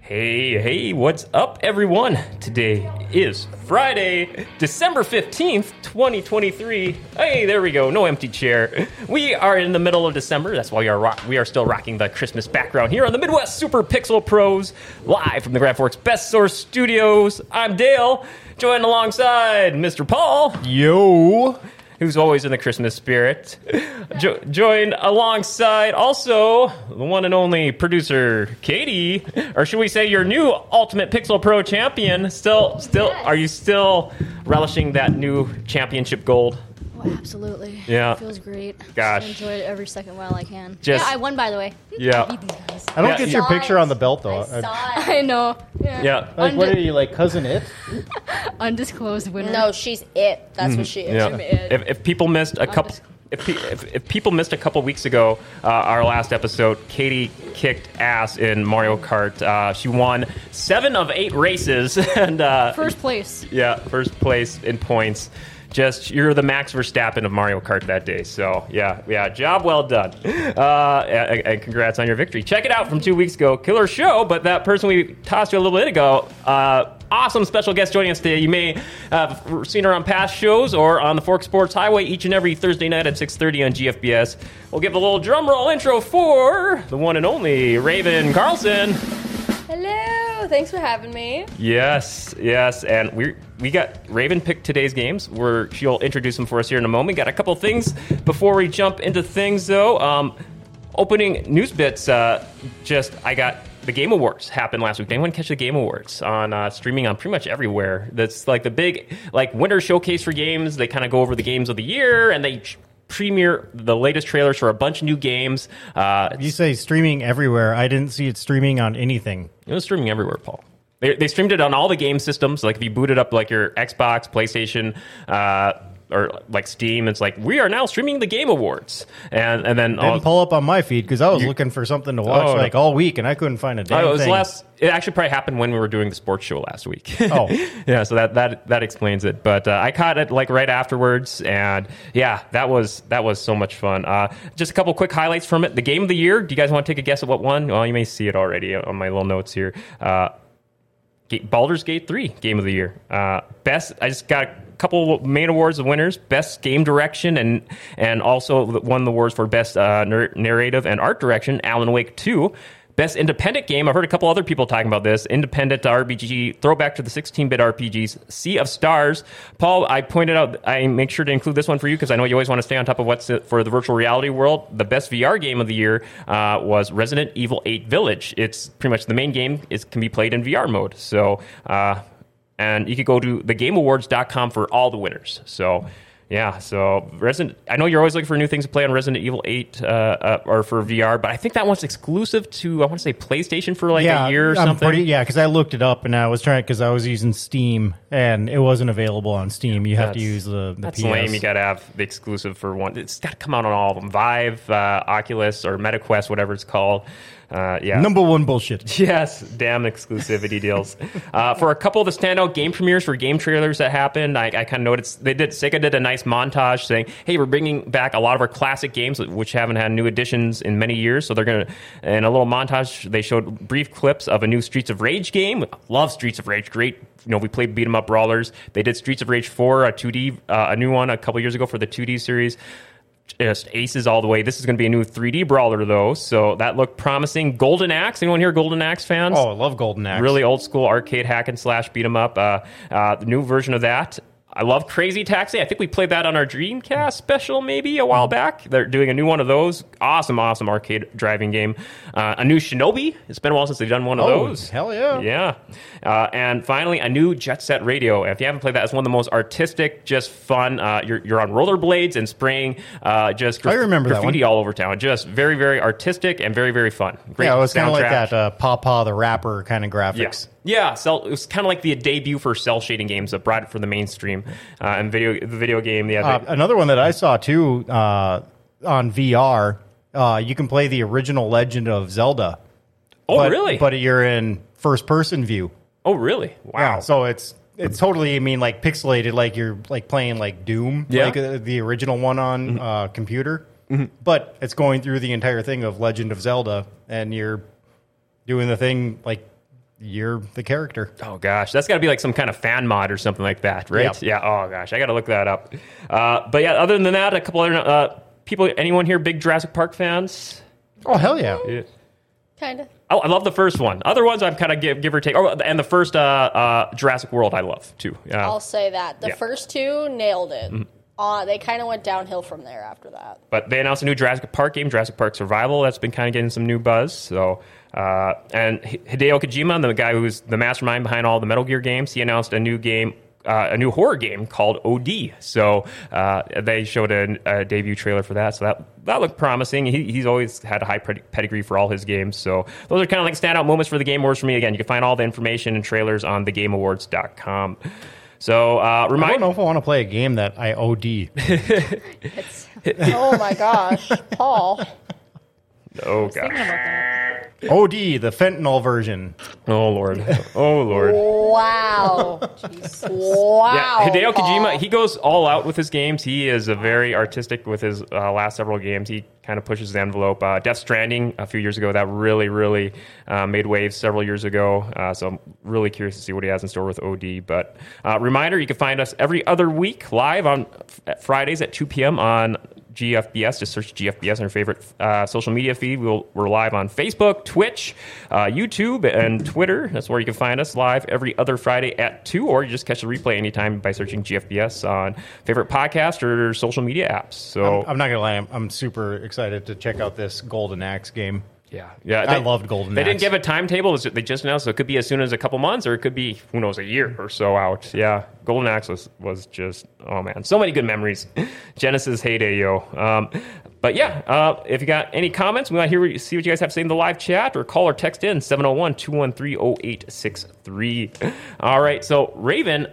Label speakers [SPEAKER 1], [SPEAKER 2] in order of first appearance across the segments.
[SPEAKER 1] Hey, hey, what's up, everyone? Today is Friday, December 15th, 2023. Hey, there we go, no empty chair. We are in the middle of December, that's why we are, rock- we are still rocking the Christmas background here on the Midwest Super Pixel Pros, live from the Grand Forks Best Source Studios. I'm Dale, joined alongside Mr. Paul,
[SPEAKER 2] Yo.
[SPEAKER 1] who's always in the Christmas spirit, jo- joined alongside also the one and only producer Katie, or should we say your new Ultimate Pixel Pro champion? Still, still,
[SPEAKER 3] Yes.
[SPEAKER 1] are you still relishing that new championship gold?
[SPEAKER 3] Oh, absolutely.
[SPEAKER 1] Yeah.
[SPEAKER 3] Feels great.
[SPEAKER 1] Gosh.
[SPEAKER 3] I enjoy it every second while I can.
[SPEAKER 1] Just-
[SPEAKER 3] yeah, I won, by the way.
[SPEAKER 1] Yeah,
[SPEAKER 2] I don't
[SPEAKER 1] Yeah,
[SPEAKER 2] get
[SPEAKER 1] you-
[SPEAKER 2] your picture on the belt though.
[SPEAKER 4] I saw it.
[SPEAKER 3] I know. Yeah.
[SPEAKER 1] yeah.
[SPEAKER 2] like, what
[SPEAKER 3] Undo-
[SPEAKER 2] are you like, cousin? It?
[SPEAKER 3] Undisclosed winner.
[SPEAKER 4] No, she's it. That's what she is.
[SPEAKER 1] Yeah. If, if people missed a couple. If, pe- if, if people missed a couple weeks ago, uh, our last episode, Katie kicked ass in Mario Kart. Uh, she won seven of eight races, and uh,
[SPEAKER 3] First place.
[SPEAKER 1] Yeah, first place in points. Just you're the Max Verstappen of Mario Kart that day. So yeah, yeah, job well done, uh, and, and congrats on your victory. Check it out from two weeks ago, killer show. But that person we tossed you a little bit ago, uh, awesome special guest joining us today. You may have seen her on past shows or on the Fork Sports Highway each and every Thursday night at 6:30 on GFBS. We'll give a little drum roll intro for the one and only Raven Carlson.
[SPEAKER 4] Hello. Thanks for having me.
[SPEAKER 1] Yes, yes, and we we got Raven picked today's games. Where she'll introduce them for us here in a moment. Got a couple things before we jump into things though. Um, opening news bits. Uh, just I got the Game Awards happened last week. Did anyone catch the Game Awards on uh, streaming on pretty much everywhere? That's like the big like winter showcase for games. They kind of go over the games of the year and they. Premiere the latest trailers for a bunch of new games. Uh,
[SPEAKER 5] You say streaming everywhere. I didn't see it streaming on anything.
[SPEAKER 1] It was streaming everywhere, Paul. They, they streamed it on all the game systems. Like if you booted up like your Xbox, PlayStation, uh, or like Steam, it's like we are now streaming the Game Awards, and and then all,
[SPEAKER 5] Didn't pull up on my feed because I was looking for something to watch
[SPEAKER 1] Oh, no.
[SPEAKER 5] like all week and I couldn't find a damn
[SPEAKER 1] Oh, it was
[SPEAKER 5] thing.
[SPEAKER 1] last. It actually probably happened when we were doing the sports show last week.
[SPEAKER 5] Oh.
[SPEAKER 1] yeah. So that that that explains it. But uh, I caught it like right afterwards, and yeah, that was that was so much fun. Uh, just a couple quick highlights from it. The game of the year. Do you guys want to take a guess at what one? Well, you may see it already on my little notes here. Uh, Ga- Baldur's Gate three game of the year. Uh, best. I just got. a Couple main awards of winners: best game direction, and and also won the awards for best uh, nar- narrative and art direction. Alan Wake two, Best independent game. I've heard a couple other people talking about this. Independent to RPG, throwback to the 16-bit RPGs. Sea of Stars. Paul, I pointed out. I make sure to include this one for you because I know you always want to stay on top of what's for the virtual reality world. The best VR game of the year uh, was Resident Evil 8 Village. It's pretty much the main game. It can be played in VR mode. So, uh, and you could go to thegameawards.com for all the winners. So. Yeah, so Resident. I know you're always looking for new things to play on Resident Evil 8 uh, uh, or for VR, but I think that one's exclusive to I want to say PlayStation for like
[SPEAKER 5] yeah,
[SPEAKER 1] a year or
[SPEAKER 5] I'm
[SPEAKER 1] something.
[SPEAKER 5] pretty- yeah, because I looked it up and I was trying because I was using Steam and it wasn't available on Steam. You have to
[SPEAKER 1] That's-
[SPEAKER 5] use the, the
[SPEAKER 1] That's
[SPEAKER 5] PS.
[SPEAKER 1] lame. You got to have the exclusive for one. It's got to come out on all of them: Vive, uh, Oculus, or MetaQuest, whatever it's called. Uh, yeah.
[SPEAKER 5] Number one bullshit.
[SPEAKER 1] Yes, damn exclusivity deals. Uh, for a couple of the standout game premieres for game trailers that happened, I, I kind of noticed they did. Sega did a nice montage saying, "Hey, we're bringing back a lot of our classic games, which haven't had new additions in many years." So they're gonna in a little montage. They showed brief clips of a new Streets of Rage game. Love Streets of Rage. Great. You know, we played beat 'em up brawlers. They did Streets of Rage four, a two D, uh, a new one a couple years ago for the two D series just aces all the way. This is going to be a new 3D brawler though, so that looked promising. Golden Axe, anyone here Golden Axe fans?
[SPEAKER 5] Oh, I love Golden Axe.
[SPEAKER 1] really old school arcade hack and slash beat 'em up. Uh, uh, the new version of that. I love Crazy Taxi. I think we played that on our Dreamcast special maybe a while back. They're doing a new one of those. Awesome, awesome arcade driving game. Uh, a new Shinobi. It's been a while since they've done one of
[SPEAKER 5] Oh,
[SPEAKER 1] those.
[SPEAKER 5] hell yeah.
[SPEAKER 1] Yeah. Uh, and finally, a new Jet Set Radio. If you haven't played that, it's one of the most artistic, just fun. Uh, you're, you're on rollerblades and spraying uh, just
[SPEAKER 5] I remember that
[SPEAKER 1] graffiti
[SPEAKER 5] one.
[SPEAKER 1] all over town. Just very, very artistic and very, very fun. Great
[SPEAKER 5] Yeah, it was kind of like
[SPEAKER 1] soundtrack.
[SPEAKER 5] that uh, Papa the Rapper kind of graphics.
[SPEAKER 1] Yes. Yeah, cell, it was kind of like the debut for cell shading games that brought it for the mainstream uh, and video the video game. Yeah,
[SPEAKER 5] Uh,
[SPEAKER 1] they-
[SPEAKER 5] another one that I saw too uh, on VR. Uh, you can play the original Legend of Zelda.
[SPEAKER 1] oh
[SPEAKER 5] but,
[SPEAKER 1] really?
[SPEAKER 5] But you're in first person view.
[SPEAKER 1] oh really? Wow.
[SPEAKER 5] So it's it's totally I mean like pixelated like you're like playing like Doom,
[SPEAKER 1] Yeah. Mm-hmm.
[SPEAKER 5] like uh, the original one on uh, computer. But it's going through the entire thing of Legend of Zelda, and you're doing the thing like you're the character.
[SPEAKER 1] Oh gosh, that's got to be like some kind of fan mod or something like that, right? Yeah. Oh gosh, I got to look that up. Uh, but yeah, other than that, a couple other uh, people. Anyone here big Jurassic Park fans?
[SPEAKER 5] Oh hell yeah!
[SPEAKER 4] Kinda.
[SPEAKER 1] Oh, I love the first one. Other ones I've kind of give, give or take. Oh, and the first uh, uh, Jurassic World I love too. Uh,
[SPEAKER 4] I'll say that. The
[SPEAKER 1] Yeah.
[SPEAKER 4] first two nailed it. Uh, they kind of went downhill from there after that.
[SPEAKER 1] but they announced a new Jurassic Park game, Jurassic Park Survival. That's been kind of getting some new buzz. So, uh, and H- Hideo Kojima, the guy who's the mastermind behind all the Metal Gear games, he announced a new game. Uh, a new horror game called OD. So uh, they showed a, a debut trailer for that. So that that looked promising. He, he's always had a high pred- pedigree for all his games. So those are kind of like standout moments for the Game Awards for me. Again, you can find all the information and trailers on thegameawards.com. So uh,
[SPEAKER 5] I don't
[SPEAKER 1] remind
[SPEAKER 5] know if I want to play a game that I OD.
[SPEAKER 3] It's
[SPEAKER 4] oh my gosh, Paul.
[SPEAKER 1] oh gosh.
[SPEAKER 3] thinking about that.
[SPEAKER 5] OD, the fentanyl version.
[SPEAKER 1] Oh lord. Oh lord.
[SPEAKER 4] Wow. wow.
[SPEAKER 1] Yeah, Hideo
[SPEAKER 4] Paul.
[SPEAKER 1] Kojima, he goes all out with his games. He is a very artistic with his uh, last several games. He kind of pushes the envelope. Uh, Death Stranding a few years ago, that really, really uh, made waves several years ago. Uh, so I'm really curious to see what he has in store with OD. But uh, reminder, you can find us every other week live on f- Fridays at 2 p.m. on GFBS. Just search GFBS on your favorite uh, social media feed. We'll, we're live on Facebook, Twitch, uh, YouTube, and Twitter. That's where you can find us live every other Friday at 2, or you just catch the replay anytime by searching GFBS on favorite podcast or social media apps. So,
[SPEAKER 5] I'm not gonna lie, I'm, I'm super excited to check out this Golden Axe game.
[SPEAKER 1] yeah. yeah
[SPEAKER 5] I loved Golden
[SPEAKER 1] They didn't
[SPEAKER 5] Axe.
[SPEAKER 1] give a timetable. It was- They just announced so it could be as soon as a couple months, or it could be, who knows, a year or so out. Yeah. Golden Axe was, was just, oh man, so many good memories. Genesis heyday, yo. Um, but yeah, uh, if you got any comments, we want to hear what you, see what you guys have to say in the live chat or call or text in 701 213 0863. All right. So, Raven,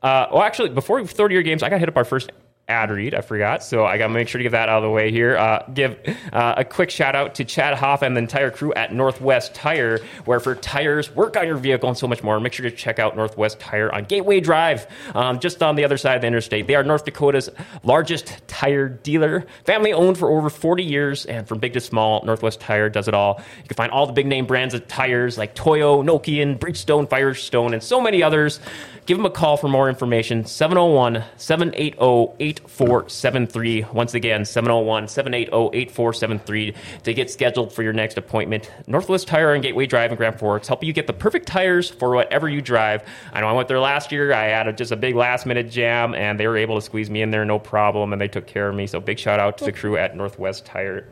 [SPEAKER 1] uh, well, actually, before we throw to your games, I got to hit up our first ad read. I forgot, so I got to make sure to get that out of the way here. Uh, give uh, a quick shout out to Chad Hoff and the entire crew at Northwest Tire, where for tires, work on your vehicle, and so much more. Make sure to check out Northwest Tire on Gateway Drive, um, just on the other side of the interstate. They are North Dakota's largest tire dealer, family owned for over 40 years, and from big to small, Northwest Tire does it all. You can find all the big name brands of tires like Toyo, Nokian, Bridgestone, Firestone, and so many others. Give them a call for more information 701 780 8473. Once again, 701 780 8473 to get scheduled for your next appointment. Northwest Tire on Gateway Drive in Grand Forks, helping you get the perfect tires for whatever you drive. I know I went there last year. I had a, just a big last minute jam, and they were able to squeeze me in there no problem, and they took care of me. So big shout out to the crew at Northwest Tire.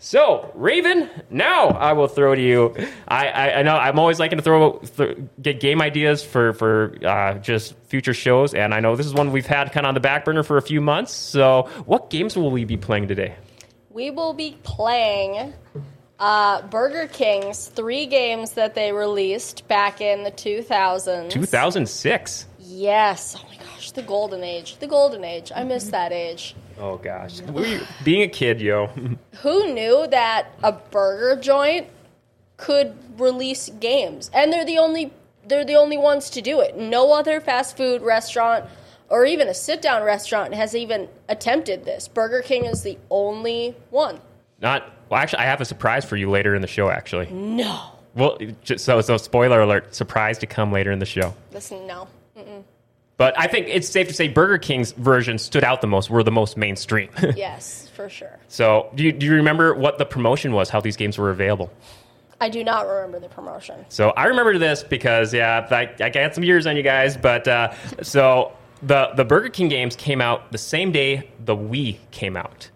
[SPEAKER 1] So, Raven, now I will throw to you. I, I, I know I'm always liking to throw th- get game ideas for for uh, just future shows, and I know this is one we've had kind of on the back burner for a few months. So, what games will we be playing today?
[SPEAKER 4] We will be playing uh, Burger King's three games that they released back in the 2000s.
[SPEAKER 1] 2006.
[SPEAKER 4] Yes. Oh my gosh, the golden age. The golden age. I miss that age.
[SPEAKER 1] Oh gosh, we, being a kid, yo.
[SPEAKER 4] Who knew that a burger joint could release games? And they're the only they're the only ones to do it. No other fast food restaurant or even a sit-down restaurant has even attempted this. Burger King is the only one.
[SPEAKER 1] Not well. Actually, I have a surprise for you later in the show. Actually,
[SPEAKER 4] No.
[SPEAKER 1] well, just, so so spoiler alert. Surprise to come later in the show.
[SPEAKER 4] This no.
[SPEAKER 1] But I think it's safe to say Burger King's version stood out the most. Were the most mainstream.
[SPEAKER 4] Yes, for sure.
[SPEAKER 1] So, do you, do you remember what the promotion was? How these games were available?
[SPEAKER 4] I do not remember the promotion.
[SPEAKER 1] So, I remember this because yeah, I, I got some years on you guys. But uh, so the the Burger King games came out the same day the Wii came out,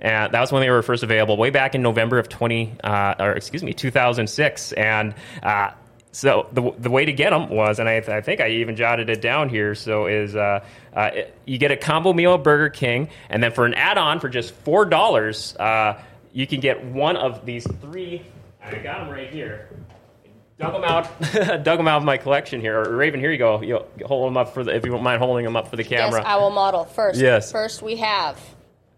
[SPEAKER 1] and that was when they were first available, way back in November of twenty uh, or excuse me, two thousand six, and. Uh, so the, the way to get them was, and I, I think I even jotted it down here. So is uh, uh, you get a combo meal at Burger King, and then for an add-on for just four dollars, uh, you can get one of these three. I got them right here. Dug them out, dug 'em out of my collection here. Or Raven, here you go. You hold them up for the, if you don't mind holding them up for the camera.
[SPEAKER 4] Yes, I will model first.
[SPEAKER 1] Yes.
[SPEAKER 4] First we have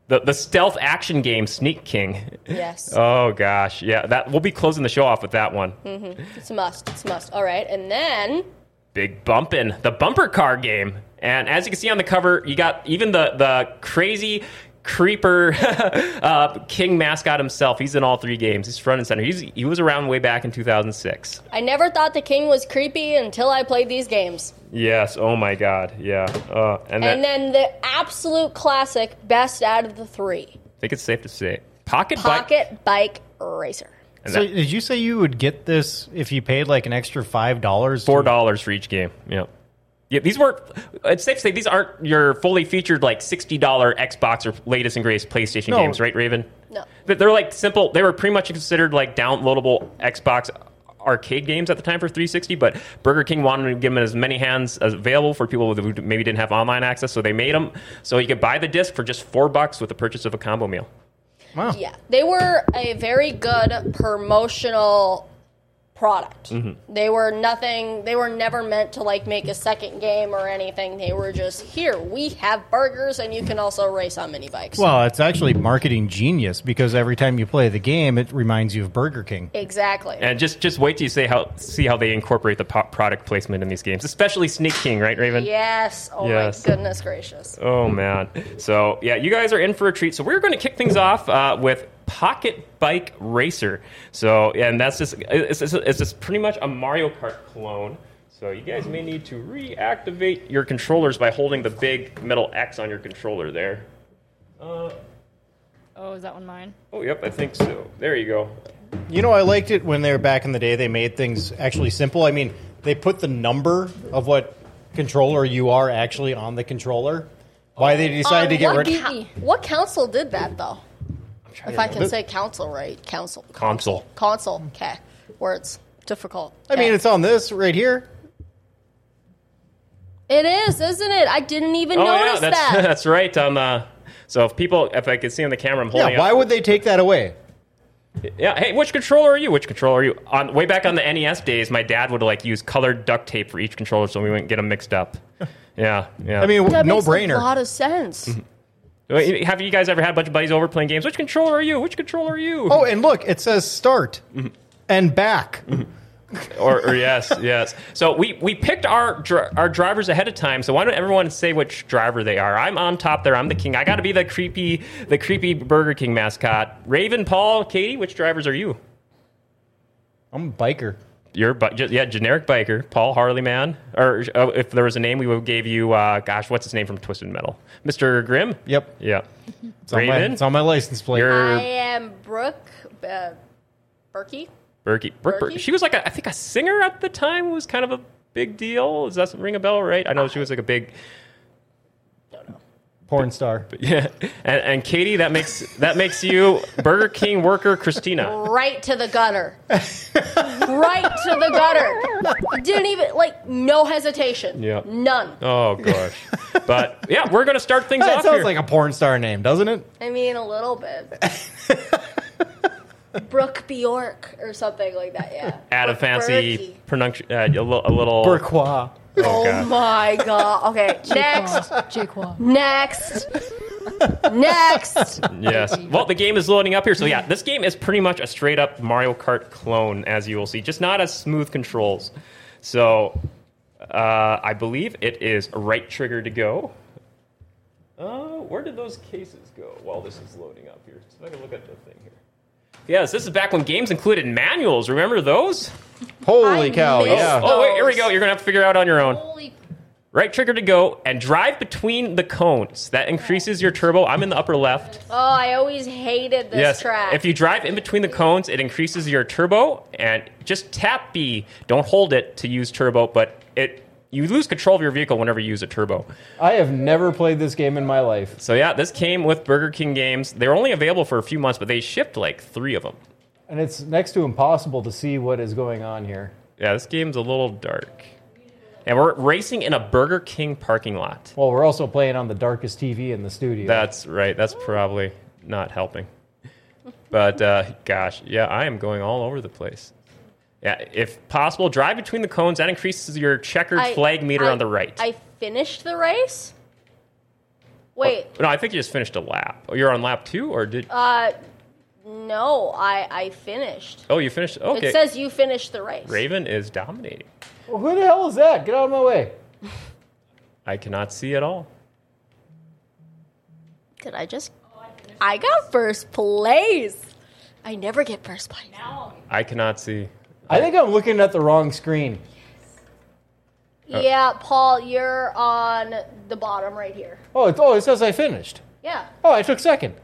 [SPEAKER 1] the, the stealth action game Sneak King.
[SPEAKER 4] yes.
[SPEAKER 1] Oh gosh, yeah. That we'll be closing the show off with that one.
[SPEAKER 4] It's a must. It's a must. All right, and then
[SPEAKER 1] Big Bumpin', the bumper car game. And as you can see on the cover, you got even the the crazy creeper uh, king mascot himself. He's in all three games. He's front and center. He's, he was around way back in 2006.
[SPEAKER 4] I never thought the king was creepy until I played these games.
[SPEAKER 1] Yes. Oh my God. Yeah. Uh, and, that,
[SPEAKER 4] And then the absolute classic, best out of the three,
[SPEAKER 1] I think it's safe to say pocket bike-
[SPEAKER 4] Pocket Bike Racer.
[SPEAKER 1] and
[SPEAKER 5] So
[SPEAKER 1] that-
[SPEAKER 5] did you say you would get this if you paid like an extra five dollars?
[SPEAKER 1] four dollars for each game. Yeah. Yeah, these weren't. It's safe to say these aren't your fully featured like sixty dollar Xbox or latest and greatest PlayStation
[SPEAKER 5] No.
[SPEAKER 1] games, right, Raven?
[SPEAKER 4] No.
[SPEAKER 1] They- They're like simple. They were pretty much considered like downloadable Xbox arcade games at the time for 360. But Burger King wanted to give them as many hands as available for people who maybe didn't have online access, so they made them so you could buy the disc for just four bucks with the purchase of a combo meal.
[SPEAKER 5] Wow.
[SPEAKER 4] Yeah, they were a very good promotional product.
[SPEAKER 5] Mm-hmm.
[SPEAKER 4] They were nothing. They were never meant to like make a second game or anything. They were just here. We have burgers, and you can also race on mini bikes.
[SPEAKER 5] Well, it's actually marketing genius because every time you play the game, it reminds you of Burger King.
[SPEAKER 4] exactly.
[SPEAKER 1] And just just wait till you see how see how they incorporate the po- product placement in these games, especially Sneak King, right, Raven?
[SPEAKER 4] yes. Oh
[SPEAKER 1] Yes.
[SPEAKER 4] my goodness gracious.
[SPEAKER 1] Oh man! So yeah, you guys are in for a treat. So we're going to kick things off uh, with Pocket Bike Racer. So and that's just it's, it's, it's just pretty much a Mario Kart clone. So you guys may need to reactivate your controllers by holding the big metal X on your controller there.
[SPEAKER 3] Oh, is that one mine?
[SPEAKER 1] Oh yep, I think so. There you go.
[SPEAKER 5] You know, I liked it when they were back in the day. They made things actually simple. I mean, they put the number of what controller you are actually on the controller. Why they decided to
[SPEAKER 4] Um,
[SPEAKER 5] get
[SPEAKER 4] what,
[SPEAKER 5] rid of
[SPEAKER 4] co- what council did that though? If I can say council right, council,
[SPEAKER 1] Console.
[SPEAKER 4] console. Okay, words difficult.
[SPEAKER 5] I mean,
[SPEAKER 4] Okay.
[SPEAKER 5] it's on this right here.
[SPEAKER 4] it is, isn't it? I didn't even
[SPEAKER 1] Oh yeah,
[SPEAKER 4] notice
[SPEAKER 1] that's
[SPEAKER 4] that.
[SPEAKER 1] that's right. Um, uh, so if people, if I could see on the camera, I'm holding.
[SPEAKER 5] Yeah, why
[SPEAKER 1] up-
[SPEAKER 5] would they take that away?
[SPEAKER 1] Yeah. Hey, which controller are you? Which controller are you? On way back on the NES days, my dad would like use colored duct tape for each controller, so we wouldn't get them mixed up. Yeah. Yeah.
[SPEAKER 5] I mean,
[SPEAKER 4] That
[SPEAKER 5] no
[SPEAKER 4] makes A
[SPEAKER 5] brainer.
[SPEAKER 4] lot of sense.
[SPEAKER 1] Wait, have you guys ever had a bunch of buddies over playing games? Which controller are you? Which controller are you?
[SPEAKER 5] Oh, and look, it says start and back.
[SPEAKER 1] Or, or yes, yes. So we we picked our dr- our drivers ahead of time. So why don't everyone say which driver they are? I'm on top there. I'm the king. I got to be the creepy the creepy Burger King mascot. Raven, Paul, Katie, which drivers are you?
[SPEAKER 5] I'm a biker.
[SPEAKER 1] You're bi- ju- yeah, generic biker, Paul Harley man. Or uh, if there was a name, we would gave you. Uh, gosh, what's his name from Twisted Metal? Mister Grimm.
[SPEAKER 5] Yep.
[SPEAKER 1] Yeah.
[SPEAKER 5] It's on, my,
[SPEAKER 1] Raven.
[SPEAKER 5] it's on my license plate.
[SPEAKER 1] You're
[SPEAKER 4] I am Brooke uh, Berkey.
[SPEAKER 1] Berkey. Brooke Berkey.
[SPEAKER 4] Berkey?
[SPEAKER 1] She was like a, I think a singer at the time was kind of a big deal. Does that ring a bell? Right? I know she was like a big
[SPEAKER 5] Porn star.
[SPEAKER 1] yeah. And, and Katie, that makes that makes you Burger King worker Christina.
[SPEAKER 4] Right to the gutter. right to the gutter. Didn't even, like, no hesitation.
[SPEAKER 1] Yeah.
[SPEAKER 4] None.
[SPEAKER 1] Oh gosh. But yeah, we're gonna start things
[SPEAKER 5] That
[SPEAKER 1] off
[SPEAKER 5] sounds
[SPEAKER 1] here.
[SPEAKER 5] like a porn star name, doesn't it?
[SPEAKER 4] I mean, a little bit. Brooke Bjork or something like that, yeah.
[SPEAKER 1] Add a
[SPEAKER 4] Brooke
[SPEAKER 1] fancy
[SPEAKER 4] Berkey.
[SPEAKER 1] pronunci- uh, a, li- a little.
[SPEAKER 5] Burqua.
[SPEAKER 1] oh,
[SPEAKER 4] Oh
[SPEAKER 1] God.
[SPEAKER 4] my god. Okay, next,
[SPEAKER 3] Jaqua.
[SPEAKER 4] next, next.
[SPEAKER 1] Yes. Well, the game is loading up here. So, yeah, this game is pretty much a straight up Mario Kart clone, as you will see, just not as smooth controls. So, uh, I believe it is right trigger to go. Uh, where did those cases go while this is loading up here? So, if I can look at the thing here. Yes, this is back when games included manuals. Remember those?
[SPEAKER 5] Holy
[SPEAKER 4] I
[SPEAKER 5] cow,
[SPEAKER 4] missed
[SPEAKER 5] yeah.
[SPEAKER 4] that.
[SPEAKER 1] Oh, wait, here we go. You're going to have to figure out on your own.
[SPEAKER 4] Holy
[SPEAKER 1] Right trigger to go and drive between the cones. That increases your turbo. I'm in the upper left.
[SPEAKER 4] Oh, I always hated this track.
[SPEAKER 1] If you drive in between the cones, it increases your turbo, and just tap B. Don't hold it to use turbo, but it you lose control of your vehicle whenever you use a turbo.
[SPEAKER 5] I have never played this game in my life.
[SPEAKER 1] So yeah, this came with Burger King games. They're only available for a few months, but they shipped like three of them.
[SPEAKER 5] And it's next to impossible to see what is going on here.
[SPEAKER 1] Yeah, this game's a little dark. And we're racing in a Burger King parking lot.
[SPEAKER 5] Well, we're also playing on the darkest TV in the studio.
[SPEAKER 1] That's right. That's probably not helping. But uh, gosh, yeah, I am going all over the place. Yeah, if possible, drive between the cones. That increases your checkered
[SPEAKER 4] I-
[SPEAKER 1] flag meter
[SPEAKER 4] I-
[SPEAKER 1] on the right.
[SPEAKER 4] I finished the race. Wait,
[SPEAKER 1] Oh, no, I think you just finished a lap. Oh, you're on lap two, or did?
[SPEAKER 4] uh, no, I I finished.
[SPEAKER 1] oh, you finished. Okay.
[SPEAKER 4] It says you finished the race.
[SPEAKER 1] Raven is dominating.
[SPEAKER 5] Well, who the hell is that? Get out of my way.
[SPEAKER 1] I cannot see at all.
[SPEAKER 4] Did I just I got first place. I never get first place.
[SPEAKER 1] I cannot see.
[SPEAKER 5] I think I'm looking at the wrong screen.
[SPEAKER 4] Yeah, Paul, you're on the bottom right here.
[SPEAKER 5] Oh, it, oh, it says I finished.
[SPEAKER 4] Yeah,
[SPEAKER 5] Oh, I took second.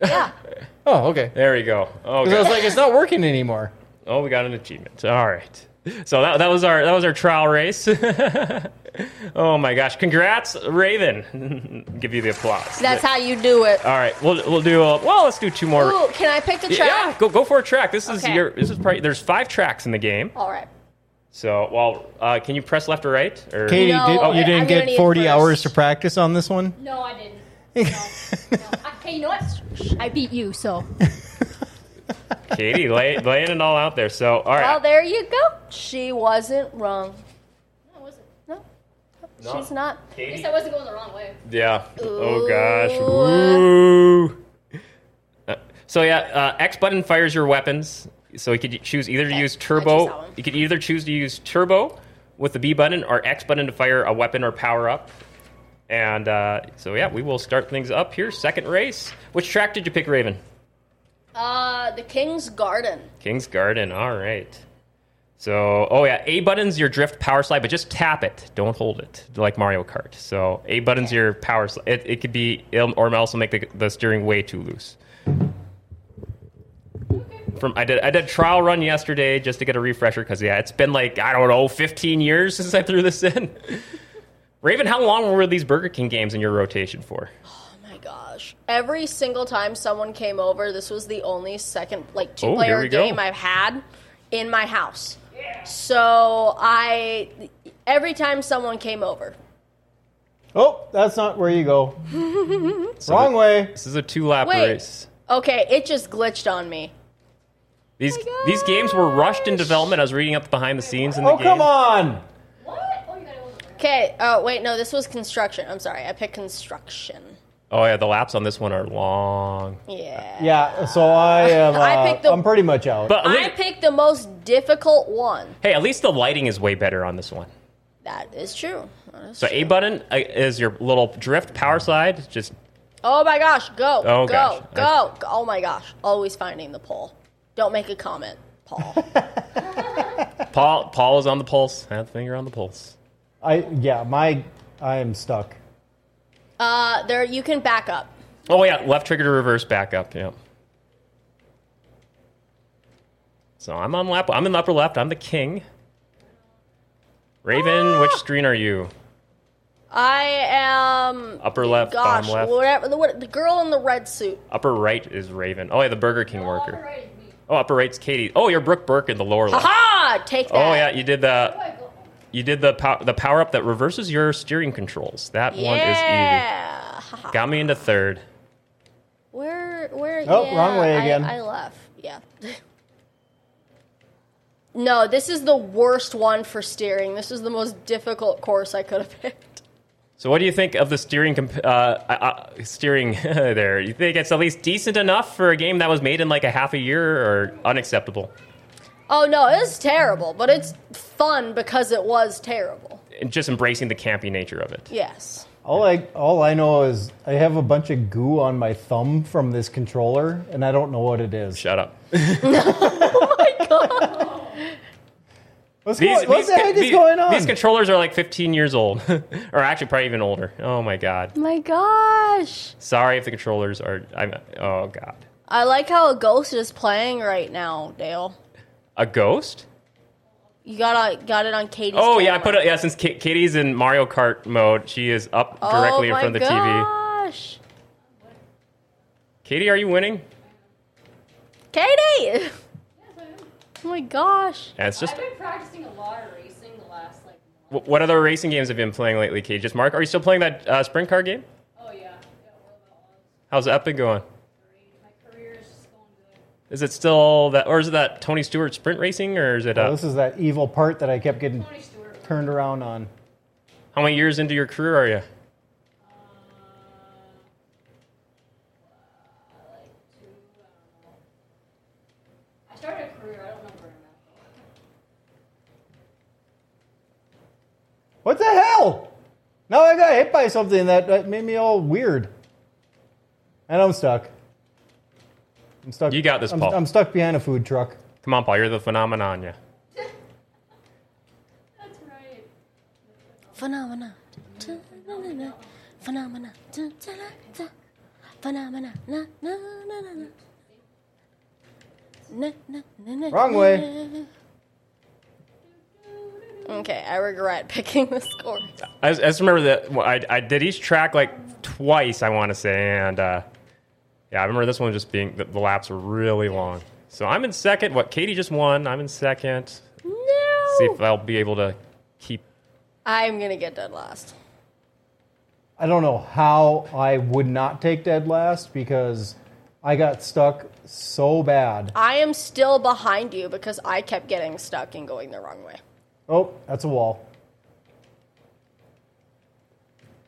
[SPEAKER 4] yeah.
[SPEAKER 5] Oh, okay.
[SPEAKER 1] There we go. Oh,
[SPEAKER 5] 'Cause I was like, it's not working anymore.
[SPEAKER 1] Oh, we got an achievement. All right. So that, that was our that was our trial race. oh my gosh! Congrats, Raven. Give you the applause.
[SPEAKER 4] That's how you do it.
[SPEAKER 1] All right, we'll we'll do a, well. Let's do two more.
[SPEAKER 4] Ooh, can I pick the track?
[SPEAKER 1] Yeah, go go for a track. This is
[SPEAKER 4] Okay.
[SPEAKER 1] your this is probably there's five tracks in the game.
[SPEAKER 4] All right.
[SPEAKER 1] So well, uh, can you press left or right? Or
[SPEAKER 5] Katie,
[SPEAKER 4] No,
[SPEAKER 5] did,
[SPEAKER 4] oh,
[SPEAKER 5] you
[SPEAKER 4] I'm
[SPEAKER 5] didn't
[SPEAKER 4] gonna
[SPEAKER 5] get
[SPEAKER 4] need
[SPEAKER 5] 40
[SPEAKER 4] first.
[SPEAKER 5] hours to practice on this one?
[SPEAKER 3] No, I didn't. No, no. Okay, you know what? I beat you, so
[SPEAKER 1] Katie lay, laying it all out there. So all right,
[SPEAKER 4] Well, there you go. She wasn't wrong.
[SPEAKER 3] I wasn't.
[SPEAKER 1] No.
[SPEAKER 4] She's not.
[SPEAKER 3] At
[SPEAKER 1] Katie-
[SPEAKER 3] least I wasn't going the wrong way.
[SPEAKER 1] Yeah. Oh gosh.
[SPEAKER 4] Ooh.
[SPEAKER 1] Ooh. Uh, So yeah, uh, X button fires your weapons. So you could choose either to use
[SPEAKER 4] choose that
[SPEAKER 1] turbo.
[SPEAKER 4] one.
[SPEAKER 1] You could either choose to use turbo with the B button or X button to fire a weapon or power up. And uh, so yeah, we will start things up here. Second race. Which track did you pick, Raven?
[SPEAKER 4] Uh, the King's Garden.
[SPEAKER 1] King's Garden. All right. So, oh yeah, A button's your drift power slide, but just tap it. Don't hold it like Mario Kart. So, A button's your power slide. It, it could be, it'll- or else will make the, the steering way too loose. From I did I did a trial run yesterday just to get a refresher because yeah, it's been like I don't know, 15 years since I threw this in. Raven, how long were these Burger King games in your rotation for?
[SPEAKER 4] Oh my gosh. Every single time someone came over, this was the only second like two
[SPEAKER 1] Oh, here
[SPEAKER 4] player
[SPEAKER 1] we go.
[SPEAKER 4] game I've had in my house. So I every time someone came over.
[SPEAKER 5] Oh, that's not where you go.
[SPEAKER 1] So
[SPEAKER 5] Wrong
[SPEAKER 1] th-
[SPEAKER 5] way.
[SPEAKER 1] This is a two lap
[SPEAKER 4] Wait.
[SPEAKER 1] race.
[SPEAKER 4] Okay, it just glitched on me.
[SPEAKER 1] These these games were rushed in development. I was reading up behind the scenes in the
[SPEAKER 5] Oh,
[SPEAKER 1] game.
[SPEAKER 5] come on.
[SPEAKER 3] What? Oh, you gotta go the wrong
[SPEAKER 4] Okay, oh wait, no, this was construction. I'm sorry. I picked construction.
[SPEAKER 1] Oh yeah, the laps on this one are long.
[SPEAKER 4] Yeah.
[SPEAKER 5] Yeah, so I am. Uh,
[SPEAKER 4] I
[SPEAKER 5] I
[SPEAKER 4] picked the-
[SPEAKER 5] am pretty much out.
[SPEAKER 1] But at
[SPEAKER 4] I
[SPEAKER 1] least,
[SPEAKER 4] picked the most difficult one.
[SPEAKER 1] hey, at least the lighting is way better on this one.
[SPEAKER 4] That is true. That is
[SPEAKER 1] So A button uh, is your little drift power slide. Just
[SPEAKER 4] Oh my gosh, go,
[SPEAKER 1] Oh
[SPEAKER 4] go,
[SPEAKER 1] gosh.
[SPEAKER 4] go. go. Oh my gosh, always finding the poll. Don't make a comment, Paul.
[SPEAKER 1] Paul. Paul is on the pulse. Have the finger on the pulse.
[SPEAKER 5] I yeah, my I am stuck.
[SPEAKER 4] uh, there, you can back up.
[SPEAKER 1] Oh yeah, left trigger to reverse back up. Yeah. So I'm on lap. I'm in the upper left. I'm the king. Raven, which screen are you?
[SPEAKER 4] I am.
[SPEAKER 1] Upper left,
[SPEAKER 4] gosh,
[SPEAKER 1] bottom left,
[SPEAKER 4] whatever. The, what, the girl in the red suit.
[SPEAKER 1] upper right is Raven. Oh yeah, the Burger King
[SPEAKER 3] way.
[SPEAKER 1] worker.
[SPEAKER 3] Alright, it's me.
[SPEAKER 1] Oh, upper right's Katie. Oh, you're Brooke Burke in the lower left.
[SPEAKER 4] Aha! Take that.
[SPEAKER 1] Oh yeah, you did the.
[SPEAKER 3] Oh, I go-
[SPEAKER 1] You did the pow- the power up that reverses your steering controls. That one is
[SPEAKER 4] Yeah.
[SPEAKER 1] easy. Got me into third.
[SPEAKER 4] Where? Where?
[SPEAKER 5] Oh,
[SPEAKER 4] yeah,
[SPEAKER 5] wrong way
[SPEAKER 4] I-
[SPEAKER 5] again.
[SPEAKER 4] I, left. Yeah. no, this is the worst one for steering. This is the most difficult course I could have picked.
[SPEAKER 1] So, what do you think of the steering comp- uh, uh, uh, steering there? You think it's at least decent enough for a game that was made in like a half a year, or unacceptable?
[SPEAKER 4] Oh no, it's terrible, but it's fun because it was terrible.
[SPEAKER 1] And just embracing the campy nature of it.
[SPEAKER 4] Yes.
[SPEAKER 5] All I all I know is I have a bunch of goo on my thumb from this controller, and I don't know what it is.
[SPEAKER 1] Shut up.
[SPEAKER 4] Oh
[SPEAKER 5] What's, going, what's the
[SPEAKER 1] co-
[SPEAKER 5] heck is
[SPEAKER 1] these-
[SPEAKER 5] going on?
[SPEAKER 1] These controllers are like 15 years old, or actually probably even older. Oh my god.
[SPEAKER 4] My gosh.
[SPEAKER 1] Sorry if the controllers are. I'm, oh god.
[SPEAKER 4] I like how a ghost is playing right now, Dale.
[SPEAKER 1] A ghost?
[SPEAKER 4] You got got it on Katie's.
[SPEAKER 1] Oh yeah, I
[SPEAKER 4] camera.
[SPEAKER 1] put it. Yeah, since Ki- Katie's in Mario Kart mode, she is up directly in
[SPEAKER 4] oh
[SPEAKER 1] front of the
[SPEAKER 4] my
[SPEAKER 1] TV.
[SPEAKER 4] gosh.
[SPEAKER 1] Katie, are you winning?
[SPEAKER 4] Katie!
[SPEAKER 3] Yes, I am.
[SPEAKER 4] Oh my gosh.
[SPEAKER 1] Yeah, it's just.
[SPEAKER 3] I've been practicing a lot of racing the last like. month.
[SPEAKER 1] wh- What other racing games have you been playing lately, Katie? Just Mark, are you still playing that uh, sprint car game?
[SPEAKER 3] Oh yeah. Yeah, what about all this
[SPEAKER 1] How's that been going?
[SPEAKER 3] great? My career is just going good.
[SPEAKER 1] Is it still that, or is it that Tony Stewart sprint racing, or is it?
[SPEAKER 5] Oh,
[SPEAKER 1] Uh,
[SPEAKER 5] this is that evil part that I kept getting
[SPEAKER 3] Tony Stewart. Uh,
[SPEAKER 5] turned around on.
[SPEAKER 1] how many years into your career are you?
[SPEAKER 3] like two. I don't know. I started a career. I don't know where I'm at.
[SPEAKER 5] What the hell? Now I got hit by something that, that made me all weird, and I'm stuck. I'm stuck.
[SPEAKER 1] You got this,
[SPEAKER 5] I'm,
[SPEAKER 1] Paul.
[SPEAKER 5] I'm stuck behind a food truck.
[SPEAKER 1] Come on, Paul. You're the phenomenon. Yeah.
[SPEAKER 3] That's right.
[SPEAKER 4] Phenomena. Phenomena. Phenomena. Na, na, na, na, na. Na, na, na, na,
[SPEAKER 5] Wrong
[SPEAKER 4] na,
[SPEAKER 5] way.
[SPEAKER 4] na, na, na. Okay, I regret picking the score.
[SPEAKER 1] I just, I just remember that well, I, I did each track like twice, I want to say, and uh, yeah, I remember this one just being the, the laps were really long. So I'm in second. What Katie just won. I'm in second. See
[SPEAKER 4] No!
[SPEAKER 1] if I'll be able to keep.
[SPEAKER 4] I'm gonna get dead last.
[SPEAKER 5] I don't know how I would not take dead last because I got stuck so bad.
[SPEAKER 4] I am still behind you because I kept getting stuck and going the wrong way.
[SPEAKER 5] Oh, that's a wall.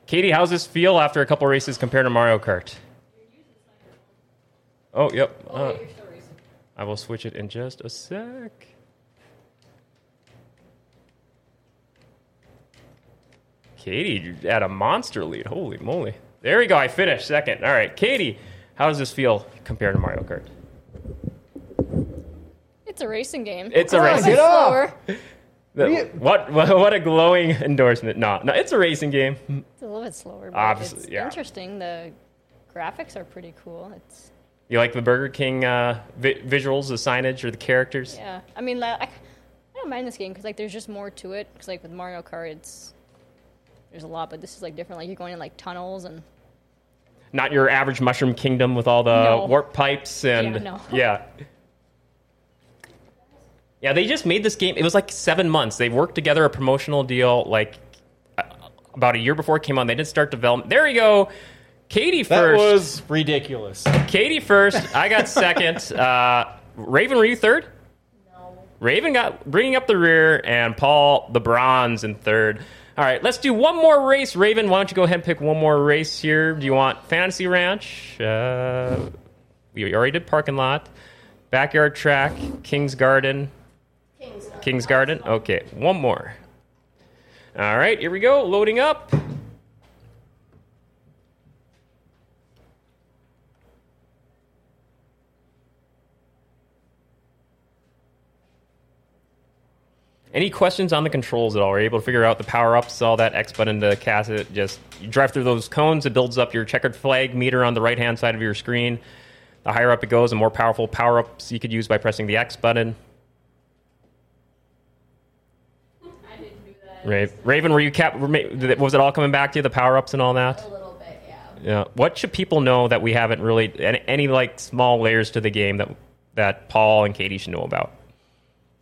[SPEAKER 1] Katie, how's this feel after a couple races compared to Mario Kart? Oh, yep. Uh, I will switch it in just a sec. Katie you had a monster lead. Holy moly. There we go. I finished second. All right. Katie, how does this feel compared to Mario Kart?
[SPEAKER 6] It's a racing game.
[SPEAKER 1] It's a
[SPEAKER 5] Come on,
[SPEAKER 1] racing
[SPEAKER 5] Get off!
[SPEAKER 4] Slower.
[SPEAKER 1] the- What, what a glowing endorsement. No, no, it's a racing game.
[SPEAKER 6] It's a little bit slower, but
[SPEAKER 1] Obviously,
[SPEAKER 6] it's
[SPEAKER 1] yeah.
[SPEAKER 6] interesting. The graphics are pretty cool. It's
[SPEAKER 1] You like the Burger King uh, vi- visuals, the signage, or the characters?
[SPEAKER 6] yeah. I mean, like, I, I don't mind this game because like there's just more to it. Because like with Mario Kart, it's there's a lot, but this is like different. Like you're going in like tunnels and
[SPEAKER 1] Not your average Mushroom Kingdom with all the
[SPEAKER 6] No.
[SPEAKER 1] warp pipes and
[SPEAKER 6] Yeah, no.
[SPEAKER 1] yeah. Yeah, they just made this game. It was like seven months. They worked together a promotional deal like uh, about a year before it came on. They didn't start development. There you go. Katie
[SPEAKER 2] That
[SPEAKER 1] first.
[SPEAKER 2] was ridiculous.
[SPEAKER 1] Katie first. I got second. Uh, Raven, were you third?
[SPEAKER 3] No.
[SPEAKER 1] Raven got bringing up the rear, and Paul the bronze in third. All right, let's do one more race. Raven, why don't you go ahead and pick one more race here? Do you want Fantasy Ranch? Uh, we already did parking lot, backyard track, King's Garden,
[SPEAKER 3] King's Up.
[SPEAKER 1] King's Garden. Okay, one more. All right, here we go. Loading up. Any questions on the controls at all? Are you able to figure out the power ups, all that X button to cast it? Just you drive through those cones, it builds up your checkered flag meter on the right hand side of your screen. The higher up it goes, the more powerful power ups you could use by pressing the X button.
[SPEAKER 3] I didn't do that.
[SPEAKER 1] Ra- Raven, were you cap? were ma- did it- Was it all coming back to you, the power ups and all that?
[SPEAKER 3] A little bit, yeah.
[SPEAKER 1] Yeah. What should people know that we haven't really any, any like small layers to the game that that Paul and Katie should know about?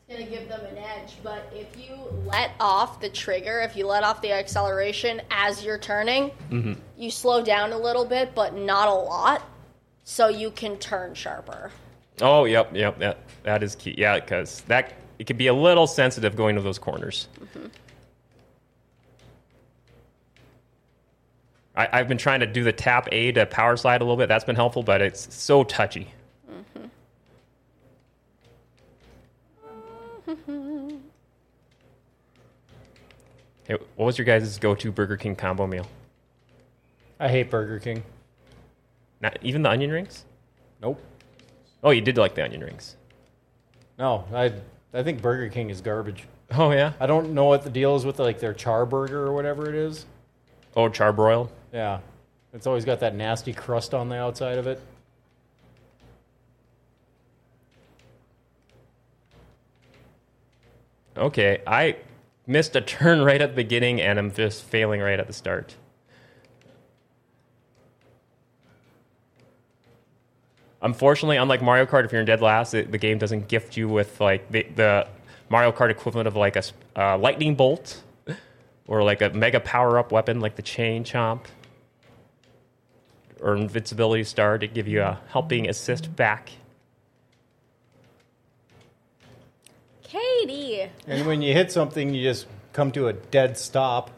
[SPEAKER 3] It's gonna give them an edge, but
[SPEAKER 4] If you let off the trigger, if you let off the acceleration as you're turning, you slow down a little bit, but not a lot, so you can turn sharper.
[SPEAKER 1] Oh, yep, yep, that that is key. Yeah, because that it could be a little sensitive going to those corners. Mm-hmm. I, I've been trying to do the tap A to power slide a little bit. That's been helpful, but it's so touchy. Mm-hmm. Hey, what was your guys' go-to Burger King combo meal?
[SPEAKER 5] I hate Burger King.
[SPEAKER 1] Not even the onion rings?
[SPEAKER 5] Nope.
[SPEAKER 1] Oh, you did like the onion rings.
[SPEAKER 5] No, I I think Burger King is garbage.
[SPEAKER 1] Oh yeah.
[SPEAKER 5] I don't know what the deal is with like their char burger or whatever it is.
[SPEAKER 1] Oh, charbroil.
[SPEAKER 5] Yeah. It's always got that nasty crust on the outside of it.
[SPEAKER 1] Okay, I missed a turn right at the beginning, and I'm just failing right at the start. Unfortunately, unlike Mario Kart, if you're in dead last, it, the game doesn't gift you with like the, the Mario Kart equivalent of like a s- uh, lightning bolt or like a mega power up weapon like the chain chomp or invincibility star to give you a helping assist back.
[SPEAKER 4] Katie,
[SPEAKER 5] And when you hit something, you just come to a dead stop.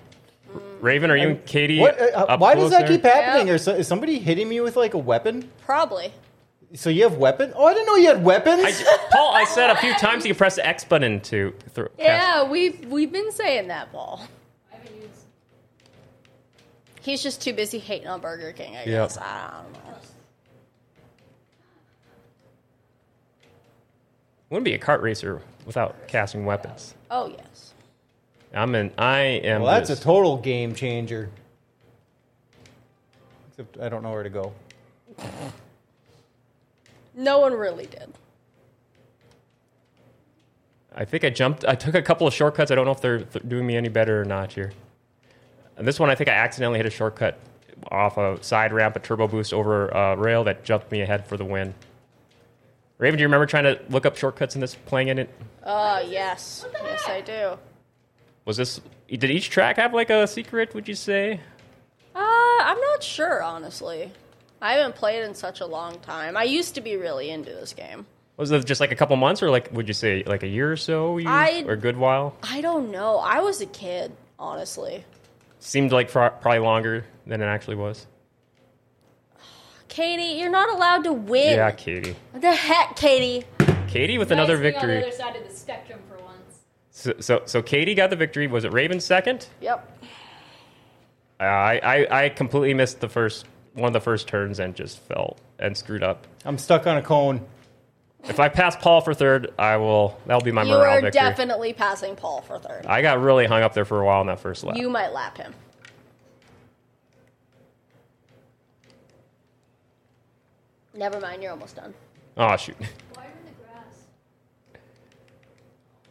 [SPEAKER 1] Raven, are you and Katie?
[SPEAKER 5] What? uh,
[SPEAKER 1] up
[SPEAKER 5] why does that
[SPEAKER 1] closer?
[SPEAKER 5] keep happening?
[SPEAKER 4] Yeah.
[SPEAKER 5] Or so, is somebody hitting me with like a weapon?
[SPEAKER 4] probably.
[SPEAKER 5] So you have weapon? Oh, I didn't know you had weapons.
[SPEAKER 1] I, Paul, I said a few times you can press the X button to throw.
[SPEAKER 4] Yeah, we've we've been saying that, Paul.
[SPEAKER 3] I haven't used.
[SPEAKER 4] He's just too busy hating on Burger King. I guess I don't know.
[SPEAKER 1] Wouldn't be a kart racer without casting weapons.
[SPEAKER 4] Oh yes.
[SPEAKER 1] I'm in. I am.
[SPEAKER 5] Well, that's a
[SPEAKER 1] just-
[SPEAKER 5] total game changer. Except I don't know where to go.
[SPEAKER 4] No one really did.
[SPEAKER 1] I think I jumped. I took a couple of shortcuts. I don't know if they're th- doing me any better or not here. And this one, I think I accidentally hit a shortcut off a side ramp, a turbo boost over a rail that jumped me ahead for the win. Raven, do you remember trying to look up shortcuts in this playing in it?
[SPEAKER 4] Oh yes. Yes I do.
[SPEAKER 1] Was this? Did each track have like a secret? Would you say?
[SPEAKER 4] Uh, I'm not sure honestly. I haven't played in such a long time. I used to be really into this game.
[SPEAKER 1] Was it just like a couple months, or like would you say like a year or so, you,
[SPEAKER 4] I-
[SPEAKER 1] or a good while?
[SPEAKER 4] I don't know. I was a kid, honestly.
[SPEAKER 1] Seemed like far, probably longer than it actually was.
[SPEAKER 4] Katie, you're not allowed to win.
[SPEAKER 1] Yeah, Katie.
[SPEAKER 4] What the heck, Katie?
[SPEAKER 1] Katie with
[SPEAKER 6] Nice
[SPEAKER 1] another
[SPEAKER 6] being on the
[SPEAKER 1] victory.
[SPEAKER 6] other side of the spectrum for once.
[SPEAKER 1] So, so, so Katie got the victory. Was it Raven second?
[SPEAKER 4] Yep.
[SPEAKER 1] Uh, I, I, I completely missed the first one of the first turns and just fell and screwed up.
[SPEAKER 5] I'm stuck on a cone.
[SPEAKER 1] If I pass Paul for third, I will. That'll be my
[SPEAKER 4] You
[SPEAKER 1] morale
[SPEAKER 4] are
[SPEAKER 1] victory.
[SPEAKER 4] definitely passing Paul for third.
[SPEAKER 1] I got really hung up there for a while in that first lap.
[SPEAKER 4] You might lap him. Never mind, you're almost done.
[SPEAKER 1] oh shoot!
[SPEAKER 3] Wider the grass.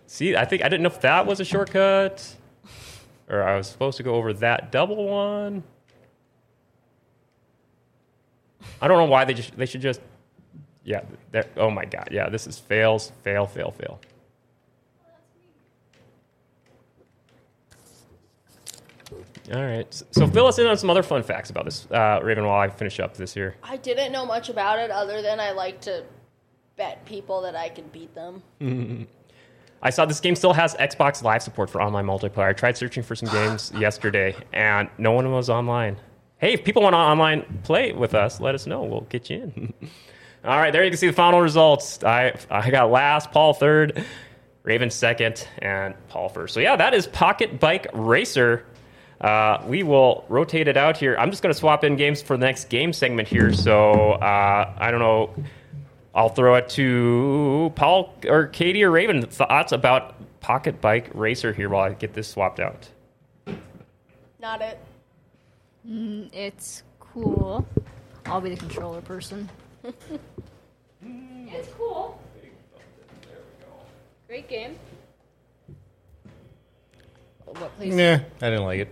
[SPEAKER 1] See, I think I didn't know if that was a shortcut, or I was supposed to go over that double one. I don't know why they just they should just yeah. they're- Oh my god, yeah, this is fails, fail, fail, fail. All right, s- so fill us in on some other fun facts about this uh, Raven while I finish up this year.
[SPEAKER 4] I didn't know much about it other than I like to bet people that I can beat them.
[SPEAKER 1] I saw this game still has Xbox Live support for online multiplayer. I tried searching for some games yesterday, and no one was online. Hey, if people want to online play with us, let us know. We'll get you in. All right, there you can see the final results. I I got last, Paul third, Raven second, and Paul first. So yeah, that is Pocket Bike Racer. Uh, we will rotate it out here. I'm just going to swap in games for the next game segment here. So uh, I don't know. I'll throw it to Paul or Katie or Raven. Thoughts about Pocket Bike Racer here while I get this swapped out.
[SPEAKER 4] Not it.
[SPEAKER 6] It's cool. I'll be the controller person. it's cool. Great game. Oh, What place? Uh,
[SPEAKER 5] Nah, I didn't like it.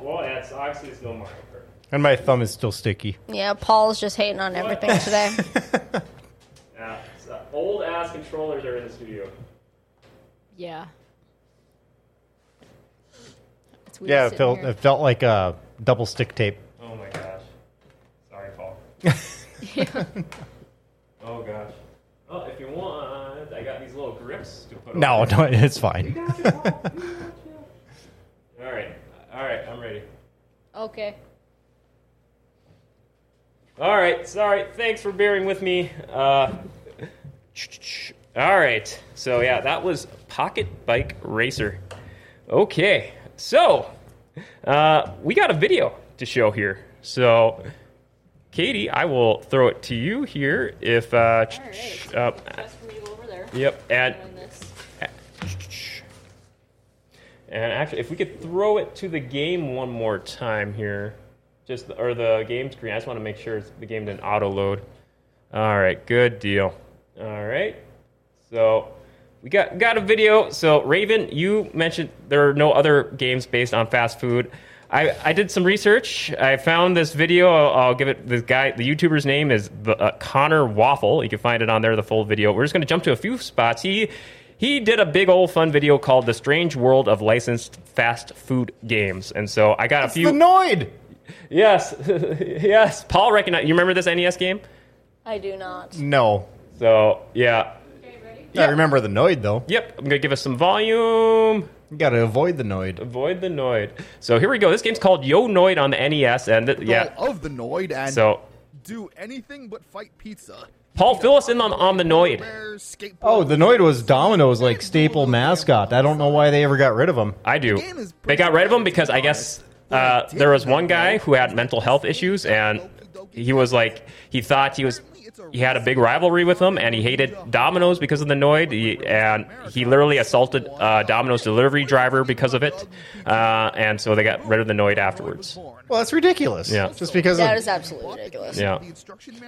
[SPEAKER 1] Well, that's obviously it's no Mario Kart.
[SPEAKER 5] And my thumb is still sticky.
[SPEAKER 4] Yeah, Paul's just hating on everything today.
[SPEAKER 1] Yeah, it's, uh, old ass controllers are in the studio.
[SPEAKER 6] Yeah. It's weird
[SPEAKER 5] Yeah, it
[SPEAKER 6] sitting
[SPEAKER 5] felt
[SPEAKER 6] here.
[SPEAKER 5] it felt like a double stick tape.
[SPEAKER 1] Oh my gosh. Sorry, Paul. oh gosh. Well, if you want, I got these little grips to put.
[SPEAKER 5] No,
[SPEAKER 1] on.
[SPEAKER 5] no, it's
[SPEAKER 1] You
[SPEAKER 5] fine.
[SPEAKER 1] got you, Paul. You got you. All right, all right, I'm ready.
[SPEAKER 6] Okay.
[SPEAKER 1] All right, sorry. Thanks for bearing with me. Uh, all right, so yeah, that was Pocket Bike Racer. Okay, so uh, we got a video to show here. So, Katie, I will throw it to you here. If uh,
[SPEAKER 6] All right.
[SPEAKER 1] uh,
[SPEAKER 6] Just for me to go over there.
[SPEAKER 1] yep, and
[SPEAKER 6] Doing this.
[SPEAKER 1] and actually, if we could throw it to the game one more time here, just or the game screen. I just want to make sure it's, the game didn't auto load. All right, good deal. All right, so we got got a video. So Raven, you mentioned there are no other games based on fast food. I, I did some research. I found this video. I'll, I'll give it this guy. The YouTuber's name is the, uh, Connor Waffle. You can find it on there. The full video. We're just going to jump to a few spots. He he did a big old fun video called "The Strange World of Licensed Fast Food Games," and so I got a
[SPEAKER 5] It's
[SPEAKER 1] few.
[SPEAKER 5] the Noid.
[SPEAKER 1] yes, yes. Paul recognized. You remember this NES game?
[SPEAKER 4] I do not.
[SPEAKER 5] No,
[SPEAKER 1] So yeah,
[SPEAKER 3] Okay, ready?
[SPEAKER 5] I remember the Noid though.
[SPEAKER 1] yep. I'm gonna give us some volume.
[SPEAKER 5] You gotta avoid the Noid.
[SPEAKER 1] Avoid the Noid. So here we go. This game's called Yo Noid on the NES, and th- yeah.
[SPEAKER 7] Of the Noid and
[SPEAKER 1] So
[SPEAKER 7] do anything but fight pizza.
[SPEAKER 1] Paul, fill us in on, on the Noid.
[SPEAKER 7] Bears, skateboard.
[SPEAKER 5] Oh, the Noid was Domino's like staple mascot. I don't know why they ever got rid of him.
[SPEAKER 1] I do. They got rid of him because I guess uh, there was one guy who had mental health issues, and he was like, he thought he was he had a big rivalry with him, and he hated Domino's because of the Noid, he, and he literally assaulted uh, Domino's delivery driver because of it, uh, and so they got rid of the Noid afterwards.
[SPEAKER 2] Well, that's ridiculous.
[SPEAKER 1] Yeah.
[SPEAKER 2] Just because
[SPEAKER 4] That
[SPEAKER 2] of,
[SPEAKER 4] is absolutely ridiculous.
[SPEAKER 1] Yeah.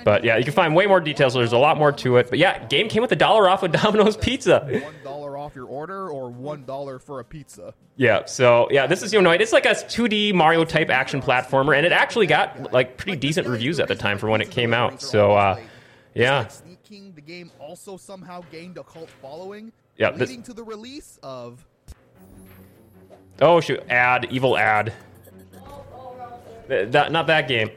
[SPEAKER 1] But yeah, you can find way more details. There's a lot more to it. But yeah, game came with a dollar off of Domino's Pizza.
[SPEAKER 7] One dollar off your order or one dollar for a pizza.
[SPEAKER 1] Yeah. So yeah, this is you know it's like a 2D Mario type action platformer, and it actually got like pretty decent reviews at the time for when it came out. So uh, yeah,
[SPEAKER 7] It's like Sneak King, the game also somehow gained a cult following,
[SPEAKER 1] Yeah, this-
[SPEAKER 7] leading to the release of
[SPEAKER 1] Oh shoot! Ad, evil ad. Th- that- not that game,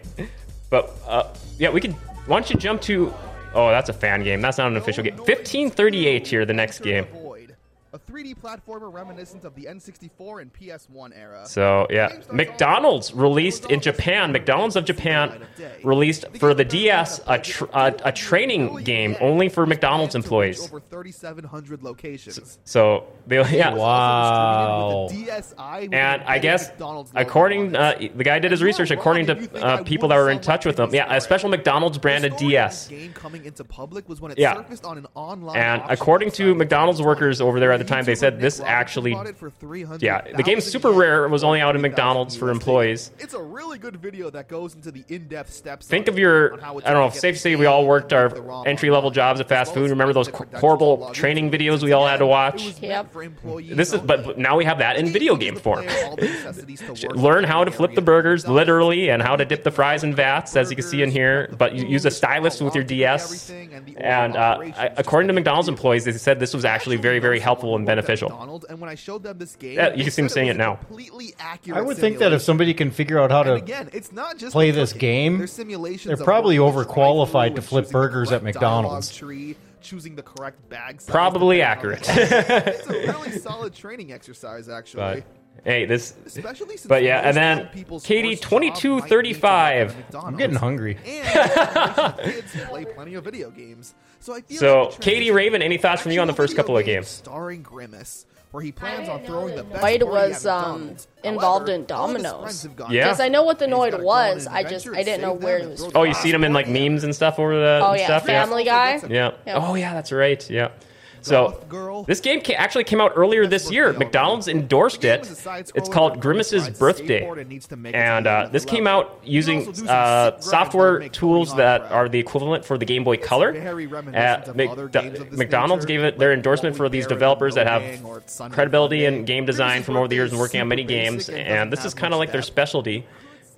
[SPEAKER 1] but uh, yeah, we could. Why don't you jump to? Oh, that's a fan game. That's not an official game. Fifteen thirty-eight here, the next
[SPEAKER 7] Enter
[SPEAKER 1] game.
[SPEAKER 7] the Void, a 3D platformer reminiscent of the N64 and PS1 era.
[SPEAKER 1] So yeah, McDonald's released in Japan. McDonald's of Japan released for the DS a tr- a, a training game only for McDonald's employees.
[SPEAKER 7] Over 3,700 locations.
[SPEAKER 1] So they, yeah.
[SPEAKER 2] Wow.
[SPEAKER 7] With a DSi with
[SPEAKER 1] And
[SPEAKER 7] a
[SPEAKER 1] I guess,
[SPEAKER 7] McDonald's logo on
[SPEAKER 1] according
[SPEAKER 7] it.
[SPEAKER 1] uh, the guy did his research, according to uh, people that were in touch with him, yeah, a special McDonald's branded
[SPEAKER 7] The story of
[SPEAKER 1] DS.
[SPEAKER 7] this Game coming into public was when it
[SPEAKER 1] Yeah.
[SPEAKER 7] surfaced on an online
[SPEAKER 1] And
[SPEAKER 7] auction
[SPEAKER 1] according to
[SPEAKER 7] site.
[SPEAKER 1] McDonald's workers over there at the
[SPEAKER 7] YouTuber
[SPEAKER 1] time, they said
[SPEAKER 7] Nick
[SPEAKER 1] this
[SPEAKER 7] Robertson
[SPEAKER 1] actually-
[SPEAKER 7] bought it for 300,000
[SPEAKER 1] Yeah, the game's super rare. It was only out in McDonald's for employees.
[SPEAKER 7] It's a really good video that goes into the in-depth steps.
[SPEAKER 1] Think
[SPEAKER 7] on
[SPEAKER 1] of
[SPEAKER 7] it,
[SPEAKER 1] your,
[SPEAKER 7] on how it's
[SPEAKER 1] I don't know,
[SPEAKER 7] gonna
[SPEAKER 1] if
[SPEAKER 7] get
[SPEAKER 1] safe to
[SPEAKER 7] the
[SPEAKER 1] say we
[SPEAKER 7] game,
[SPEAKER 1] all worked
[SPEAKER 7] the
[SPEAKER 1] our
[SPEAKER 7] ROM
[SPEAKER 1] entry level
[SPEAKER 7] online,
[SPEAKER 1] jobs at
[SPEAKER 7] as well
[SPEAKER 1] fast food.
[SPEAKER 7] as
[SPEAKER 1] Remember those
[SPEAKER 7] the production
[SPEAKER 1] horrible
[SPEAKER 7] logins.
[SPEAKER 1] training videos we all had to watch?
[SPEAKER 7] It was meant
[SPEAKER 4] Yep.
[SPEAKER 7] for employees
[SPEAKER 1] This is, but
[SPEAKER 7] only.
[SPEAKER 1] but now we have that in video game form. Learn
[SPEAKER 7] Learn
[SPEAKER 1] how to flip the burgers literally and how to dip the fries in vats, as you can see in here. But you use a stylus with your DS. And uh, I- according to McDonald's employees, they said this was actually very, very helpful and beneficial.
[SPEAKER 7] McDonald's, and when I showed them this game,
[SPEAKER 1] Yeah, you
[SPEAKER 7] they
[SPEAKER 1] can see him
[SPEAKER 7] said
[SPEAKER 1] saying
[SPEAKER 7] was
[SPEAKER 1] it
[SPEAKER 7] a
[SPEAKER 1] now.
[SPEAKER 7] Completely accurate.
[SPEAKER 2] I would think that if
[SPEAKER 7] simulation.
[SPEAKER 2] somebody can figure out how to
[SPEAKER 7] And again, it's not just
[SPEAKER 2] play
[SPEAKER 7] the
[SPEAKER 2] this
[SPEAKER 7] cooking.
[SPEAKER 2] game,
[SPEAKER 7] There's simulations
[SPEAKER 2] they're
[SPEAKER 7] of
[SPEAKER 2] probably
[SPEAKER 7] working each
[SPEAKER 2] overqualified
[SPEAKER 7] way through
[SPEAKER 2] to
[SPEAKER 7] and
[SPEAKER 2] flip
[SPEAKER 7] choosing the
[SPEAKER 2] burgers at
[SPEAKER 7] correct
[SPEAKER 2] McDonald's.
[SPEAKER 7] dialogue Tree, choosing the correct bag size
[SPEAKER 1] Probably
[SPEAKER 7] depending on the- it's a really solid training exercise, actually.
[SPEAKER 1] But hey, this
[SPEAKER 7] Especially since
[SPEAKER 1] But yeah, and
[SPEAKER 7] most
[SPEAKER 1] then
[SPEAKER 7] young people's
[SPEAKER 1] Katie,
[SPEAKER 7] first job might be to work at
[SPEAKER 1] 22:35.
[SPEAKER 7] McDonald's.
[SPEAKER 2] I'm getting hungry.
[SPEAKER 7] And kids play plenty of video games. So I feel
[SPEAKER 1] So,
[SPEAKER 7] like the
[SPEAKER 1] Katie
[SPEAKER 7] transition-
[SPEAKER 1] Raven, any thoughts from you on the
[SPEAKER 7] Actual
[SPEAKER 1] first couple
[SPEAKER 7] video
[SPEAKER 1] of games?
[SPEAKER 7] Starring Grimace, where he plans
[SPEAKER 3] I
[SPEAKER 7] on
[SPEAKER 3] didn't
[SPEAKER 7] throwing the
[SPEAKER 3] know
[SPEAKER 7] best
[SPEAKER 4] Noid
[SPEAKER 7] party at
[SPEAKER 4] was, um,
[SPEAKER 7] McDonald's.
[SPEAKER 4] involved in
[SPEAKER 7] all of his
[SPEAKER 4] Domino's.
[SPEAKER 7] friends have gone
[SPEAKER 1] Yeah.
[SPEAKER 4] Because I know what the
[SPEAKER 7] And he's
[SPEAKER 4] Noid
[SPEAKER 7] gotta go on
[SPEAKER 4] was.
[SPEAKER 7] an
[SPEAKER 4] I just
[SPEAKER 7] adventure
[SPEAKER 4] I
[SPEAKER 7] and
[SPEAKER 4] didn't
[SPEAKER 7] save
[SPEAKER 4] know
[SPEAKER 7] them
[SPEAKER 4] where it
[SPEAKER 7] and
[SPEAKER 4] was.
[SPEAKER 7] throw
[SPEAKER 1] Oh, you seen him in like memes and stuff over the
[SPEAKER 4] Oh
[SPEAKER 1] and
[SPEAKER 4] yeah,
[SPEAKER 1] stuff?
[SPEAKER 4] Family Guy.
[SPEAKER 1] Yeah.
[SPEAKER 4] Yeah.
[SPEAKER 1] Oh yeah, that's right. Yeah.
[SPEAKER 7] Goth
[SPEAKER 1] So
[SPEAKER 7] girl.
[SPEAKER 1] this game ca- actually came out earlier this year. McDonald's endorsed
[SPEAKER 7] The game
[SPEAKER 1] it.
[SPEAKER 7] is a side
[SPEAKER 1] It's
[SPEAKER 7] scroller
[SPEAKER 1] called
[SPEAKER 7] that
[SPEAKER 1] Grimace's
[SPEAKER 7] rides a
[SPEAKER 1] Birthday,
[SPEAKER 7] skateboard and needs to make it to
[SPEAKER 1] and
[SPEAKER 7] the
[SPEAKER 1] uh,
[SPEAKER 7] next
[SPEAKER 1] this came
[SPEAKER 7] level.
[SPEAKER 1] out
[SPEAKER 7] You can also do
[SPEAKER 1] using
[SPEAKER 7] some
[SPEAKER 1] uh,
[SPEAKER 7] sick
[SPEAKER 1] software
[SPEAKER 7] grinding and make
[SPEAKER 1] tools
[SPEAKER 7] Pokemon
[SPEAKER 1] that
[SPEAKER 7] run.
[SPEAKER 1] are the equivalent for the Game Boy Color.
[SPEAKER 7] very reminiscent
[SPEAKER 1] Uh,
[SPEAKER 7] of
[SPEAKER 1] Mc-
[SPEAKER 7] other
[SPEAKER 1] Do-
[SPEAKER 7] games of this
[SPEAKER 1] McDonald's
[SPEAKER 7] nature,
[SPEAKER 1] gave it their
[SPEAKER 7] like
[SPEAKER 1] endorsement
[SPEAKER 7] What
[SPEAKER 1] for
[SPEAKER 7] We
[SPEAKER 1] these
[SPEAKER 7] Buried in
[SPEAKER 1] developers that
[SPEAKER 7] Logang or
[SPEAKER 1] have
[SPEAKER 7] It's Sunday
[SPEAKER 1] credibility
[SPEAKER 7] Funday.
[SPEAKER 1] in game design from over the years and working on many games, and this is kind of like their specialty.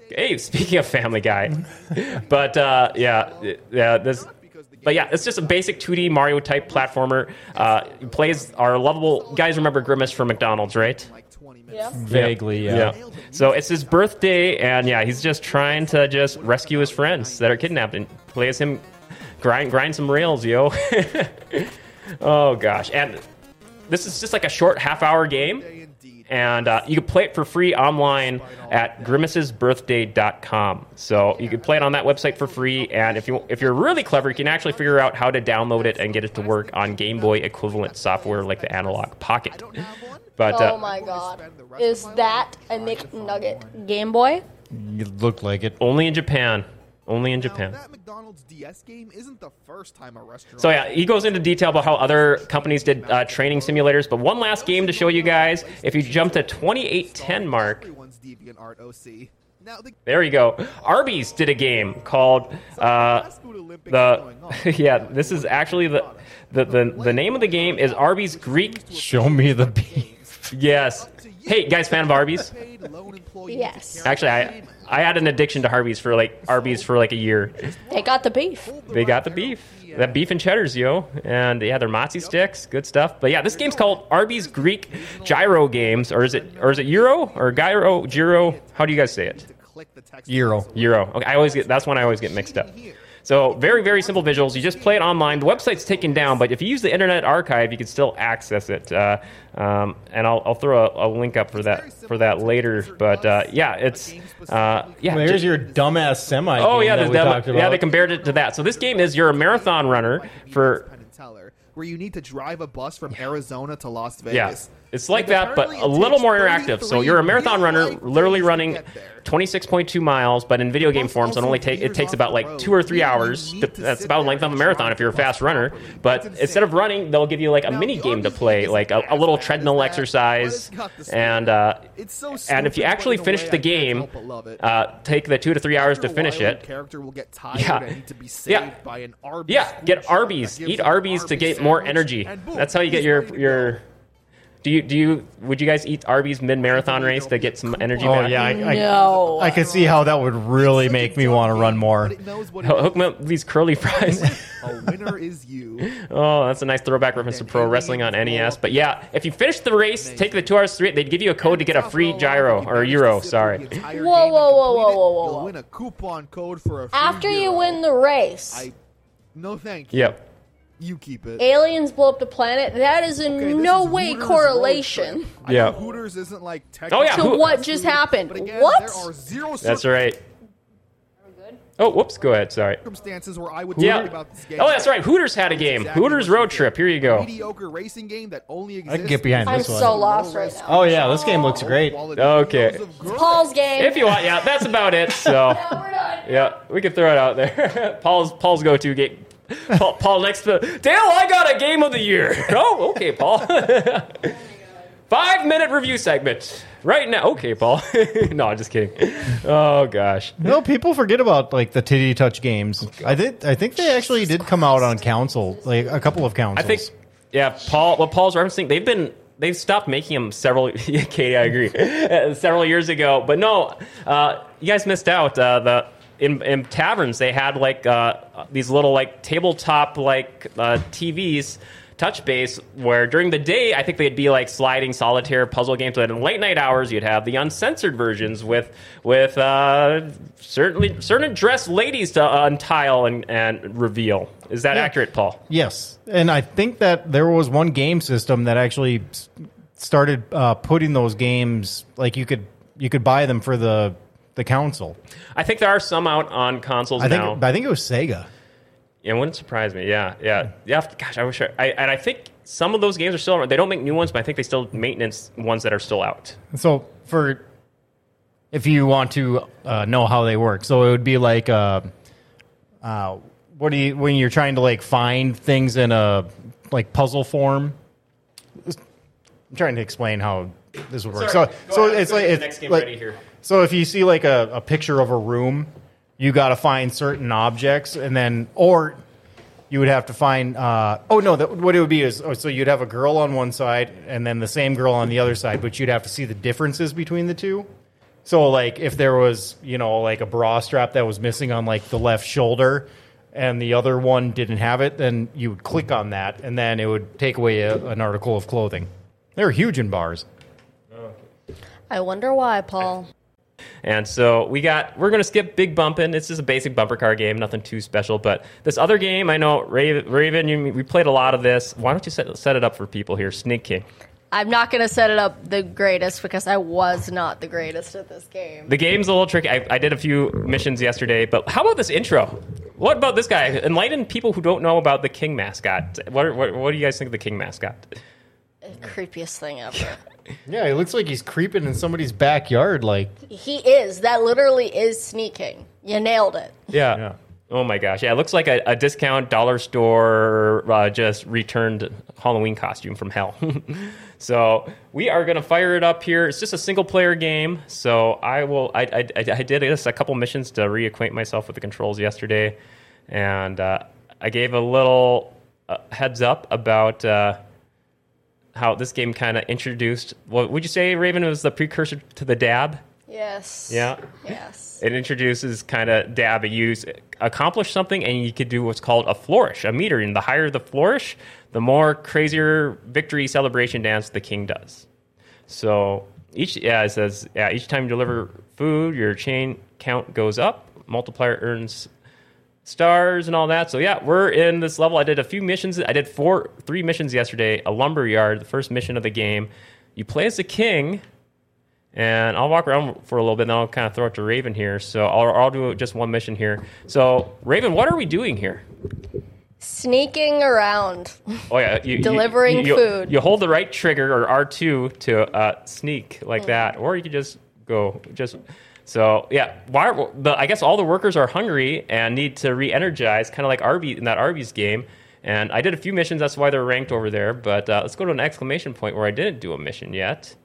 [SPEAKER 1] Hey, speaking of Family Guy, but uh, yeah, yeah, this. But yeah, it's just a basic 2D Mario type platformer. Uh, plays our lovable guys. Remember Grimace from McDonald's, right?
[SPEAKER 7] Like 20 minutes.
[SPEAKER 2] Vaguely, yeah.
[SPEAKER 1] Yeah. So it's his birthday, and yeah, he's just trying to just rescue his friends that are kidnapped and plays him grind grind some rails, yo. oh gosh, and this is just like a short half hour game,
[SPEAKER 7] Indeed.
[SPEAKER 1] and uh, you can play it for free online at grimacesbirthday.com. So you can play it on that website for free, and if you if you're really clever, you can actually figure out how to download it and get it to work on Game Boy equivalent software like the Analog Pocket.
[SPEAKER 7] Don't have one?
[SPEAKER 1] But uh,
[SPEAKER 4] Oh my god. Is that a McNugget Game Boy?
[SPEAKER 2] It looked like it.
[SPEAKER 1] only in Japan, only in
[SPEAKER 7] Now,
[SPEAKER 1] Japan.
[SPEAKER 7] That McDonald's DS game isn't the first time a restaurant.
[SPEAKER 1] So yeah, he goes into detail about how other companies did uh, training simulators. But one last game to show you guys. If you jump to 2810 mark,
[SPEAKER 7] Everyone's DeviantArt OC. Now the
[SPEAKER 1] there you go. Arby's did a game called uh,
[SPEAKER 7] fast food Olympics
[SPEAKER 1] the.
[SPEAKER 7] going on.
[SPEAKER 1] Yeah, this is actually the, the the the name of the game is Arby's Greek.
[SPEAKER 2] Show me the beef.
[SPEAKER 1] Yes. Hey guys, fan of Arby's?
[SPEAKER 7] Paid loan employee to
[SPEAKER 4] Yes.
[SPEAKER 7] carry
[SPEAKER 1] Actually, I
[SPEAKER 7] payment.
[SPEAKER 1] I had an addiction to Arby's for like Arby's for like a year.
[SPEAKER 4] They got the beef.
[SPEAKER 7] Oh.
[SPEAKER 1] They got the beef. That beef and cheddars, yo. And yeah, their matzi sticks, good stuff. But yeah, this game's called Arby's Greek Gyro Games, or is it or is it Euro or Gyro Gyro? How do you guys say it?
[SPEAKER 7] To click the text
[SPEAKER 2] Euro.
[SPEAKER 1] Euro. Okay, I always get that's when I always get mixed up. So very very simple visuals. You just play it online. The website's taken down, but if you use the Internet Archive, you can still access it. Uh, um, and I'll, I'll throw a, a link up for that for that later. But uh, yeah, it's uh, yeah.
[SPEAKER 2] There's
[SPEAKER 1] just-
[SPEAKER 2] your dumbass semi.
[SPEAKER 1] Oh yeah,
[SPEAKER 2] that
[SPEAKER 1] the
[SPEAKER 2] we
[SPEAKER 1] demo-
[SPEAKER 2] talked about.
[SPEAKER 1] yeah. They compared it to that. So this game is you're a marathon runner for
[SPEAKER 7] Penn and Teller. where you need to drive a bus from Arizona to Las Vegas.
[SPEAKER 1] Yeah, it's like
[SPEAKER 7] And
[SPEAKER 1] that, but a
[SPEAKER 7] apparently it
[SPEAKER 1] little
[SPEAKER 7] takes
[SPEAKER 1] more interactive.
[SPEAKER 7] 33
[SPEAKER 1] So you're a marathon runner,
[SPEAKER 7] real-life days
[SPEAKER 1] literally
[SPEAKER 7] to
[SPEAKER 1] running
[SPEAKER 7] get there.
[SPEAKER 1] 26.2 miles, but in video game
[SPEAKER 7] Bus
[SPEAKER 1] forms, it
[SPEAKER 7] also
[SPEAKER 1] only take it
[SPEAKER 7] veers
[SPEAKER 1] takes
[SPEAKER 7] off
[SPEAKER 1] about
[SPEAKER 7] the
[SPEAKER 1] like
[SPEAKER 7] road.
[SPEAKER 1] two or three
[SPEAKER 7] You really
[SPEAKER 1] hours.
[SPEAKER 7] need
[SPEAKER 1] to-
[SPEAKER 7] to
[SPEAKER 1] that's
[SPEAKER 7] sit
[SPEAKER 1] about the
[SPEAKER 7] there
[SPEAKER 1] length of a
[SPEAKER 7] and
[SPEAKER 1] marathon
[SPEAKER 7] drive
[SPEAKER 1] if you're a
[SPEAKER 7] the bus
[SPEAKER 1] fast runner.
[SPEAKER 7] properly.
[SPEAKER 1] But
[SPEAKER 7] That's
[SPEAKER 1] instead of
[SPEAKER 7] insane.
[SPEAKER 1] running, they'll give you like a
[SPEAKER 7] Now,
[SPEAKER 1] mini
[SPEAKER 7] the
[SPEAKER 1] game to
[SPEAKER 7] RPG
[SPEAKER 1] play,
[SPEAKER 7] isn't
[SPEAKER 1] like a, a
[SPEAKER 7] as
[SPEAKER 1] little
[SPEAKER 7] bad as
[SPEAKER 1] treadmill
[SPEAKER 7] that,
[SPEAKER 1] exercise,
[SPEAKER 7] but it's got the speed.
[SPEAKER 1] and uh,
[SPEAKER 7] It's so
[SPEAKER 1] and if
[SPEAKER 7] stupid,
[SPEAKER 1] you actually
[SPEAKER 7] but in a
[SPEAKER 1] finish
[SPEAKER 7] way,
[SPEAKER 1] the
[SPEAKER 7] I can't
[SPEAKER 1] game,
[SPEAKER 7] help but love it.
[SPEAKER 1] uh, take the two to three hours to
[SPEAKER 7] After a
[SPEAKER 1] finish
[SPEAKER 7] while, your
[SPEAKER 1] it.
[SPEAKER 7] Character will get tired
[SPEAKER 1] Yeah.
[SPEAKER 7] and need to be saved
[SPEAKER 1] Yeah.
[SPEAKER 7] by an Arby's.
[SPEAKER 1] Yeah,
[SPEAKER 7] food
[SPEAKER 1] get
[SPEAKER 7] truck
[SPEAKER 1] Arby's.
[SPEAKER 7] that gives
[SPEAKER 1] Eat
[SPEAKER 7] you an
[SPEAKER 1] Arby's to get more
[SPEAKER 7] sandwich,
[SPEAKER 1] energy.
[SPEAKER 7] and boom,
[SPEAKER 1] That's how you get
[SPEAKER 7] he's
[SPEAKER 1] your
[SPEAKER 7] ready to go.
[SPEAKER 1] your. Do you do you would you guys eat Arby's mid marathon race to get some energy?
[SPEAKER 5] Oh
[SPEAKER 1] back?
[SPEAKER 5] yeah, I, I,
[SPEAKER 4] No.
[SPEAKER 5] I could see how that would really
[SPEAKER 7] Such a
[SPEAKER 5] make me
[SPEAKER 7] dumb
[SPEAKER 5] want to
[SPEAKER 7] game,
[SPEAKER 5] run more.
[SPEAKER 7] but it knows what it
[SPEAKER 1] Hook me up with these curly fries.
[SPEAKER 7] is. a winner is you.
[SPEAKER 1] oh, that's a nice throwback reference to pro wrestling on NES. But yeah, if you finish the race, take the two hours three. They'd give you a code to get a free gyro or a euro. Sorry.
[SPEAKER 7] Whoa,
[SPEAKER 4] Whoa, whoa, whoa, whoa, whoa, whoa,
[SPEAKER 7] You'll
[SPEAKER 4] whoa.
[SPEAKER 7] win a coupon code for a free
[SPEAKER 4] After you
[SPEAKER 7] euro.
[SPEAKER 4] win the race,
[SPEAKER 7] I, no thank you.
[SPEAKER 1] Yep.
[SPEAKER 7] You keep it.
[SPEAKER 4] aliens blow up the planet. That is in
[SPEAKER 7] Okay, this
[SPEAKER 4] no
[SPEAKER 7] is
[SPEAKER 4] way
[SPEAKER 7] Hooters road
[SPEAKER 4] correlation
[SPEAKER 7] trip. I know
[SPEAKER 1] Yeah.
[SPEAKER 7] Hooters isn't like
[SPEAKER 1] Oh, yeah,
[SPEAKER 4] to
[SPEAKER 1] Who-
[SPEAKER 4] what just happened.
[SPEAKER 7] But again,
[SPEAKER 4] what?
[SPEAKER 7] There are zero
[SPEAKER 1] That's right. Oh, whoops. Go ahead. Sorry.
[SPEAKER 7] circumstances where I would
[SPEAKER 1] Yeah.
[SPEAKER 7] talk about this game.
[SPEAKER 1] Oh, that's right. Hooters had a game.
[SPEAKER 7] Exactly
[SPEAKER 1] Hooters
[SPEAKER 7] what you
[SPEAKER 1] Road
[SPEAKER 7] did.
[SPEAKER 1] Trip. Here you go.
[SPEAKER 7] Mediocre racing game that only exists.
[SPEAKER 5] can get behind
[SPEAKER 4] I'm
[SPEAKER 5] this one.
[SPEAKER 4] so lost right now.
[SPEAKER 5] Oh yeah, this game looks great.
[SPEAKER 1] Okay.
[SPEAKER 4] Paul's game.
[SPEAKER 1] If you want, yeah, that's about it. So.
[SPEAKER 4] We're done.
[SPEAKER 1] Yeah, we could throw it out there. Paul's Paul's go-to game. Paul, Paul next to Dale. I got a game of the year. Oh, okay, Paul. Five minute review segment right now. Okay, Paul. no, I'm just kidding. Oh gosh.
[SPEAKER 5] No, people forget about like the titty touch games. I did. I think they actually did come out on console, like a couple of consoles.
[SPEAKER 1] I think yeah, Paul. What Paul's referencing, they've been they've stopped making them several. yeah, Katie, I agree. Uh, several years ago, but no, uh, you guys missed out. Uh, the in, in taverns they had like uh, these little like tabletop like uh, TVs. Touch base where during the day I think they'd be like sliding solitaire puzzle games, but in late night hours you'd have the uncensored versions with with uh, certainly certain dressed ladies to uh, untile and, and reveal. Is that
[SPEAKER 5] Yeah.
[SPEAKER 1] accurate, Paul?
[SPEAKER 5] Yes, and I think that there was one game system that actually s- started uh, putting those games like you could you could buy them for the the console.
[SPEAKER 1] I think there are some out on consoles
[SPEAKER 5] I think
[SPEAKER 1] now.
[SPEAKER 5] I think it was Sega.
[SPEAKER 1] it wouldn't surprise me. Yeah, yeah, yeah. Gosh, I wish. I, I and I think some of those games are still. around. They don't make new ones, but I think they still maintenance ones that are still out.
[SPEAKER 5] So for if you want to uh, know how they work, so it would be like uh, uh, what do you when you're trying to like find things in a like puzzle form. I'm trying to explain how this would work.
[SPEAKER 1] Sorry.
[SPEAKER 5] So
[SPEAKER 1] Go
[SPEAKER 5] so
[SPEAKER 1] ahead.
[SPEAKER 5] it's
[SPEAKER 1] Go
[SPEAKER 5] like
[SPEAKER 1] ahead.
[SPEAKER 5] it's
[SPEAKER 1] Next game
[SPEAKER 5] like,
[SPEAKER 1] ready here.
[SPEAKER 5] So if you see like a, a picture of a room, you got to find certain objects, and then or you would have to find. Uh, oh no, that, what it would be is oh, so you'd have a girl on one side and then the same girl on the other side, but you'd have to see the differences between the two. So like if there was you know like a bra strap that was missing on like the left shoulder. And the other one didn't have it, then you would click on that, and then it would take away a, an article of clothing. They're huge in bars.
[SPEAKER 4] I wonder why, Paul.
[SPEAKER 1] And so we got. We're gonna skip Big Bumpin'. It's just a basic bumper car game, nothing too special. But this other game, I know Raven. Raven you, we played a lot of this. Why don't you set, set it up for people here, Sneak King?
[SPEAKER 4] I'm not gonna set it up the greatest because I was not the greatest at this game.
[SPEAKER 1] The game's a little tricky. I, I did a few missions yesterday, but how about this intro? What about this guy? Enlighten people who don't know about the king mascot. What, are- what, what do you guys think of the king mascot?
[SPEAKER 4] Creepiest thing ever.
[SPEAKER 5] Yeah, it looks like he's creeping in somebody's backyard. Like,
[SPEAKER 4] he is. That literally is sneaking. You nailed it.
[SPEAKER 1] Yeah.
[SPEAKER 5] Yeah.
[SPEAKER 1] Oh my gosh. Yeah, it looks like a, a discount dollar store uh, just returned Halloween costume from hell. so we are going to fire it up here. It's just a single player game. So I will. I, I, I, I did this a couple missions to reacquaint myself with the controls yesterday, and uh, I gave a little uh, heads up about. Uh, how this game kind of introduced what would you say raven was the precursor to the dab
[SPEAKER 4] Yes.
[SPEAKER 1] yeah
[SPEAKER 4] Yes.
[SPEAKER 1] it introduces kind of dab a use accomplish something and you could do what's called a flourish a meter and the higher the flourish the more crazier victory celebration dance the king does so each yeah it says yeah each time you deliver food your chain count goes up multiplier earns stars and all that. So yeah, we're in this level. I did a few missions. I did four, three missions yesterday. A lumber yard, the first mission of the game. You play as the king, and I'll walk around for a little bit. Then I'll kind of throw it to Raven here. So I'll, I'll do just one mission here. So Raven, what are we doing here?
[SPEAKER 4] Sneaking around.
[SPEAKER 1] Oh yeah, you, you-
[SPEAKER 4] Delivering
[SPEAKER 1] you-
[SPEAKER 4] food.
[SPEAKER 1] You hold the right trigger or R two to uh, sneak
[SPEAKER 4] Mm.
[SPEAKER 1] like that, or you can just go just. So yeah, why? are- The, I guess all the workers are hungry and need to re-energize, kind of like Arby in that Arby's game. And I did a few missions, that's why they're ranked over there. But uh, let's go to an exclamation point where I didn't do a mission yet.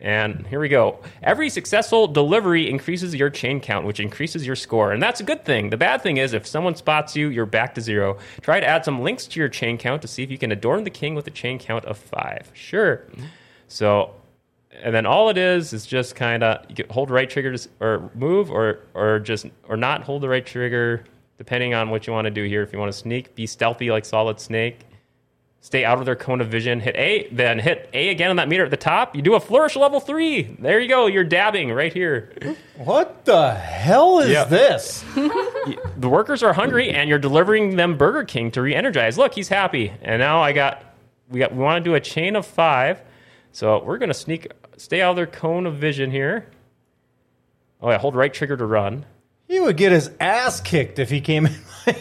[SPEAKER 1] And here we go. Every successful delivery increases your chain count, which increases your score. And that's a good thing. The bad thing is, if someone spots you, you're back to zero. Try to add some links to your chain count to see if you can adorn the king with a chain count of five. Sure. So, and then all it is is just kind of you can hold right trigger to, s- or move or or just or not hold the right trigger, depending on what you want to do here. If you want to sneak, be stealthy like Solid Snake stay out of their cone of vision. Hit A, then hit A again on that meter at the top. You do a flourish level three. There you go. You're dabbing right here.
[SPEAKER 5] What the hell is
[SPEAKER 1] Yeah.
[SPEAKER 5] this?
[SPEAKER 1] The workers are hungry, and you're delivering them Burger King to re-energize. Look, he's happy. And now I got we got we want to do a chain of five. So we're gonna sneak, stay out of their cone of vision here. Oh yeah, hold right trigger to run.
[SPEAKER 5] He would get his ass kicked if he came in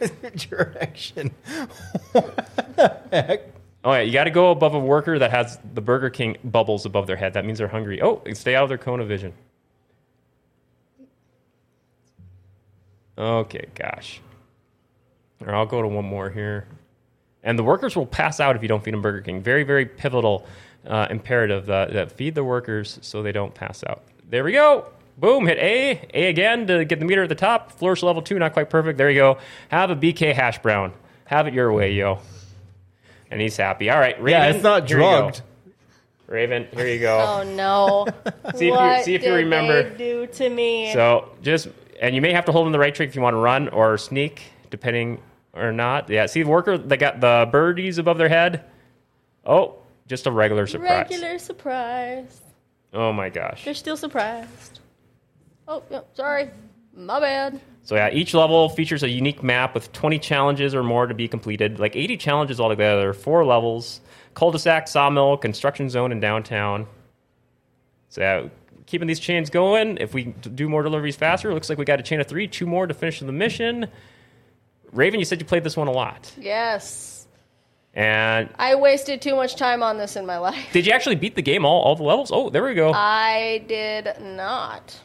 [SPEAKER 5] my direction.
[SPEAKER 1] Oh yeah, you got to go above a worker that has the Burger King bubbles above their head. That means they're hungry. Oh, and stay out of their cone of vision. Okay, gosh. Or I'll go to one more here. And the workers will pass out if you don't feed them Burger King. Very, very pivotal uh, imperative that, that feed the workers so they don't pass out. There we go. Boom, hit A. A again to get the meter at the top. Flourish level two, not quite perfect. There you go. Have a BK hash brown. Have it your way, yo. And he's happy. All right, Raven.
[SPEAKER 5] Yeah, it's not
[SPEAKER 1] here you go.
[SPEAKER 5] drugged.
[SPEAKER 1] Raven, here you go.
[SPEAKER 4] Oh no.
[SPEAKER 1] See if you-
[SPEAKER 4] Oh, what
[SPEAKER 1] see if you
[SPEAKER 4] did
[SPEAKER 1] remember.
[SPEAKER 4] They do to me.
[SPEAKER 1] So just and you may have to hold in the right trick if you want to run or sneak, depending or not. Yeah, see the worker they got the birdies above their head. Oh, just a regular surprise.
[SPEAKER 4] Regular surprise.
[SPEAKER 1] Oh my gosh.
[SPEAKER 4] They're still surprised. Oh, yeah, sorry. My bad.
[SPEAKER 1] So yeah, each level features a unique map with 20 challenges or more to be completed, like 80 challenges altogether, four levels, cul-de-sac, sawmill, construction zone, and downtown. So yeah, keeping these chains going. If we d- do more deliveries faster, it looks like we got a chain of three, two more to finish the mission. Raven, you said you played this one a lot,
[SPEAKER 4] Yes.
[SPEAKER 1] and
[SPEAKER 4] I wasted too much time on this in my life.
[SPEAKER 1] did you actually beat the game all, all the levels? Oh, there we go.
[SPEAKER 4] Uh, I did not.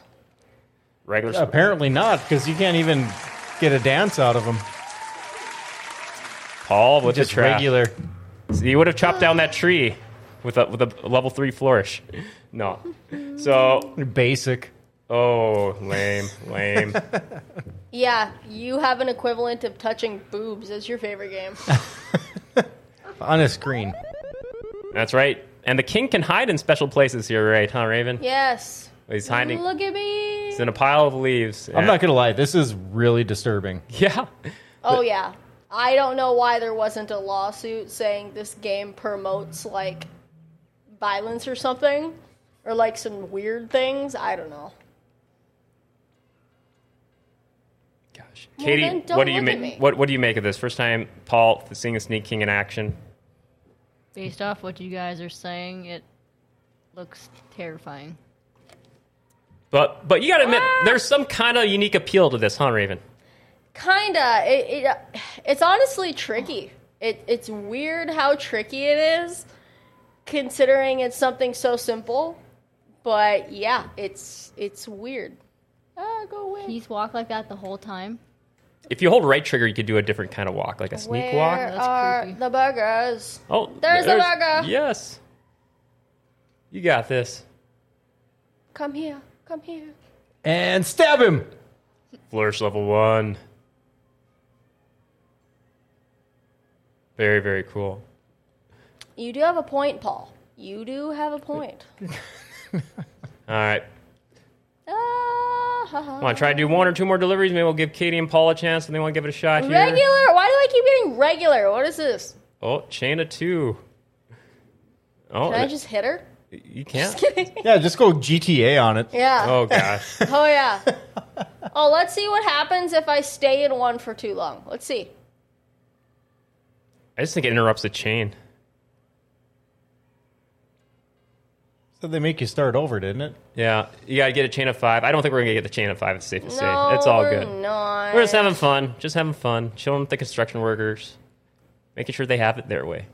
[SPEAKER 1] Regular. sp-
[SPEAKER 5] Apparently not, because you can't even get a dance out of him.
[SPEAKER 1] Paul with
[SPEAKER 5] Just
[SPEAKER 1] the trap.
[SPEAKER 5] regular.
[SPEAKER 1] So you would have chopped down that tree with a with a level three flourish. No. So
[SPEAKER 5] Basic.
[SPEAKER 1] Oh, lame, lame.
[SPEAKER 4] Yeah, you have an equivalent of touching boobs as your favorite game.
[SPEAKER 5] On a screen.
[SPEAKER 1] That's right. And the king can hide in special places here, right? Huh, Raven?
[SPEAKER 4] Yes.
[SPEAKER 1] He's hiding.
[SPEAKER 4] Look at me.
[SPEAKER 1] He's in a pile of leaves.
[SPEAKER 5] I'm not going to lie. This is really disturbing.
[SPEAKER 1] Yeah.
[SPEAKER 4] Oh yeah. I don't know why there wasn't a lawsuit saying this game promotes like violence or something or like some weird things. I don't know.
[SPEAKER 1] Gosh.
[SPEAKER 4] Well,
[SPEAKER 1] Katie,
[SPEAKER 4] then don't
[SPEAKER 1] what do you
[SPEAKER 4] look at
[SPEAKER 1] make?
[SPEAKER 4] me.
[SPEAKER 1] What What do you make of this? First time Paul seeing a sneak king in action.
[SPEAKER 6] Based off what you guys are saying, it looks terrifying.
[SPEAKER 1] But but you got to admit,
[SPEAKER 4] Ah!
[SPEAKER 1] there's some kind of unique appeal to this, huh, Raven?
[SPEAKER 4] Kinda. It, it it's honestly tricky. It it's weird how tricky it is, considering it's something so simple. But yeah, it's it's weird. Ah, go away.
[SPEAKER 6] He's walked like that the whole time.
[SPEAKER 1] If you hold right trigger, you could do a different kind of walk, like a sneak
[SPEAKER 4] Where
[SPEAKER 1] walk.
[SPEAKER 6] That's
[SPEAKER 4] are
[SPEAKER 6] creepy.
[SPEAKER 4] the burgers?
[SPEAKER 1] Oh,
[SPEAKER 4] There's the burger.
[SPEAKER 1] Yes. You got this.
[SPEAKER 4] Come here, come here.
[SPEAKER 5] And stab him.
[SPEAKER 1] Flourish level one. Very, very cool.
[SPEAKER 4] You do have a point, Paul. You do have a point.
[SPEAKER 1] All right.
[SPEAKER 4] Ah, ha, ha.
[SPEAKER 1] Want to try to do one or two more deliveries? Maybe we'll give Katie and Paul a chance, and they want to give it a shot here.
[SPEAKER 4] regular? Why do I keep getting regular? What is this?
[SPEAKER 1] Oh, chain of two. Oh,
[SPEAKER 4] Can I just hit her?
[SPEAKER 1] you can't.
[SPEAKER 5] Yeah, just go GTA on it.
[SPEAKER 4] Yeah.
[SPEAKER 1] Oh gosh.
[SPEAKER 4] Oh yeah. oh, let's see what happens if I stay in one for too long. Let's see.
[SPEAKER 1] I just think it interrupts the chain.
[SPEAKER 5] So thought they make you start over, didn't it?
[SPEAKER 1] Yeah, you gotta get a chain of five. I don't think we're gonna get the chain of five. It's safe to say
[SPEAKER 4] No,
[SPEAKER 1] it's all
[SPEAKER 4] we're
[SPEAKER 1] good.
[SPEAKER 4] Not.
[SPEAKER 1] We're just having fun, just having fun, chilling with the construction workers, making sure they have it their way.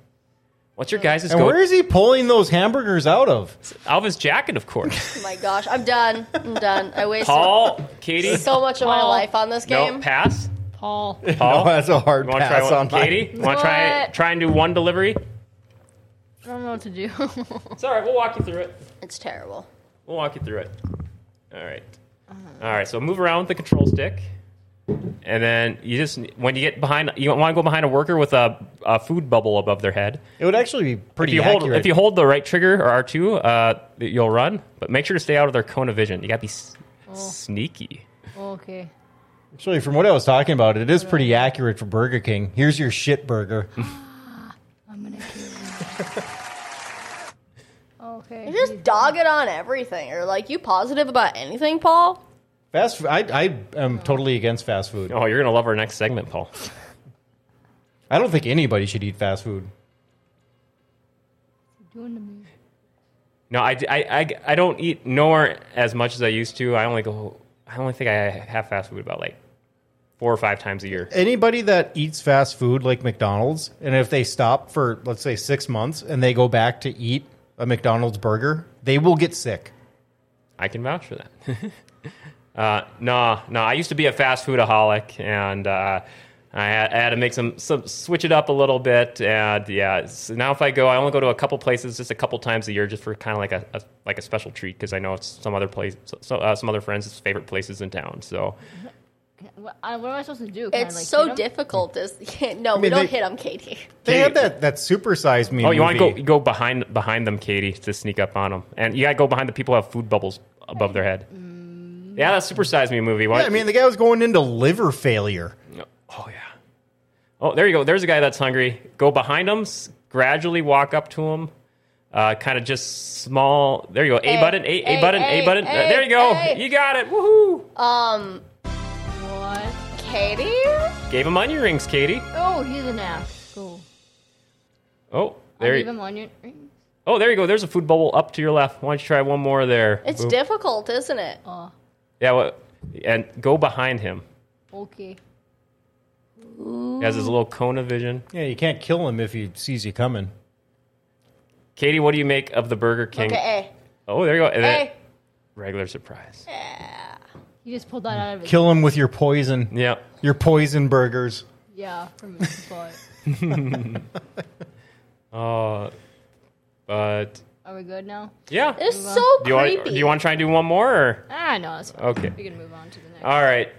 [SPEAKER 1] What's your guys'
[SPEAKER 5] And
[SPEAKER 1] go?
[SPEAKER 5] where is he pulling those hamburgers out of?
[SPEAKER 1] Alva's jacket, of course.
[SPEAKER 4] Oh my gosh, I'm done. I'm done. I wasted
[SPEAKER 1] Paul, Katie,
[SPEAKER 4] so much of my
[SPEAKER 6] Paul.
[SPEAKER 4] life on this
[SPEAKER 1] no
[SPEAKER 4] game.
[SPEAKER 1] pass.
[SPEAKER 6] Paul.
[SPEAKER 1] Paul,
[SPEAKER 5] Oh, that's a hard
[SPEAKER 1] you wanna
[SPEAKER 5] pass
[SPEAKER 1] try one?
[SPEAKER 5] on mine.
[SPEAKER 1] Katie, want to try
[SPEAKER 6] What?
[SPEAKER 1] try and do one delivery?
[SPEAKER 6] I don't know what to do.
[SPEAKER 1] It's all right. We'll walk you through it.
[SPEAKER 4] it's terrible.
[SPEAKER 1] We'll walk you through it. All right. All right. So move around with the control stick, and then you just when you get behind, you want to go behind a worker with a, a food bubble above their head.
[SPEAKER 5] It would actually be
[SPEAKER 1] If
[SPEAKER 5] pretty
[SPEAKER 1] you
[SPEAKER 5] accurate.
[SPEAKER 1] hold if you hold the right trigger or R two, uh, you'll run. But make sure to stay out of their cone of vision. You got to be s- sneaky.
[SPEAKER 6] okay.
[SPEAKER 5] actually, from what I was talking about, it is pretty accurate for Burger King. Here's your shit burger.
[SPEAKER 6] I'm gonna kill you. okay.
[SPEAKER 4] You're just dogging on everything. Or like, you positive about anything, Paul?
[SPEAKER 5] fast food. I, I am totally against fast food.
[SPEAKER 1] Oh, you're gonna love our next segment, Paul.
[SPEAKER 5] I don't think anybody should eat fast food.
[SPEAKER 6] doing to me.
[SPEAKER 1] No, I, I, I, I don't eat nor as much as I used to. I only go. I only think I have fast food about like four or five times a year.
[SPEAKER 5] Anybody that
[SPEAKER 2] eats fast food like McDonald's, and if they stop for let's say six months and they go back to eat a McDonald's burger, they will get sick.
[SPEAKER 1] I can vouch for that. uh, no, no, I used to be a fast foodaholic, and uh, I, had, I had to make some, some switch it up a little bit. And yeah, so now if I go, I only go to a couple places, just a couple times a year, just for kind of like a, a like a special treat because I know it's some other place, so, so, uh, some other friends' favorite places in town. So
[SPEAKER 6] What, I, what am I supposed to do? Can I,
[SPEAKER 4] It's
[SPEAKER 6] like,
[SPEAKER 4] so
[SPEAKER 6] hit him?
[SPEAKER 4] difficult. Is no, we
[SPEAKER 2] mean,
[SPEAKER 4] don't
[SPEAKER 2] they-
[SPEAKER 4] hit him, Katie.
[SPEAKER 2] They had that that supersize me.
[SPEAKER 1] oh, you want to go
[SPEAKER 2] movie.
[SPEAKER 1] you go behind behind them, Katie, to sneak up on them, and you got to go behind the people who have food bubbles above their head.
[SPEAKER 4] Mm.
[SPEAKER 1] Yeah, that's supersize me movie. Why-
[SPEAKER 2] Yeah, I mean the guy was going into liver failure.
[SPEAKER 1] Oh yeah. Oh, there you go. There's a guy that's hungry. Go behind him. s- Gradually walk up to him. Uh, kind of just small. There you go. A
[SPEAKER 4] Hey,
[SPEAKER 1] button. A, a
[SPEAKER 4] hey,
[SPEAKER 1] button.
[SPEAKER 4] hey,
[SPEAKER 1] a button.
[SPEAKER 4] hey,
[SPEAKER 1] there you go.
[SPEAKER 4] hey.
[SPEAKER 1] You got it. Woohoo!
[SPEAKER 4] Um,
[SPEAKER 6] What?
[SPEAKER 4] Katie?
[SPEAKER 1] Gave him onion rings, Katie.
[SPEAKER 6] Oh, he's an ass. Cool.
[SPEAKER 1] Oh,
[SPEAKER 6] I'll
[SPEAKER 1] there.
[SPEAKER 6] leave
[SPEAKER 1] You,
[SPEAKER 6] him onion rings.
[SPEAKER 1] oh, there you go. There's a food bubble up to your left. Why don't you try one more there?
[SPEAKER 4] It's
[SPEAKER 1] Boop.
[SPEAKER 4] difficult, isn't it?
[SPEAKER 6] Oh,
[SPEAKER 1] Yeah. What, and go behind him.
[SPEAKER 6] okay.
[SPEAKER 1] He has his little cone of vision.
[SPEAKER 5] yeah, you can't kill him if he sees you coming.
[SPEAKER 1] Katie, what do you make of the Burger King?
[SPEAKER 4] Okay,
[SPEAKER 1] Oh, there you go. And
[SPEAKER 4] hey,
[SPEAKER 1] then-
[SPEAKER 4] hey.
[SPEAKER 1] regular surprise.
[SPEAKER 6] You just pulled that out of his.
[SPEAKER 5] Kill him with your poison.
[SPEAKER 1] Yeah.
[SPEAKER 5] Your poison burgers.
[SPEAKER 6] Yeah, from his butt.
[SPEAKER 1] Uh, but
[SPEAKER 6] Are we good now?
[SPEAKER 1] yeah.
[SPEAKER 4] It's so
[SPEAKER 1] Do you, want,
[SPEAKER 4] creepy.
[SPEAKER 1] do you want to try and do one more? Or?
[SPEAKER 6] Ah, no, that's fine.
[SPEAKER 1] Okay.
[SPEAKER 6] We can move on to the next.
[SPEAKER 1] All right.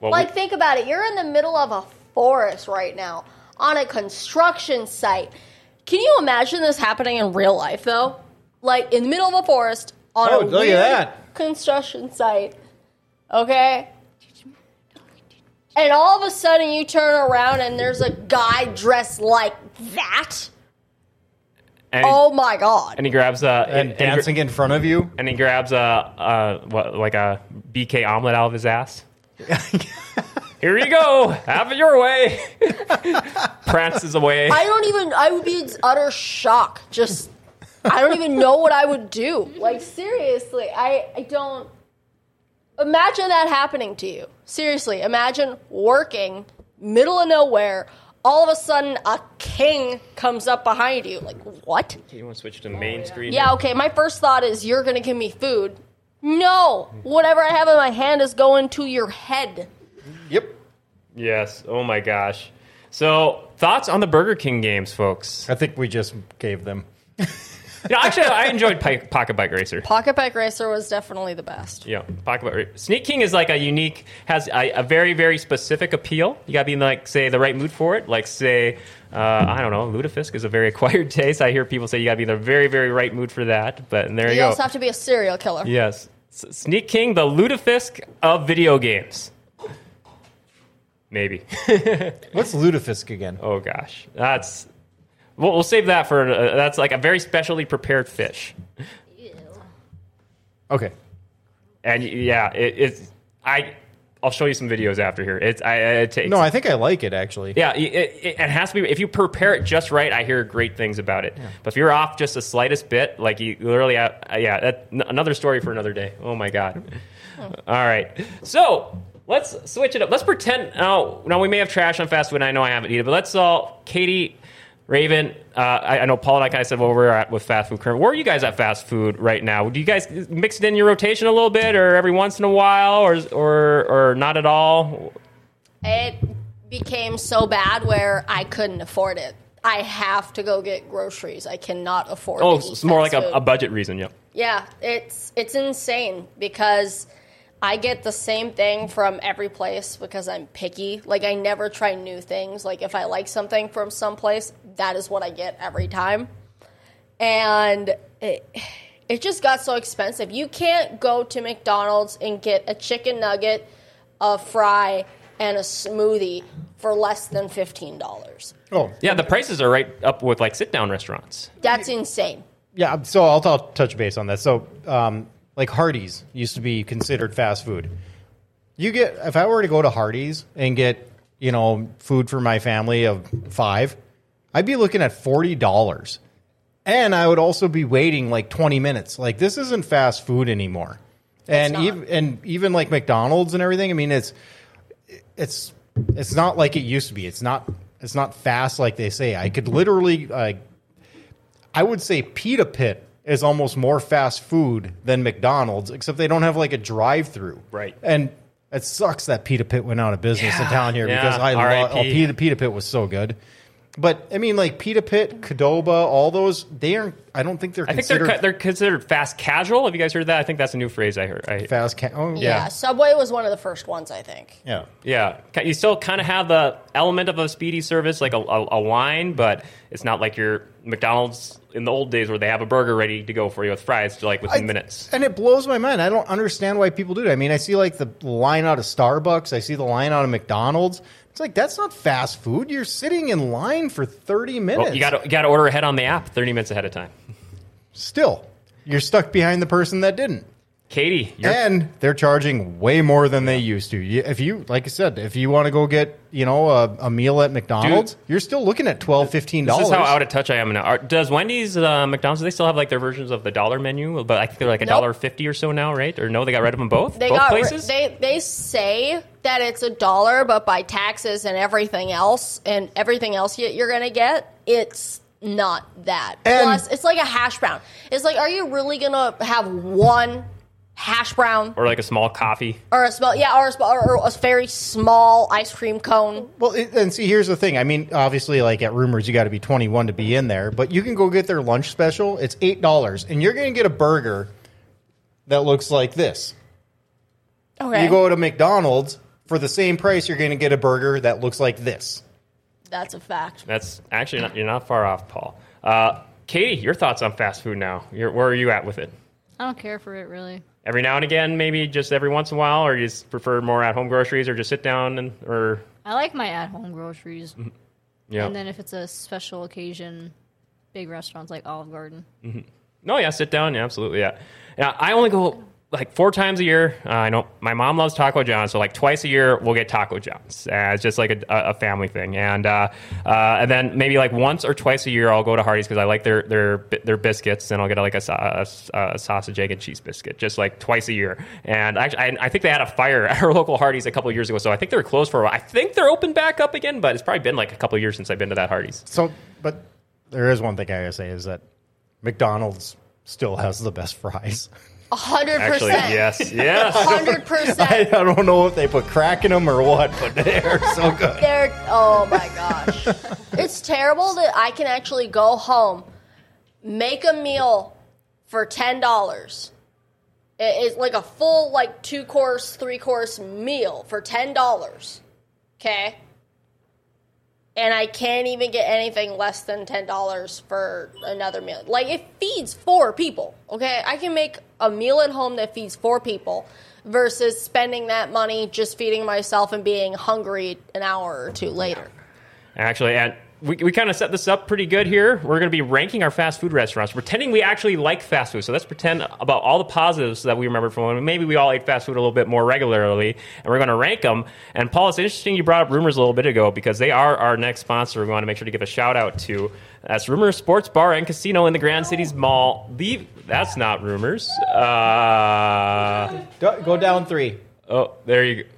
[SPEAKER 1] Well,
[SPEAKER 4] Like, think about it. You're in the middle of a forest right now on a construction site. Can you imagine this happening in real life, though? Like, in the middle of a forest on
[SPEAKER 5] Oh,
[SPEAKER 4] a
[SPEAKER 5] look at
[SPEAKER 4] weird
[SPEAKER 5] that.
[SPEAKER 4] construction site. Okay? And all of a sudden, you turn around and there's a guy dressed like that.
[SPEAKER 1] and,
[SPEAKER 4] oh my god.
[SPEAKER 1] and he grabs a
[SPEAKER 5] And dancing in front of you.
[SPEAKER 1] and he grabs a, a what like a BK omelet out of his ass. Here you go. Have it your way. Prances away.
[SPEAKER 4] I don't even, I would be in utter shock. Just, I don't even know what I would do. Like, seriously, I, I don't. Imagine that happening to you. Seriously, imagine working, middle of nowhere, all of a sudden a king comes up behind you. Like, what?
[SPEAKER 1] you want to switch to main screen?
[SPEAKER 4] Yeah, okay, my first thought is you're gonna give me food. No! Whatever I have in my hand is going to your head.
[SPEAKER 5] Yep.
[SPEAKER 1] Yes. Oh my gosh. So thoughts on the Burger King games, folks?
[SPEAKER 5] I think we just gave them.
[SPEAKER 1] You know, actually, I enjoyed Pi- Pocket Bike Racer.
[SPEAKER 4] Pocket Bike Racer was definitely the best.
[SPEAKER 1] Yeah, pocket about Sneak King is like a unique, has a, a very, very specific appeal. You gotta be in like, say, the right mood for it. Like, say, uh, I don't know, Ludafisk is a very acquired taste. I hear people say you gotta be in the very, very right mood for that. But and there you,
[SPEAKER 4] You
[SPEAKER 1] go.
[SPEAKER 4] also have to be a serial killer.
[SPEAKER 1] yes, S- Sneak King, the Ludafisk of video games. Maybe.
[SPEAKER 5] What's Ludafisk again?
[SPEAKER 1] oh gosh, that's. We'll, we'll save that for. Uh, that's like a very specially prepared fish.
[SPEAKER 6] Ew.
[SPEAKER 5] Okay.
[SPEAKER 1] and y- yeah, it, it's I I'll show you some videos after here. It's I, I it takes
[SPEAKER 5] No, I think I like it actually.
[SPEAKER 1] yeah, it, it, it has to be. If you prepare it just right, I hear great things about it. But if you're off just the slightest bit, like you literally, uh, yeah, that, n- another story for another day. Oh my god! All right, so let's switch it up. Let's pretend. Oh, now we may have trash on fast food. and I know I haven't eaten, but let's all Katie. Raven, uh, I, I know Paul and I kind of said where we're at with fast food currently. Where are you guys at fast food right now? Do you guys mix it in your rotation a little bit, or every once in a while, or or or not at all?
[SPEAKER 4] It became so bad where I couldn't afford it. I have to go get groceries. I cannot afford.
[SPEAKER 1] Oh,
[SPEAKER 4] to eat
[SPEAKER 1] it's more like
[SPEAKER 4] fast
[SPEAKER 1] a,
[SPEAKER 4] food.
[SPEAKER 1] a budget reason. Yeah.
[SPEAKER 4] Yeah, it's it's insane because I get the same thing from every place because I'm picky. Like I never try new things. Like if I like something from someplace, that is what I get every time. And it it just got so expensive. You can't go to McDonald's and get a chicken nugget, a fry, and a smoothie for less than $15.
[SPEAKER 5] Oh,
[SPEAKER 1] Yeah, the prices are right up with like sit down restaurants.
[SPEAKER 4] That's insane.
[SPEAKER 5] yeah. So I'll, I'll touch base on that. So, um, like Hardee's used to be considered fast food. You get if I were to go to Hardee's and get you know food for my family of five, I'd be looking at forty dollars, and I would also be waiting like twenty minutes. Like this isn't fast food anymore, and
[SPEAKER 4] not.
[SPEAKER 5] even and even like McDonald's and everything. I mean, it's it's it's not like it used to be. It's not it's not fast like they say. I could literally like I would say Pita Pit is almost more fast food than McDonald's, except they don't have like a drive through.
[SPEAKER 1] Right.
[SPEAKER 5] And it sucks that Pita Pit went out of business in town here
[SPEAKER 1] Yeah.
[SPEAKER 5] because I love
[SPEAKER 1] R.I.P..
[SPEAKER 5] oh, Pita, Pita Pit was so good. But I mean, like Pita Pit, Cadoba, all those they aren't. I don't think they're
[SPEAKER 1] I think they're
[SPEAKER 5] considered
[SPEAKER 1] co- they're considered fast casual. Have you guys heard that? I think that's a new phrase I heard. I,
[SPEAKER 5] fast. Ca- oh
[SPEAKER 4] Yeah.
[SPEAKER 5] yeah,
[SPEAKER 4] Subway was one of the first ones, I think.
[SPEAKER 5] yeah.
[SPEAKER 1] yeah, Ki- you still kind of have the element of a speedy service, like a, a, a line, but it's not like your McDonald's in the old days where they have a burger ready to go for you with fries like within
[SPEAKER 5] I-
[SPEAKER 1] minutes.
[SPEAKER 5] And it blows my mind. I don't understand why people do it. I mean, I see like the line out of Starbucks, I see the line out of McDonald's. It's like that's not fast food. You're sitting in line for 30 minutes.
[SPEAKER 1] Well, you got to you got to order ahead on the app, thirty minutes ahead of time.
[SPEAKER 5] Still, you're stuck behind the person that didn't.
[SPEAKER 1] Katie, you're,
[SPEAKER 5] and they're charging way more than they used to. You- If you, like I said, if you want to go get, you know, a, a meal at McDonald's, you're still looking at 12 $15.
[SPEAKER 1] this is how out of touch I am now. Are, does Wendy's, uh, McDonald's, do they still have like their versions of the dollar menu? But I think they're like a
[SPEAKER 4] Nope.
[SPEAKER 1] dollar fifty or so now, right? Or no, they got rid of them both.
[SPEAKER 4] They
[SPEAKER 1] both
[SPEAKER 4] got ri-
[SPEAKER 1] places.
[SPEAKER 4] they they say that it's a dollar, but by taxes and everything else and everything else you, you're gonna get, it's not that.
[SPEAKER 5] And-
[SPEAKER 4] Plus, it's like a hash brown. It's like, are you really gonna have one hash brown
[SPEAKER 1] or like a small coffee.
[SPEAKER 4] or a small yeah or a, sm- or or a very small ice cream cone?
[SPEAKER 5] Well, it, and see, here's the thing. I mean, obviously, like at Rumors, you got to be 21 to be in there, but you can go get their lunch special. It's eight dollars, and you're going to get a burger that looks like this.
[SPEAKER 4] Okay,
[SPEAKER 5] You go to McDonald's for the same price, you're going to get a burger that looks like this.
[SPEAKER 4] that's a fact.
[SPEAKER 1] That's actually not, you're not far off, Paul. Uh, Katie, your thoughts on fast food now? You're, where are you at with it?
[SPEAKER 6] I don't care for it really.
[SPEAKER 1] Every now and again, maybe just every once in a while, or you just prefer more at home groceries, or just sit down and or
[SPEAKER 6] I like my at-home groceries,
[SPEAKER 1] Mm-hmm. yeah.
[SPEAKER 6] and then if it's a special occasion, big restaurants like Olive Garden.
[SPEAKER 1] No, yeah, sit down. Yeah, absolutely. Yeah. yeah I only go like four times a year. Uh, I know my mom loves Taco John's, so like twice a year we'll get Taco John's. Uh, it's just like a, a family thing, and uh, uh, and then maybe like once or twice a year I'll go to Hardee's because I like their their bi- their biscuits, and I'll get like a, sa- a, a sausage egg and cheese biscuit, just like twice a year. And actually, I, I think they had a fire at our local Hardee's a couple years ago, so I think they were closed for a while. I think they're open back up again, but it's probably been like a couple years since I've been to that Hardee's.
[SPEAKER 5] So, but there is one thing I gotta say is that McDonald's still has the best fries.
[SPEAKER 4] A hundred
[SPEAKER 1] Actually,
[SPEAKER 4] percent.
[SPEAKER 1] yes, yes.
[SPEAKER 4] Hundred
[SPEAKER 5] I
[SPEAKER 4] percent.
[SPEAKER 5] don't know if they put crack in them or what, but they're so good.
[SPEAKER 4] They're oh my gosh. it's terrible that I can actually go home, make a meal for ten dollars. It's like a full like two course, three course meal for ten dollars. Okay. And I can't even get anything less than ten dollars for another meal. Like it feeds four people. Okay, I can make a meal at home that feeds four people versus spending that money just feeding myself and being hungry an hour or two later.
[SPEAKER 1] Actually, and we, we kind of set this up pretty good here. We're going to be ranking our fast food restaurants, pretending we actually like fast food. So let's pretend about all the positives that we remember from when maybe we all ate fast food a little bit more regularly, and we're going to rank them. And Paul, it's interesting you brought up rumors a little bit ago because they are our next sponsor. We want to make sure to give a shout out to that's Rumors Sports Bar and Casino in the Grand Cities Mall. The that's not rumors. Uh,
[SPEAKER 5] Go, go down three.
[SPEAKER 1] oh, there you go.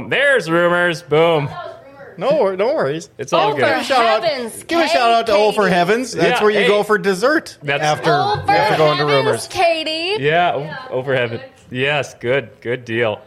[SPEAKER 1] Boom. There's rumors. Boom.
[SPEAKER 3] That was rumours.
[SPEAKER 5] No, wor- no worries.
[SPEAKER 1] It's all
[SPEAKER 4] for
[SPEAKER 1] good.
[SPEAKER 5] a shout
[SPEAKER 4] heavens,
[SPEAKER 5] out. Give a shout out to Oh for
[SPEAKER 4] Katie.
[SPEAKER 5] Heavens. That's
[SPEAKER 1] Yeah,
[SPEAKER 5] where you
[SPEAKER 1] hey.
[SPEAKER 5] go for dessert
[SPEAKER 1] That's-
[SPEAKER 5] after,
[SPEAKER 4] Oh, for
[SPEAKER 5] after going to
[SPEAKER 4] heavens,
[SPEAKER 5] rumors.
[SPEAKER 4] Katie.
[SPEAKER 1] Yeah, o- over heaven. Yes, good, good deal.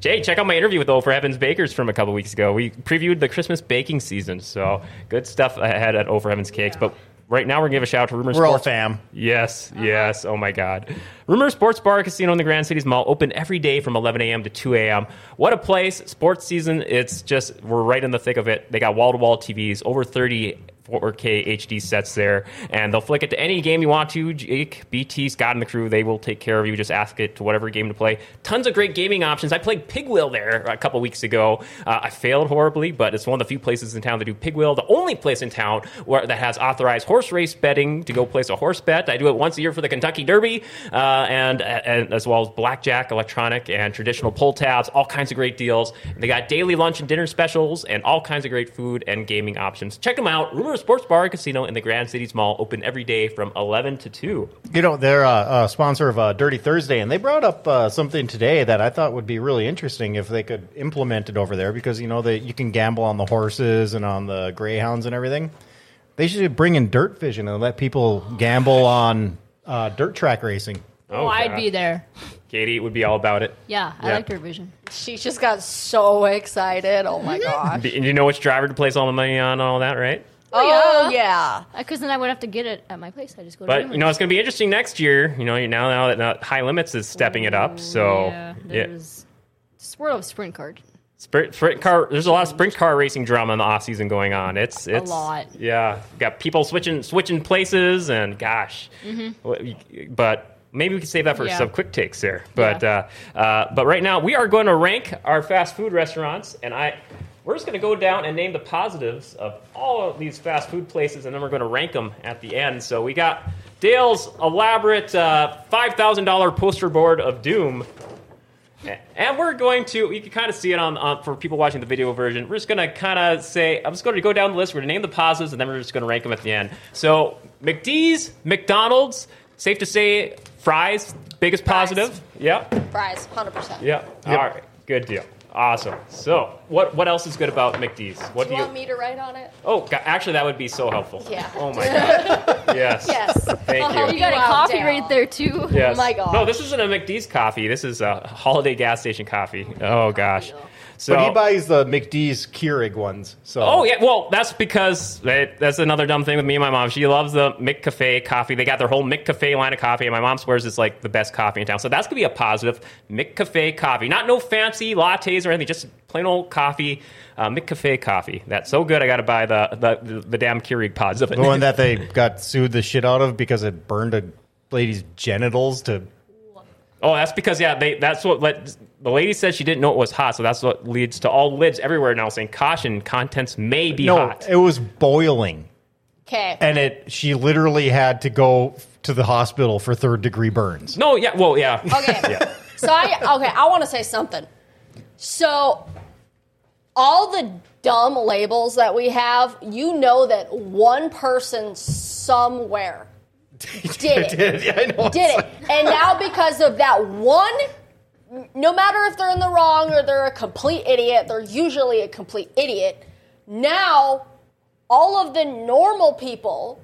[SPEAKER 1] Jay, check out my interview with Over Heaven's Bakers from a couple weeks ago. We previewed the Christmas baking season, so good stuff ahead at Over Heaven's Cakes. But right now, we're gonna give a shout out to Rumor
[SPEAKER 5] We're all
[SPEAKER 1] Sports.
[SPEAKER 5] fam.
[SPEAKER 1] Yes, yes. Oh my God. Rumor Sports Bar Casino in the Grand Cities Mall open every day from 11 a.m. to 2 a.m. What a place! Sports season. It's just we're right in the thick of it. They got wall to wall TVs, over 30 4K HD sets there, and they'll flick it to any game you want to. Jake, BT, Scott, and the crew, they will take care of you. Just ask it to whatever game to play. Tons of great gaming options. I played Pigwheel there a couple weeks ago. Uh, I failed horribly, but it's one of the few places in town that do Pigwheel. The only place in town where that has authorized horse race betting to go place a horse bet. I do it once a year for the Kentucky Derby, uh, and, and as well as blackjack, electronic, and traditional pull tabs. All kinds of great deals. They got daily lunch and dinner specials, and all kinds of great food and gaming options. Check them out. Rumor Sports Bar and Casino in the Grand Cities Mall, open every day from 11 to 2.
[SPEAKER 5] You know, they're a, a sponsor of uh, Dirty Thursday, and they brought up uh, something today that I thought would be really interesting if they could implement it over there because, you know, that you can gamble on the horses and on the greyhounds and everything. They should bring in Dirt Vision and let people gamble on uh, dirt track racing.
[SPEAKER 6] Oh, I'd be there.
[SPEAKER 1] Katie would be all about it.
[SPEAKER 6] Yeah, I
[SPEAKER 1] Yeah.
[SPEAKER 6] like her vision.
[SPEAKER 4] She just got so excited. Oh my gosh.
[SPEAKER 1] And you know which driver to place all the money on and all that, right?
[SPEAKER 4] Oh yeah.
[SPEAKER 6] Because Uh, then I would have to get it at my place. I just go to
[SPEAKER 1] But
[SPEAKER 6] rumors.
[SPEAKER 1] you know it's going to be interesting next year. You know you- now now that uh, High Limits is stepping it up, so
[SPEAKER 6] Oh, yeah, there's Swirl Sprint Card.
[SPEAKER 1] Sprint, sprint car. There's a lot of sprint car racing drama in the off season going on. It's it's
[SPEAKER 6] lot.
[SPEAKER 1] Yeah, got people switching switching places, and gosh, What- but. Maybe we could save that for
[SPEAKER 6] Mm-hmm. Yeah.
[SPEAKER 1] some quick takes there, but
[SPEAKER 6] Yeah.
[SPEAKER 1] uh, uh, but right now we are going to rank our fast food restaurants, and I we're just going to go down and name the positives of all of these fast food places, and then we're going to rank them at the end. So we got Dale's elaborate uh, five thousand dollar poster board of doom. And we're going to, you can kind of see it on, on for people watching the video version. We're just going to kind of say, I'm just going to go down the list. We're going to name the positives, and then we're just going to rank them at the end. So, McDee's, McDonald's, safe to say, fries, biggest positive. Yep.
[SPEAKER 4] Fries, hundred percent.
[SPEAKER 1] Yep. All right. Good deal. Awesome. So, what what else is good about McDee's? What
[SPEAKER 4] Do
[SPEAKER 1] do
[SPEAKER 4] you
[SPEAKER 1] you?
[SPEAKER 4] want me to write on it?
[SPEAKER 1] oh, go- actually, that would be so helpful.
[SPEAKER 4] Yeah.
[SPEAKER 1] Oh my god. Yes.
[SPEAKER 4] Yes.
[SPEAKER 1] Thank
[SPEAKER 4] I'll
[SPEAKER 1] you.
[SPEAKER 4] help
[SPEAKER 6] You got a
[SPEAKER 4] out,
[SPEAKER 6] coffee
[SPEAKER 4] Dale.
[SPEAKER 6] right there too.
[SPEAKER 1] Yes.
[SPEAKER 4] Oh my God.
[SPEAKER 1] No, this isn't a McDee's coffee. This is a holiday gas station coffee. Oh gosh. So
[SPEAKER 5] But he buys the McDee's Keurig ones. So
[SPEAKER 1] Oh yeah, well that's because that- that's another dumb thing with me and my mom. She loves the McCafe coffee. They got their whole McCafe line of coffee, and my mom swears it's like the best coffee in town. So that's gonna be a positive McCafe coffee, not no fancy lattes or anything, just plain old coffee, uh, McCafe coffee. That's so good. I gotta buy the the, the, the damn Keurig pods of it.
[SPEAKER 5] The one that they got sued the shit out of because it burned a lady's genitals to.
[SPEAKER 1] Oh, that's because yeah, they that's what let the lady said she didn't know it was hot, so that's what leads to all lids everywhere now saying caution, contents may be
[SPEAKER 5] no,
[SPEAKER 1] hot.
[SPEAKER 5] it was boiling,
[SPEAKER 4] Okay.
[SPEAKER 5] and it. She literally had to go to the hospital for third degree burns.
[SPEAKER 1] no, yeah, well, yeah.
[SPEAKER 4] Okay. So I okay, I want to say something. So all the dumb labels that we have, you know that one person somewhere did it.
[SPEAKER 5] yeah, I know.
[SPEAKER 4] Did it. And now because of that one no matter if they're in the wrong or they're a complete idiot, they're usually a complete idiot. Now all of the normal people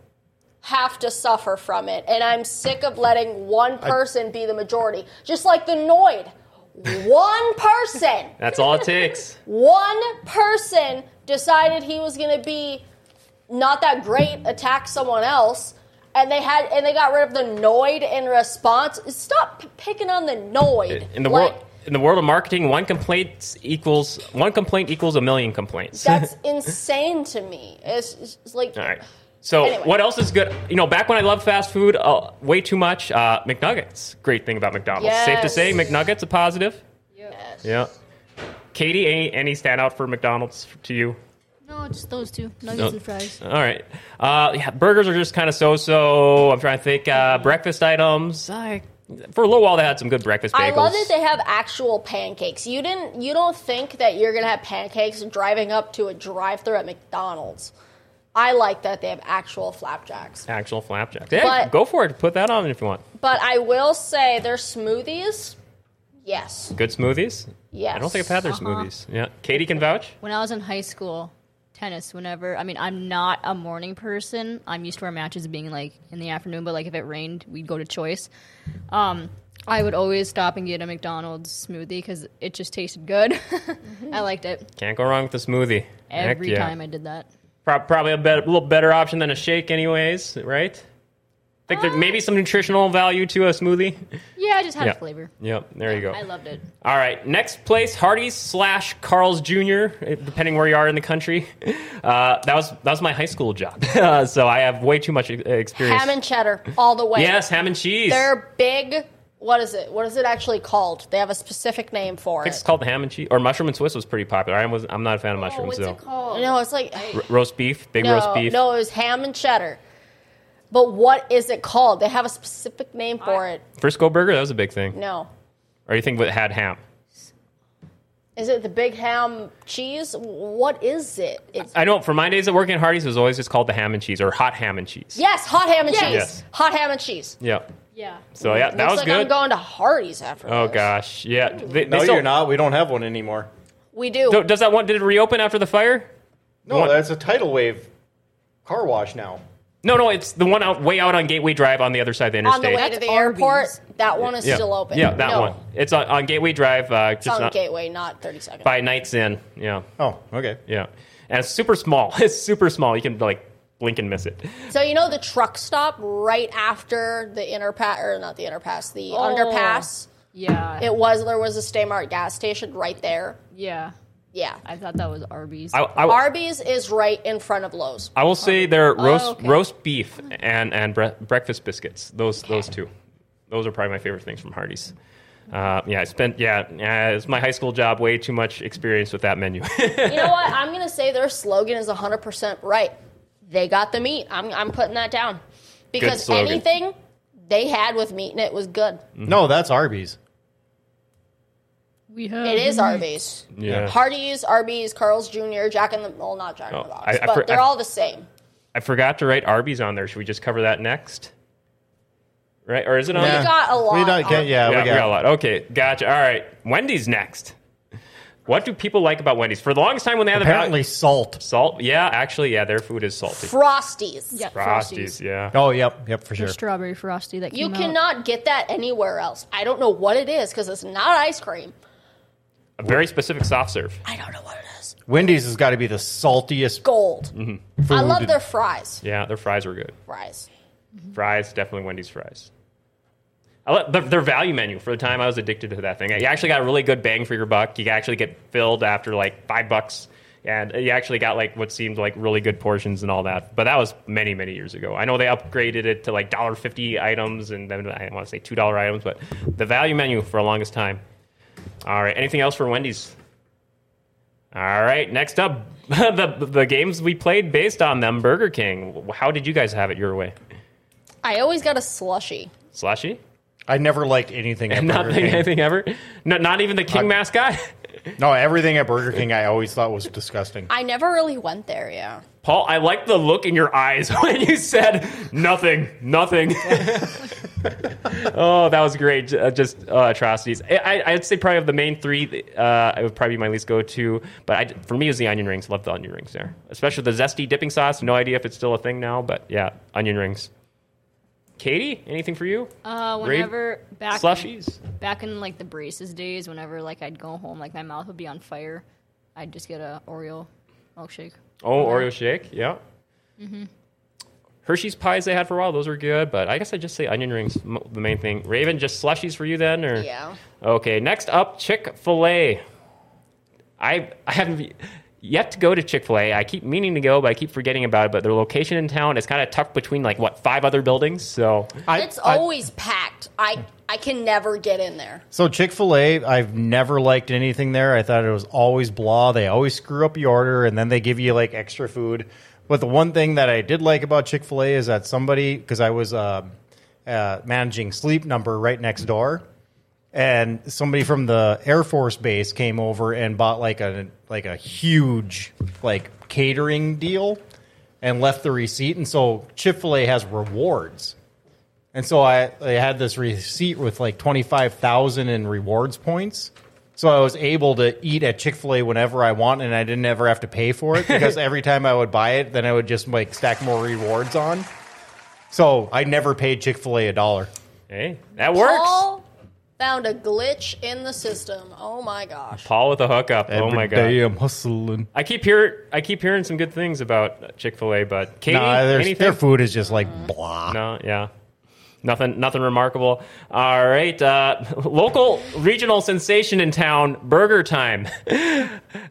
[SPEAKER 4] have to suffer from it. And I'm sick of letting one person be the majority. Just like the Noid. One person,
[SPEAKER 1] That's all it takes.
[SPEAKER 4] one person decided he was going to be not that great, attack someone else. And they had, and they got rid of the Noid in response. Stop p- picking on the Noid.
[SPEAKER 1] in the
[SPEAKER 4] Like,
[SPEAKER 1] world in the world of marketing, one complaint equals one complaint equals a million complaints.
[SPEAKER 4] that's insane to me. It's, it's like,
[SPEAKER 1] All right. So
[SPEAKER 4] Anyway.
[SPEAKER 1] what else is good? You know, back when I loved fast food uh, way too much, uh, McNuggets. Great thing about McDonald's. Safe to
[SPEAKER 4] Yes.
[SPEAKER 1] say, McNuggets a positive. Yeah. Katie, any any standout for McDonald's to you?
[SPEAKER 8] No, just those two nuggets
[SPEAKER 1] No.
[SPEAKER 8] and fries.
[SPEAKER 1] All right. Uh, yeah, burgers are just kind of so-so. I'm trying to think. Uh, breakfast items. I, for a little while, they had some good breakfast bagels.
[SPEAKER 4] I love that they have actual pancakes. You didn't. You don't think that you're gonna have pancakes driving up to a drive-through at McDonald's. I like that they have actual flapjacks.
[SPEAKER 1] Actual flapjacks. Yeah,
[SPEAKER 4] But-
[SPEAKER 1] go for it. Put that on if you want.
[SPEAKER 4] But I will say their smoothies. Yes.
[SPEAKER 1] Good smoothies.
[SPEAKER 4] Yes.
[SPEAKER 1] I don't think I've had their smoothies. Yeah, Katie can vouch.
[SPEAKER 6] When I was in high school, tennis, whenever, I mean, I'm not a morning person. I'm used to our matches being like in the afternoon, but like if it rained, we'd go to choice. Um, I would always stop and get a McDonald's smoothie because it just tasted good. I liked it
[SPEAKER 1] Can't go wrong with a smoothie. Heck
[SPEAKER 6] every
[SPEAKER 1] yeah.
[SPEAKER 6] time I did that.
[SPEAKER 1] Pro- probably a bet- little better option than a shake, anyways, right? think there may be some nutritional value to a smoothie.
[SPEAKER 6] Yeah, I just had
[SPEAKER 1] Yeah.
[SPEAKER 6] a flavor.
[SPEAKER 1] Yep, there you go.
[SPEAKER 6] I loved it.
[SPEAKER 1] All right, next place, Hardee's slash Carl's Jr., depending where you are in the country. Uh, that was that was my high school job, uh, so I have way too much e- experience.
[SPEAKER 4] Ham and cheddar all the way.
[SPEAKER 1] yes, ham and cheese.
[SPEAKER 4] They're big. What is it? What is it actually called? They have a specific name for
[SPEAKER 1] it's
[SPEAKER 4] it.
[SPEAKER 1] called the ham and cheese, or mushroom and Swiss was pretty popular. I was, I'm not a fan of
[SPEAKER 8] Oh,
[SPEAKER 1] mushrooms,
[SPEAKER 8] what's
[SPEAKER 1] though.
[SPEAKER 8] it called?
[SPEAKER 4] No, it's like
[SPEAKER 1] R- roast beef, big
[SPEAKER 4] no,
[SPEAKER 1] roast beef.
[SPEAKER 4] no, it was ham and cheddar. But what is it called? They have a specific name for it.
[SPEAKER 1] Frisco burger, that was a big thing.
[SPEAKER 4] No,
[SPEAKER 1] Or you think it had ham?
[SPEAKER 4] is it the big ham cheese? What is it? It's,
[SPEAKER 1] I know. For my days at working at Hardee's, it was always just called the ham and cheese or hot ham and cheese.
[SPEAKER 4] yes, hot ham and cheese.
[SPEAKER 1] Yes.
[SPEAKER 4] Hot ham and cheese.
[SPEAKER 1] Yeah.
[SPEAKER 6] Yeah.
[SPEAKER 1] So yeah, that
[SPEAKER 4] Looks
[SPEAKER 1] was
[SPEAKER 4] like
[SPEAKER 1] good.
[SPEAKER 4] I'm going to Hardee's after.
[SPEAKER 1] oh
[SPEAKER 4] this.
[SPEAKER 1] gosh, yeah. They, they
[SPEAKER 5] No,
[SPEAKER 1] still-
[SPEAKER 5] you're not. We don't have one anymore.
[SPEAKER 4] we do.
[SPEAKER 1] So Does that one? Did it reopen after the fire?
[SPEAKER 5] No,
[SPEAKER 1] One-
[SPEAKER 5] that's a tidal wave car wash now.
[SPEAKER 1] No, no, it's the one out way out on Gateway Drive on the other side of the interstate.
[SPEAKER 4] on the way to
[SPEAKER 8] That's
[SPEAKER 4] the airport,
[SPEAKER 8] Arby's.
[SPEAKER 4] that one is
[SPEAKER 1] yeah.
[SPEAKER 4] still open.
[SPEAKER 1] Yeah, that
[SPEAKER 4] No,
[SPEAKER 1] one. It's on, on Gateway Drive, uh,
[SPEAKER 4] It's on
[SPEAKER 1] just not,
[SPEAKER 4] Gateway, not 30 seconds.
[SPEAKER 1] by Nights Inn. Yeah,
[SPEAKER 5] Oh, okay.
[SPEAKER 1] yeah, and it's super small. It's super small. You can like blink and miss it.
[SPEAKER 4] So you know the truck stop right after the inner pass, or not the inner pass, the
[SPEAKER 1] Oh.
[SPEAKER 4] underpass.
[SPEAKER 6] Yeah.
[SPEAKER 4] It was there was a Staymart gas station right there.
[SPEAKER 6] yeah.
[SPEAKER 4] Yeah.
[SPEAKER 6] I thought that was Arby's.
[SPEAKER 1] I, I,
[SPEAKER 4] Arby's is right in front of Lowe's.
[SPEAKER 1] I will say their roast
[SPEAKER 6] okay.
[SPEAKER 1] roast beef and and bre- breakfast biscuits. Those those two, those are probably my favorite things from Hardee's. Uh, yeah, I spent yeah, yeah, it's my high school job. Way too much experience with that menu.
[SPEAKER 4] You know what? I'm gonna say their slogan is 100% right. They got the meat. I'm I'm putting that down because
[SPEAKER 1] slogan. Mm-hmm.
[SPEAKER 4] anything they had with meat in it was good.
[SPEAKER 5] No, that's Arby's.
[SPEAKER 8] We have.
[SPEAKER 4] It is Arby's.
[SPEAKER 1] yeah,
[SPEAKER 4] Hardee's, Arby's, Carl's Jr., Jack and the well, not Jack in the
[SPEAKER 1] Oh,
[SPEAKER 4] Box,
[SPEAKER 1] I- I
[SPEAKER 4] but
[SPEAKER 1] for-
[SPEAKER 4] they're
[SPEAKER 1] I-
[SPEAKER 4] all the same.
[SPEAKER 1] I forgot to write Arby's on there. Should we just cover that next? Right, or is it on?
[SPEAKER 5] Yeah.
[SPEAKER 1] there?
[SPEAKER 4] got a lot
[SPEAKER 5] We don't
[SPEAKER 4] on-
[SPEAKER 5] get, yeah,
[SPEAKER 1] Yeah,
[SPEAKER 5] we got.
[SPEAKER 1] a lot. Okay, gotcha. All right, Wendy's next. What do people like about Wendy's? For the longest time, when they had
[SPEAKER 5] Apparently,
[SPEAKER 1] the value-
[SPEAKER 5] salt.
[SPEAKER 1] salt, yeah, actually, yeah, their food is salty.
[SPEAKER 4] Frosties.
[SPEAKER 6] yeah,
[SPEAKER 1] Frosties, yeah.
[SPEAKER 5] Oh, yep, yep, for
[SPEAKER 6] The
[SPEAKER 5] sure.
[SPEAKER 6] Strawberry frosty that
[SPEAKER 4] You
[SPEAKER 6] came out.
[SPEAKER 4] cannot get that anywhere else. I don't know what it is because it's not ice cream.
[SPEAKER 1] A very specific soft serve.
[SPEAKER 4] I don't know what it is.
[SPEAKER 5] Wendy's has got to be the saltiest
[SPEAKER 4] Gold.
[SPEAKER 5] food.
[SPEAKER 4] I love their fries.
[SPEAKER 1] Mm-hmm. Yeah, their fries were good.
[SPEAKER 4] Fries.
[SPEAKER 1] Fries, definitely Wendy's fries. I love their, their value menu. For the time, I was addicted to that thing. You actually got a really good bang for your buck. You actually get filled after like five bucks, and you actually got like what seemed like really good portions and all that. But that was many, many years ago. I know they upgraded it to like dollar fifty items, and then I want to say two dollar items, but the value menu for the longest time. All right, anything else for Wendy's? All right, next up, the the games we played based on them. Burger King. How did you guys have it your way?
[SPEAKER 4] I always got a slushy.
[SPEAKER 1] Slushy?
[SPEAKER 5] I never liked anything at Burger
[SPEAKER 1] Nothing,
[SPEAKER 5] King.
[SPEAKER 1] anything ever. No, not even the king mascot.
[SPEAKER 5] No, everything at Burger King I always thought was disgusting.
[SPEAKER 4] I never really went there, yeah.
[SPEAKER 1] Paul, I like the look in your eyes when you said nothing, nothing. oh, that was great. Uh, just uh, atrocities. I, I, I'd say probably of the main three, uh, it would probably be my least go to. But I, for me, it was the onion rings. Love the onion rings there, especially the zesty dipping sauce. No idea if it's still a thing now, but yeah, onion rings. Katie, anything for you?
[SPEAKER 6] Uh,
[SPEAKER 1] Brave-
[SPEAKER 6] whenever back
[SPEAKER 1] Slushies.
[SPEAKER 6] back in like the braces days, whenever like I'd go home, like my mouth would be on fire. I'd just get a Oreo milkshake.
[SPEAKER 1] Oh, Oreo shake. Yeah. Mm-hmm. Hershey's pies they had for a while. Those were good, but I guess I just say onion rings m- the main thing. Raven, just slushies for you then, or
[SPEAKER 4] Yeah.
[SPEAKER 1] Okay, next up, Chick Fil A. I I haven't. e, yet to go to Chick Fil A. I keep meaning to go, but I keep forgetting about it. But their location in town is kind of tucked between like what five other buildings. So
[SPEAKER 2] I,
[SPEAKER 4] it's
[SPEAKER 2] I-
[SPEAKER 4] always packed. I I can never get in there.
[SPEAKER 5] So Chick Fil A, I've never liked anything there. I thought it was always blah. They always screw up your order, and then they give you like extra food. But the one thing that I did like about Chick Fil A is that somebody, because I was um uh, managing sleep number right next door, and somebody from the Air Force base came over and bought like a like a huge like catering deal, and left the receipt. And so Chick Fil A has rewards. And so I, I had this receipt with like 25,000 in rewards points. So I was able to eat at Chick fil A whenever I want and I didn't ever have to pay for it because every time I would buy it, then I would just like stack more rewards on. So I never paid Chick fil A a dollar.
[SPEAKER 1] hey, that works. Paul,
[SPEAKER 4] Paul found a glitch in the system. Oh my gosh.
[SPEAKER 1] with a hookup. oh my god.
[SPEAKER 5] I'm hustling.
[SPEAKER 1] I keep hear I keep hearing some good things about Chick Fil A, but Katie,
[SPEAKER 5] Nah, their,
[SPEAKER 1] anything?
[SPEAKER 5] their food is just like blah.
[SPEAKER 1] No, yeah. Nothing, nothing remarkable. All right, uh, local regional sensation in town, Burger Time.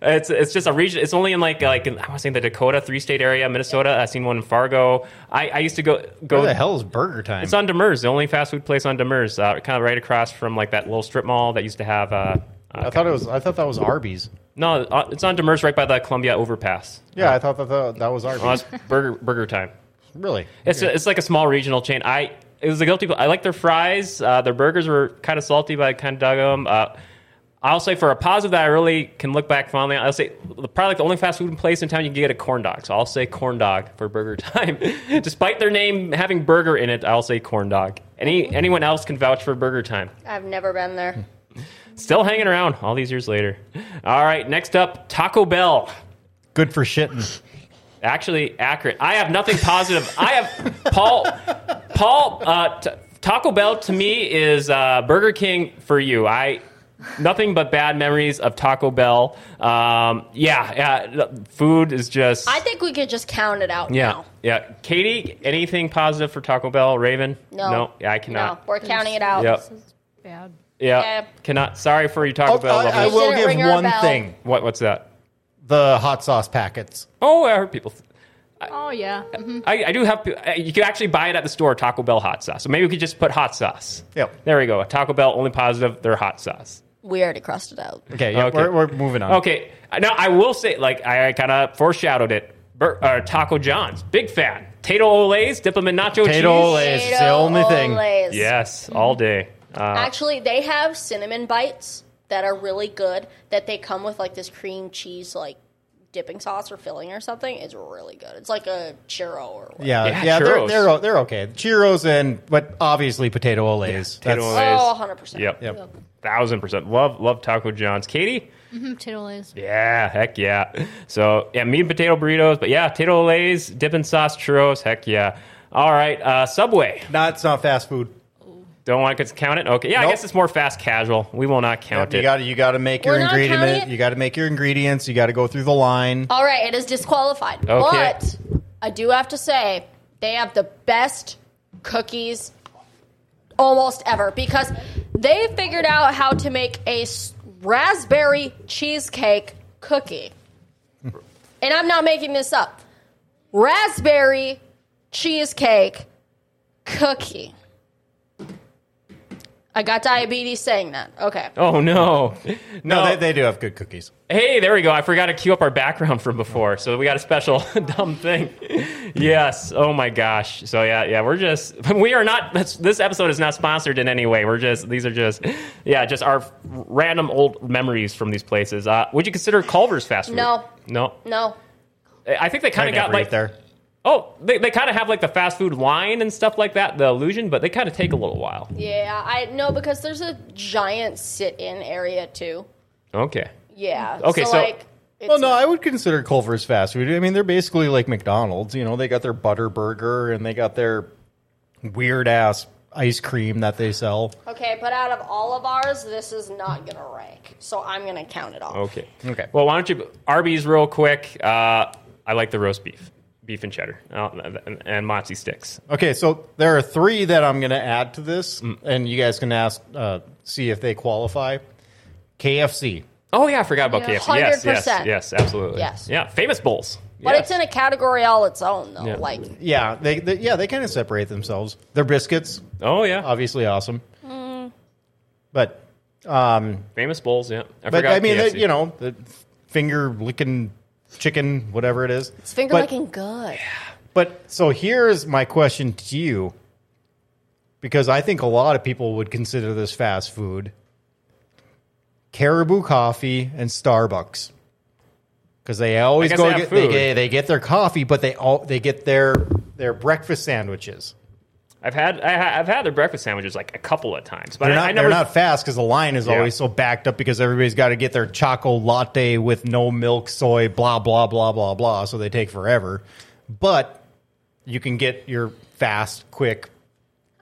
[SPEAKER 1] it's it's just a region. It's only in like like in, I was saying the Dakota three state area, Minnesota. I've seen one in Fargo. I, I used to go go.
[SPEAKER 5] Where the hell is burger time?
[SPEAKER 1] It's on Demers, the only fast food place on Demers, uh, kind of right across from like that little strip mall that used to have. Uh,
[SPEAKER 5] I
[SPEAKER 1] uh,
[SPEAKER 5] thought it was. I thought that was Arby's.
[SPEAKER 1] no, uh, it's on Demers, right by the Columbia overpass.
[SPEAKER 5] Yeah, I thought that that, that was
[SPEAKER 1] Well,
[SPEAKER 5] Arby's.
[SPEAKER 1] it's Burger Burger Time.
[SPEAKER 5] really?
[SPEAKER 1] It's it's like a small regional chain. I it was a guilty. I like their fries. Uh, their burgers were kind of salty, but I kind of dug them. Uh, I'll say for a positive that I really can look back fondly. on, I'll say the- probably like the only fast food place in town you can get a corn dog. So I'll say corn dog for Burger Time, despite their name having burger in it. I'll say corn dog. Any anyone else can vouch for Burger Time.
[SPEAKER 4] I've never been
[SPEAKER 1] Hmm.
[SPEAKER 4] there.
[SPEAKER 1] Still hanging around all these years later. All right, next up Taco Bell.
[SPEAKER 5] Good for shitting.
[SPEAKER 1] actually accurate. I have nothing positive. I have Paul. Paul uh, t- Taco Bell to me is uh, Burger King for you. I nothing but bad memories of Taco Bell. Um, yeah, yeah, the food is just.
[SPEAKER 4] I think we could just count it out
[SPEAKER 1] yeah,
[SPEAKER 4] now.
[SPEAKER 1] yeah. Katie, anything positive for Taco Bell? Raven?
[SPEAKER 4] No.
[SPEAKER 1] no, yeah, I
[SPEAKER 4] No,
[SPEAKER 1] cannot.
[SPEAKER 4] we're counting it out.
[SPEAKER 1] Yep.
[SPEAKER 6] This is bad.
[SPEAKER 1] Yeah,
[SPEAKER 4] Yeah.
[SPEAKER 1] cannot. Sorry for you, Taco
[SPEAKER 5] Oh,
[SPEAKER 1] Bell.
[SPEAKER 5] I, I
[SPEAKER 1] lovers.
[SPEAKER 5] will
[SPEAKER 4] Didn't
[SPEAKER 5] give
[SPEAKER 4] ring our
[SPEAKER 5] one
[SPEAKER 4] bell.
[SPEAKER 5] thing:
[SPEAKER 1] what? What's that?
[SPEAKER 5] the hot sauce packets.
[SPEAKER 1] Oh, I heard people.
[SPEAKER 6] Oh yeah. Mhm.
[SPEAKER 1] I, I do have. uh, You can actually buy it at the store, Taco Bell hot sauce. So maybe we could just put hot sauce.
[SPEAKER 5] Yep.
[SPEAKER 1] There we go. Taco Bell only positive. They're hot sauce.
[SPEAKER 4] We already crossed it out.
[SPEAKER 5] Okay, yeah,
[SPEAKER 1] Okay.
[SPEAKER 5] Oh, We're, we're moving on.
[SPEAKER 1] Okay. Now I will say, like I kind of foreshadowed it. Bur- uh, Taco John's, big fan. Tato Olays, dip them in nacho cheese.
[SPEAKER 5] Potato Olays is the
[SPEAKER 4] Potato
[SPEAKER 5] only thing.
[SPEAKER 4] Olays.
[SPEAKER 1] Yes, all day. Uh,
[SPEAKER 4] Actually, they have cinnamon bites that are really good that they come with like this cream cheese like dipping sauce or filling or something. It's really good. It's like a churro or whatever.
[SPEAKER 5] Yeah,
[SPEAKER 1] Yeah,
[SPEAKER 5] yeah, they're,
[SPEAKER 1] churros.
[SPEAKER 5] they're o- they're okay. Churros and but obviously potato olays.
[SPEAKER 1] Tato Olays.
[SPEAKER 5] That's-
[SPEAKER 4] Oh, 100%.
[SPEAKER 1] Yep.
[SPEAKER 5] Yep.
[SPEAKER 1] Thousand percent. Love, love Taco John's. Katie.
[SPEAKER 6] Mhm, Tiddles.
[SPEAKER 1] Yeah, heck yeah. So yeah, meat and potato burritos, but yeah, potato lays, dipping sauce churros, heck yeah. All right, uh, Subway.
[SPEAKER 5] Not it's not fast food.
[SPEAKER 1] Don't want to count it. Okay, yeah, I
[SPEAKER 5] Nope.
[SPEAKER 1] guess it's more fast casual. We will not count
[SPEAKER 5] You
[SPEAKER 1] it.
[SPEAKER 5] got to you got to make
[SPEAKER 4] We're
[SPEAKER 5] your
[SPEAKER 4] not counting
[SPEAKER 5] ingredient.
[SPEAKER 4] it?
[SPEAKER 5] You got to make your ingredients. You got to go through the line.
[SPEAKER 4] All right, it is disqualified. But I do have to say they have the best cookies almost ever because they figured out how to make a s- raspberry cheesecake cookie. And I'm not making this up. Raspberry cheesecake cookie. I got diabetes saying that. Okay.
[SPEAKER 1] oh no, no.
[SPEAKER 5] No, they, they do have good cookies.
[SPEAKER 1] hey, there we go. I forgot to cue up our background from before, so we got a special dumb thing. yes. Oh my gosh. So yeah, yeah. We're just we are not. This, this episode is not sponsored in any way. We're just these are just yeah, just our random old memories from these places. Uh, would you consider Culver's fast food?
[SPEAKER 4] No.
[SPEAKER 1] No.
[SPEAKER 4] No.
[SPEAKER 1] I think they kind
[SPEAKER 5] I
[SPEAKER 1] of
[SPEAKER 5] never
[SPEAKER 1] got like
[SPEAKER 5] eat there.
[SPEAKER 1] oh they, they kind of have like the fast food line and stuff like that. The illusion, but they kind of take a little while.
[SPEAKER 4] Yeah, I no because there's a giant sit-in area too.
[SPEAKER 1] Okay.
[SPEAKER 4] Yeah.
[SPEAKER 1] Okay, so-
[SPEAKER 4] like, it's,
[SPEAKER 5] Well, no, I would consider Culver's fast food. I mean, they're basically like McDonald's. You know, they got their butter burger and they got their weird ass ice cream that they sell.
[SPEAKER 4] okay, but out of all of ours, this is not gonna rank. So I'm gonna count it off.
[SPEAKER 1] Okay.
[SPEAKER 5] Okay.
[SPEAKER 1] Well, why don't you Arby's real quick? Uh, I like the roast beef, beef and cheddar, uh, and, and mozzie sticks.
[SPEAKER 5] Okay, so there are three that I'm going to add to this, and you guys can ask, uh, see if they qualify. KFC.
[SPEAKER 1] Oh yeah, I forgot about
[SPEAKER 6] Yeah.
[SPEAKER 1] KFC. Yes, yes,
[SPEAKER 4] 100%.
[SPEAKER 1] yes, absolutely.
[SPEAKER 4] Yes.
[SPEAKER 1] Yeah, famous bowls.
[SPEAKER 4] But
[SPEAKER 1] Yes.
[SPEAKER 4] it's in a category all its own, though.
[SPEAKER 1] Yeah.
[SPEAKER 4] Like,
[SPEAKER 5] Yeah, they, they yeah they kind of separate themselves. Their biscuits,
[SPEAKER 1] oh yeah,
[SPEAKER 5] obviously awesome,
[SPEAKER 4] Mm.
[SPEAKER 5] but um,
[SPEAKER 1] famous bowls. Yeah, I
[SPEAKER 5] but
[SPEAKER 1] forgot.
[SPEAKER 5] I mean
[SPEAKER 1] KFC.
[SPEAKER 5] the, you know the finger licking chicken, whatever it is.
[SPEAKER 4] it's finger
[SPEAKER 5] but,
[SPEAKER 4] licking good.
[SPEAKER 5] But so here's my question to you, because I think a lot of people would consider this fast food. Caribou Coffee and Starbucks, because they always
[SPEAKER 1] I guess
[SPEAKER 5] go
[SPEAKER 1] they have
[SPEAKER 5] get they,
[SPEAKER 1] food.
[SPEAKER 5] get they get their coffee, but they all they get their their breakfast sandwiches.
[SPEAKER 1] I've had I, ha- I've had their breakfast sandwiches like a couple of times, but
[SPEAKER 5] They're
[SPEAKER 1] I,
[SPEAKER 5] not,
[SPEAKER 1] I never
[SPEAKER 5] they're not fast because the line is
[SPEAKER 1] Yeah.
[SPEAKER 5] always so backed up because everybody's got to get their choco latte with no milk, soy, blah, blah, blah, blah, blah. So they take forever. But you can get your fast, quick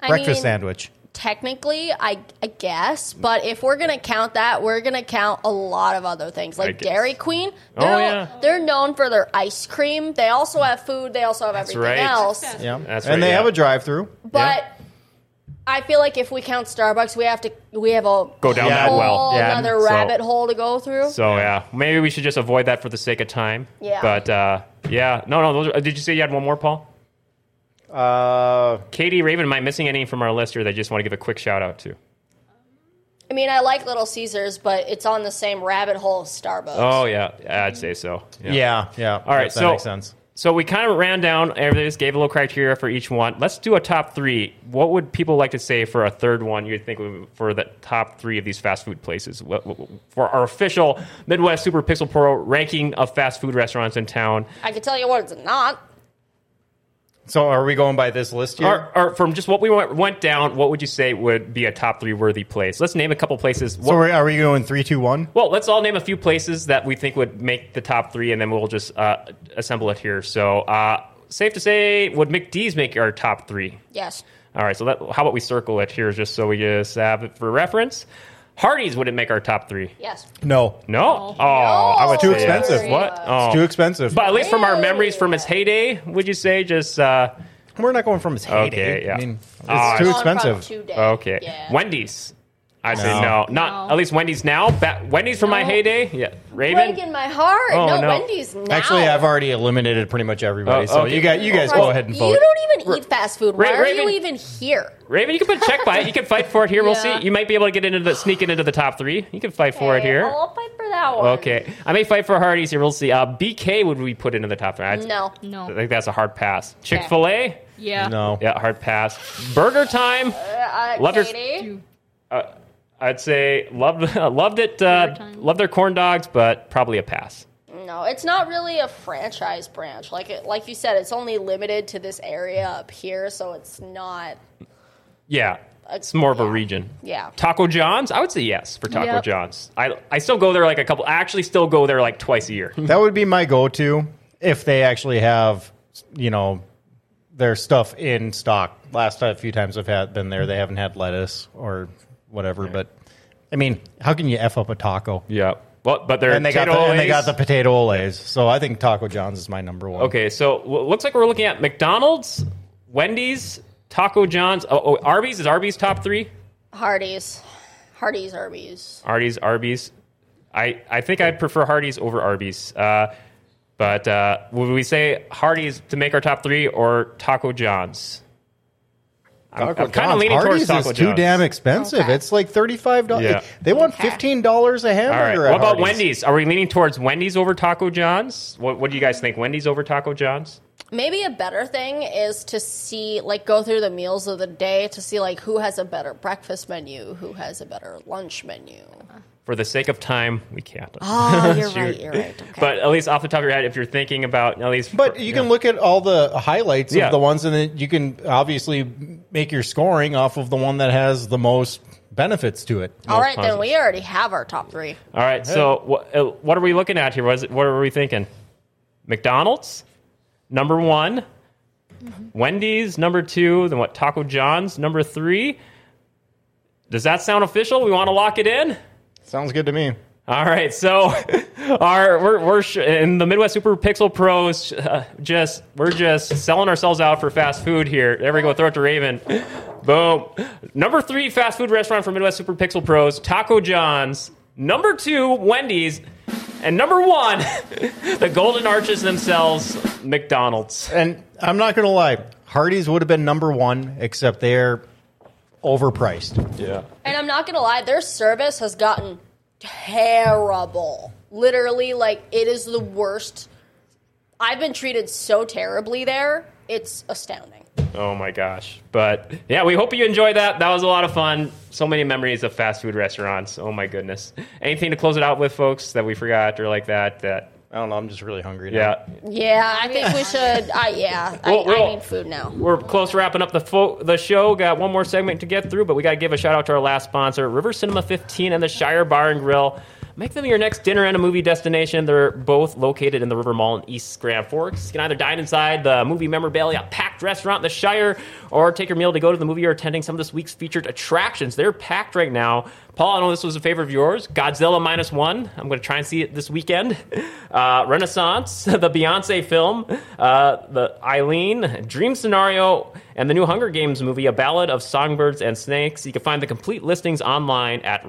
[SPEAKER 4] I
[SPEAKER 5] breakfast
[SPEAKER 4] mean,
[SPEAKER 5] sandwich.
[SPEAKER 4] Technically, I, I guess, but if we're gonna count that, we're gonna count a lot of other things, like
[SPEAKER 1] guess.
[SPEAKER 4] Dairy Queen.
[SPEAKER 1] Oh,
[SPEAKER 4] They're,
[SPEAKER 1] yeah.
[SPEAKER 4] they're known for their ice cream. They also have food. They also have everything
[SPEAKER 1] right.
[SPEAKER 4] else.
[SPEAKER 5] Yeah.
[SPEAKER 1] That's
[SPEAKER 5] and
[SPEAKER 1] right,
[SPEAKER 5] they
[SPEAKER 1] yeah.
[SPEAKER 5] have a drive through.
[SPEAKER 4] But I feel like if we count Starbucks, we have to we have a
[SPEAKER 1] go down
[SPEAKER 5] Yeah.
[SPEAKER 1] that well.
[SPEAKER 4] whole
[SPEAKER 5] Yeah.
[SPEAKER 4] another
[SPEAKER 1] So-
[SPEAKER 4] rabbit hole to go through.
[SPEAKER 1] So yeah, maybe we should just avoid that for the sake of time.
[SPEAKER 4] Yeah.
[SPEAKER 1] But uh, yeah, no, no. Those are, did you say you had one more, Paul?
[SPEAKER 5] Uh,
[SPEAKER 1] Katie Raven, am I missing any from our list here that I just want to give a quick shout out to?
[SPEAKER 4] I mean, I like Little Caesars, but it's on the same rabbit hole as Starbucks.
[SPEAKER 1] Oh yeah, I'd say so.
[SPEAKER 5] yeah. Yeah.
[SPEAKER 1] All right,
[SPEAKER 5] That
[SPEAKER 1] so-
[SPEAKER 5] makes sense.
[SPEAKER 1] So we kind of ran down everything, just gave a little criteria for each one. Let's do a top three. What would people like to say for a third one? You'd think would- for the top three of these fast food places What- what- for our official Midwest Super Pixel Pro ranking of fast food restaurants in town,
[SPEAKER 4] I can tell you what it's not.
[SPEAKER 5] So are we going by this list here?
[SPEAKER 1] or, or from just what we went, went down, what would you say would be a top three worthy place? Let's name a couple places.
[SPEAKER 5] so are, are we going three, two, one?
[SPEAKER 1] Well, let's all name a few places that we think would make the top three, and then we'll just uh, assemble it here. So, uh, safe to say, would McDee's make our top three?
[SPEAKER 4] Yes.
[SPEAKER 1] All right, so that, how about we circle it here just so we just have it for reference? Hardee's wouldn't make our top three.
[SPEAKER 4] Yes.
[SPEAKER 5] No.
[SPEAKER 1] No? Oh, I would
[SPEAKER 4] It's too
[SPEAKER 1] say yes.
[SPEAKER 5] expensive.
[SPEAKER 1] What? Oh.
[SPEAKER 5] Too expensive.
[SPEAKER 1] But at least from our
[SPEAKER 4] Really?
[SPEAKER 1] memories from its heyday, would you say just, uh,
[SPEAKER 5] we're not going from its heyday.
[SPEAKER 1] Okay, yeah.
[SPEAKER 5] I mean, it's
[SPEAKER 1] Ah,
[SPEAKER 5] too
[SPEAKER 1] I-
[SPEAKER 4] Gone from
[SPEAKER 5] expensive.
[SPEAKER 4] today.
[SPEAKER 1] okay.
[SPEAKER 4] Yeah.
[SPEAKER 1] Wendy's. I'd say no.
[SPEAKER 5] No.
[SPEAKER 1] Not,
[SPEAKER 6] No.
[SPEAKER 1] at least Wendy's now. Ba- Wendy's from my
[SPEAKER 6] No.
[SPEAKER 1] heyday? Yeah.
[SPEAKER 4] Break
[SPEAKER 1] Raven?
[SPEAKER 4] in my heart.
[SPEAKER 1] Oh,
[SPEAKER 4] no,
[SPEAKER 1] no.
[SPEAKER 4] Wendy's now.
[SPEAKER 5] Actually, I've already eliminated pretty much everybody.
[SPEAKER 1] Oh,
[SPEAKER 5] so
[SPEAKER 1] okay.
[SPEAKER 5] you guys, you guys
[SPEAKER 4] Right.
[SPEAKER 5] go ahead and vote.
[SPEAKER 4] You don't even eat fast food. Why
[SPEAKER 1] Ra-
[SPEAKER 4] are
[SPEAKER 1] Raven-
[SPEAKER 4] you even here?
[SPEAKER 1] Raven, you can put a check by it. You can fight for it here. We'll
[SPEAKER 6] Yeah.
[SPEAKER 1] see. You might be able to get into the, sneak it into the top three. You can fight for it
[SPEAKER 4] Hey,
[SPEAKER 1] here.
[SPEAKER 4] I'll fight for that one.
[SPEAKER 1] Okay. I may fight for Hardee's here. We'll see. Uh, BK would we put into the top three? I'd-
[SPEAKER 4] No.
[SPEAKER 1] I
[SPEAKER 6] No.
[SPEAKER 1] think that's a hard pass. Chick fil A?
[SPEAKER 6] Yeah.
[SPEAKER 5] No.
[SPEAKER 1] Yeah, hard pass. Burger time?
[SPEAKER 4] Uh,
[SPEAKER 1] Love your-
[SPEAKER 4] Katie?
[SPEAKER 6] Dude,
[SPEAKER 1] I'd say loved loved it. Uh,
[SPEAKER 6] Burger Time.
[SPEAKER 1] loved their corn dogs, but probably a pass.
[SPEAKER 4] No, it's not really a franchise branch. Like it, like you said, it's only limited to this area up here, so it's not.
[SPEAKER 1] Yeah,
[SPEAKER 6] Uh,
[SPEAKER 1] it's more of a region.
[SPEAKER 4] Yeah.
[SPEAKER 1] Taco John's, I would say yes for Taco
[SPEAKER 6] Yep.
[SPEAKER 1] John's. I I still go there like a couple. I actually still go there like twice a year.
[SPEAKER 5] That would be my go-to if they actually have, you know, their stuff in stock. Last time, few times I've had been there, they haven't had lettuce or whatever. But I mean, how can you f up a taco?
[SPEAKER 1] yeah. Well, but they're
[SPEAKER 5] And they got the,
[SPEAKER 1] potato
[SPEAKER 5] and they
[SPEAKER 1] Olays-
[SPEAKER 5] got the potato olays. So I think Taco John's is my number one.
[SPEAKER 1] Okay, so w- looks like we're looking at McDonald's, Wendy's, Taco John's. Oh, oh, Arby's is Arby's top three.
[SPEAKER 4] Hardee's, Hardee's, Arby's.
[SPEAKER 1] Arby's, Arby's. I, I think I'd prefer Hardee's over Arby's. Uh, but uh, would we say Hardee's to make our top three or Taco John's? I'm,
[SPEAKER 5] Taco
[SPEAKER 1] I'm kind of
[SPEAKER 5] John's.
[SPEAKER 1] leaning towards
[SPEAKER 5] Hardee's
[SPEAKER 1] Taco
[SPEAKER 5] is too
[SPEAKER 1] John's.
[SPEAKER 5] damn expensive.
[SPEAKER 4] Okay.
[SPEAKER 5] It's like thirty-five dollars.
[SPEAKER 1] Yeah.
[SPEAKER 5] They want
[SPEAKER 4] Okay.
[SPEAKER 5] fifteen dollars a
[SPEAKER 1] All right.
[SPEAKER 5] hamburger.
[SPEAKER 1] What
[SPEAKER 5] at
[SPEAKER 1] about
[SPEAKER 5] Hardee's.
[SPEAKER 1] Wendy's? Are we leaning towards Wendy's over Taco John's? What, what do you guys think? Wendy's over Taco John's?
[SPEAKER 4] Maybe a better thing is to see, like, go through the meals of the day to see, like, who has a better breakfast menu, who has a better lunch menu.
[SPEAKER 1] For the sake of time, we can't.
[SPEAKER 4] Oh, you're right. You're right. Okay.
[SPEAKER 1] But at least off the top of your head, if you're thinking about at least,
[SPEAKER 5] But you can look at all the highlights
[SPEAKER 1] Yeah.
[SPEAKER 5] of the ones, and then you can obviously make your scoring off of the one that has the most benefits to it.
[SPEAKER 4] All right,
[SPEAKER 1] positives.
[SPEAKER 4] then we already have our top three.
[SPEAKER 1] All right. So what, uh, what are we looking at here? What, is it, what are we thinking? McDonald's, number one. Wendy's, number two. Then what? Taco John's, number three. Does that sound official? We want to lock it in.
[SPEAKER 5] Sounds good to me.
[SPEAKER 1] All right, so our we're, we're sh- in the Midwest Super Pixel Pros. Uh, just we're just selling ourselves out for fast food here. There we go. Throw it to Raven. Boom. Number three fast food restaurant for Midwest Super Pixel Pros: Taco John's. number two, Wendy's, and number one, the Golden Arches themselves, McDonald's.
[SPEAKER 5] And I'm not gonna lie, Hardee's would have been number one, except they're overpriced.
[SPEAKER 1] Yeah.
[SPEAKER 4] And I'm not gonna lie, their service has gotten terrible. Literally, like it is the worst. I've been treated so terribly there. It's astounding.
[SPEAKER 1] Oh my gosh. But yeah, we hope you enjoyed that. That was a lot of fun. So many memories of fast food restaurants. Oh my goodness. Anything to close it out with, folks, that we forgot or like that? That
[SPEAKER 5] I don't know. I'm just really hungry. Now.
[SPEAKER 1] yeah.
[SPEAKER 4] Yeah, I think we should. I yeah, I,
[SPEAKER 1] Well, well-
[SPEAKER 4] I need food now.
[SPEAKER 1] We're close to wrapping up the fo- the show. Got one more segment to get through, but we got to give a shout out to our last sponsor, River Cinema 15 and the Shire Bar and Grill. Make them your next dinner and a movie destination. They're both located in the River Mall in East Grand Forks. You can either dine inside the movie memorabilia packed restaurant in the Shire or take your meal to go to the movie or attending some of this week's featured attractions. They're packed right now. Paul, I know this was a favorite of yours. Godzilla Minus One. I'm going to try and see it this weekend. Uh, Renaissance, the Beyonce film, uh, the Eileen, Dream Scenario, and the new Hunger Games movie, A Ballad of Songbirds and Snakes. You can find the complete listings online at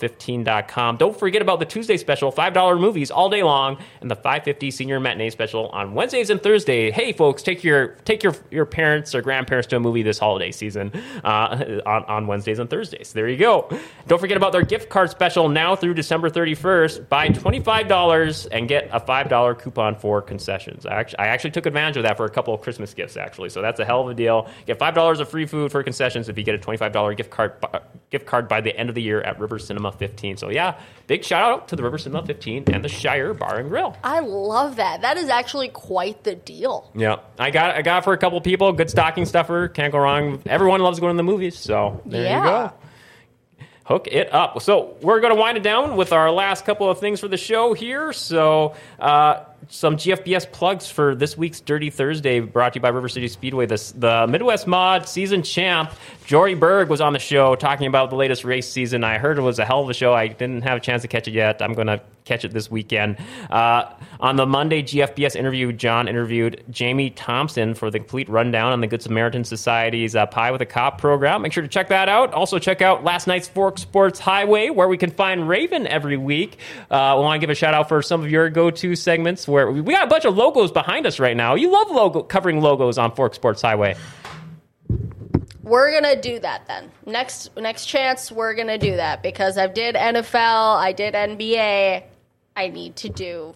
[SPEAKER 1] rivercinema15.com. Don't forget about the Tuesday special, $5 movies all day long, and the 550 senior matinee special on Wednesdays and Thursdays. Hey, folks, take your take your your parents or grandparents to a movie this holiday season uh, on, on Wednesdays and Thursdays. There you go. Don't forget about their gift card special now through December 31st. Buy $25 and get a $5 coupon for concessions. I actually, I actually took advantage of that for a couple of Christmas gifts, actually. So that's a hell of a deal. Get $5 of free food for concessions if you get a $25 gift card, bu- gift card by the end of the year at River Cinema 15. So, yeah, big shout out to the River Cinema 15 and the Shire Bar and Grill.
[SPEAKER 4] I love that. That is actually quite the deal.
[SPEAKER 1] Yeah, I got I got it for a couple people. Good stocking stuffer. Can't go wrong. Everyone loves going to the movies, so there
[SPEAKER 4] Yeah.
[SPEAKER 1] you go. Hook it up. So we're going to wind it down with our last couple of things for the show here. So uh, some GFBS plugs for this week's Dirty Thursday, brought to you by River City Speedway. This the Midwest Mod season champ Jory Berg was on the show talking about the latest race season. I heard it was a hell of a show. I didn't have a chance to catch it yet. I'm going to catch it this weekend. Uh, on the Monday GFBS interview, John interviewed Jamie Thompson for the complete rundown on the Good Samaritan Society's uh, Pie with a Cop program. Make sure to check that out. Also, check out last night's Fork Sports Highway, where we can find Raven every week. Uh, I want to give a shout out for some of your go to segments where we got a bunch of logos behind us right now. You love logo covering logos on Fork Sports Highway.
[SPEAKER 4] We're gonna do that then. Next next chance, we're gonna do that because I did NFL, I did NBA. I need to do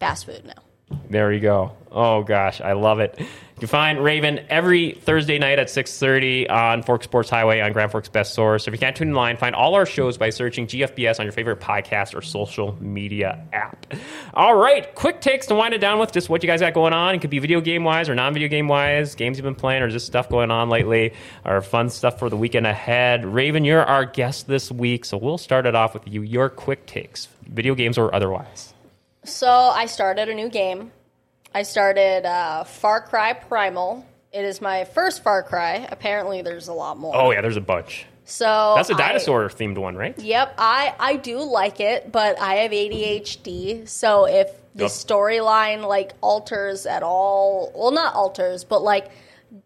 [SPEAKER 4] fast food now.
[SPEAKER 1] There you go. Oh gosh, I love it. You can find Raven every Thursday night at 6:30 on Fork Sports Highway on Grand Forks Best Source. If you can't tune in line, find all our shows by searching GFBS on your favorite podcast or social media app. All right, quick takes to wind it down with just what you guys got going on. It could be video game wise or non-video game wise, games you've been playing or just stuff going on lately or fun stuff for the weekend ahead. Raven, you're our guest this week, so we'll start it off with you. Your quick takes, video games or otherwise.
[SPEAKER 4] So I started a new game. I started uh, Far Cry Primal. It is my first Far Cry. Apparently, there's a lot more.
[SPEAKER 1] Oh yeah, there's a bunch.
[SPEAKER 4] so
[SPEAKER 1] That's a
[SPEAKER 4] I-
[SPEAKER 1] dinosaur themed one, right?
[SPEAKER 4] yep, I I do like it, but I have ADHD. So if the
[SPEAKER 1] Yep.
[SPEAKER 4] storyline like alters at all, well, not alters, but like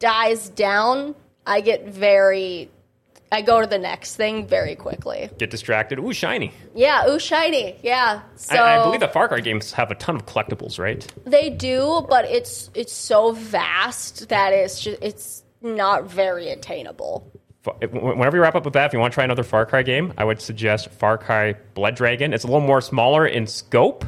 [SPEAKER 4] dies down, I get very. I go to the next thing very quickly.
[SPEAKER 1] Get distracted. Ooh, shiny.
[SPEAKER 4] Yeah, ooh, shiny. Yeah. So
[SPEAKER 1] I, I believe the Far Cry games have a ton of collectibles, right?
[SPEAKER 4] They do, but it's it's so vast that it's just it's not very attainable.
[SPEAKER 1] Fa- if- Whenever you wrap up with that, if you want to try another Far Cry game, I would suggest Far Cry Blood Dragon. It's a little more smaller in scope.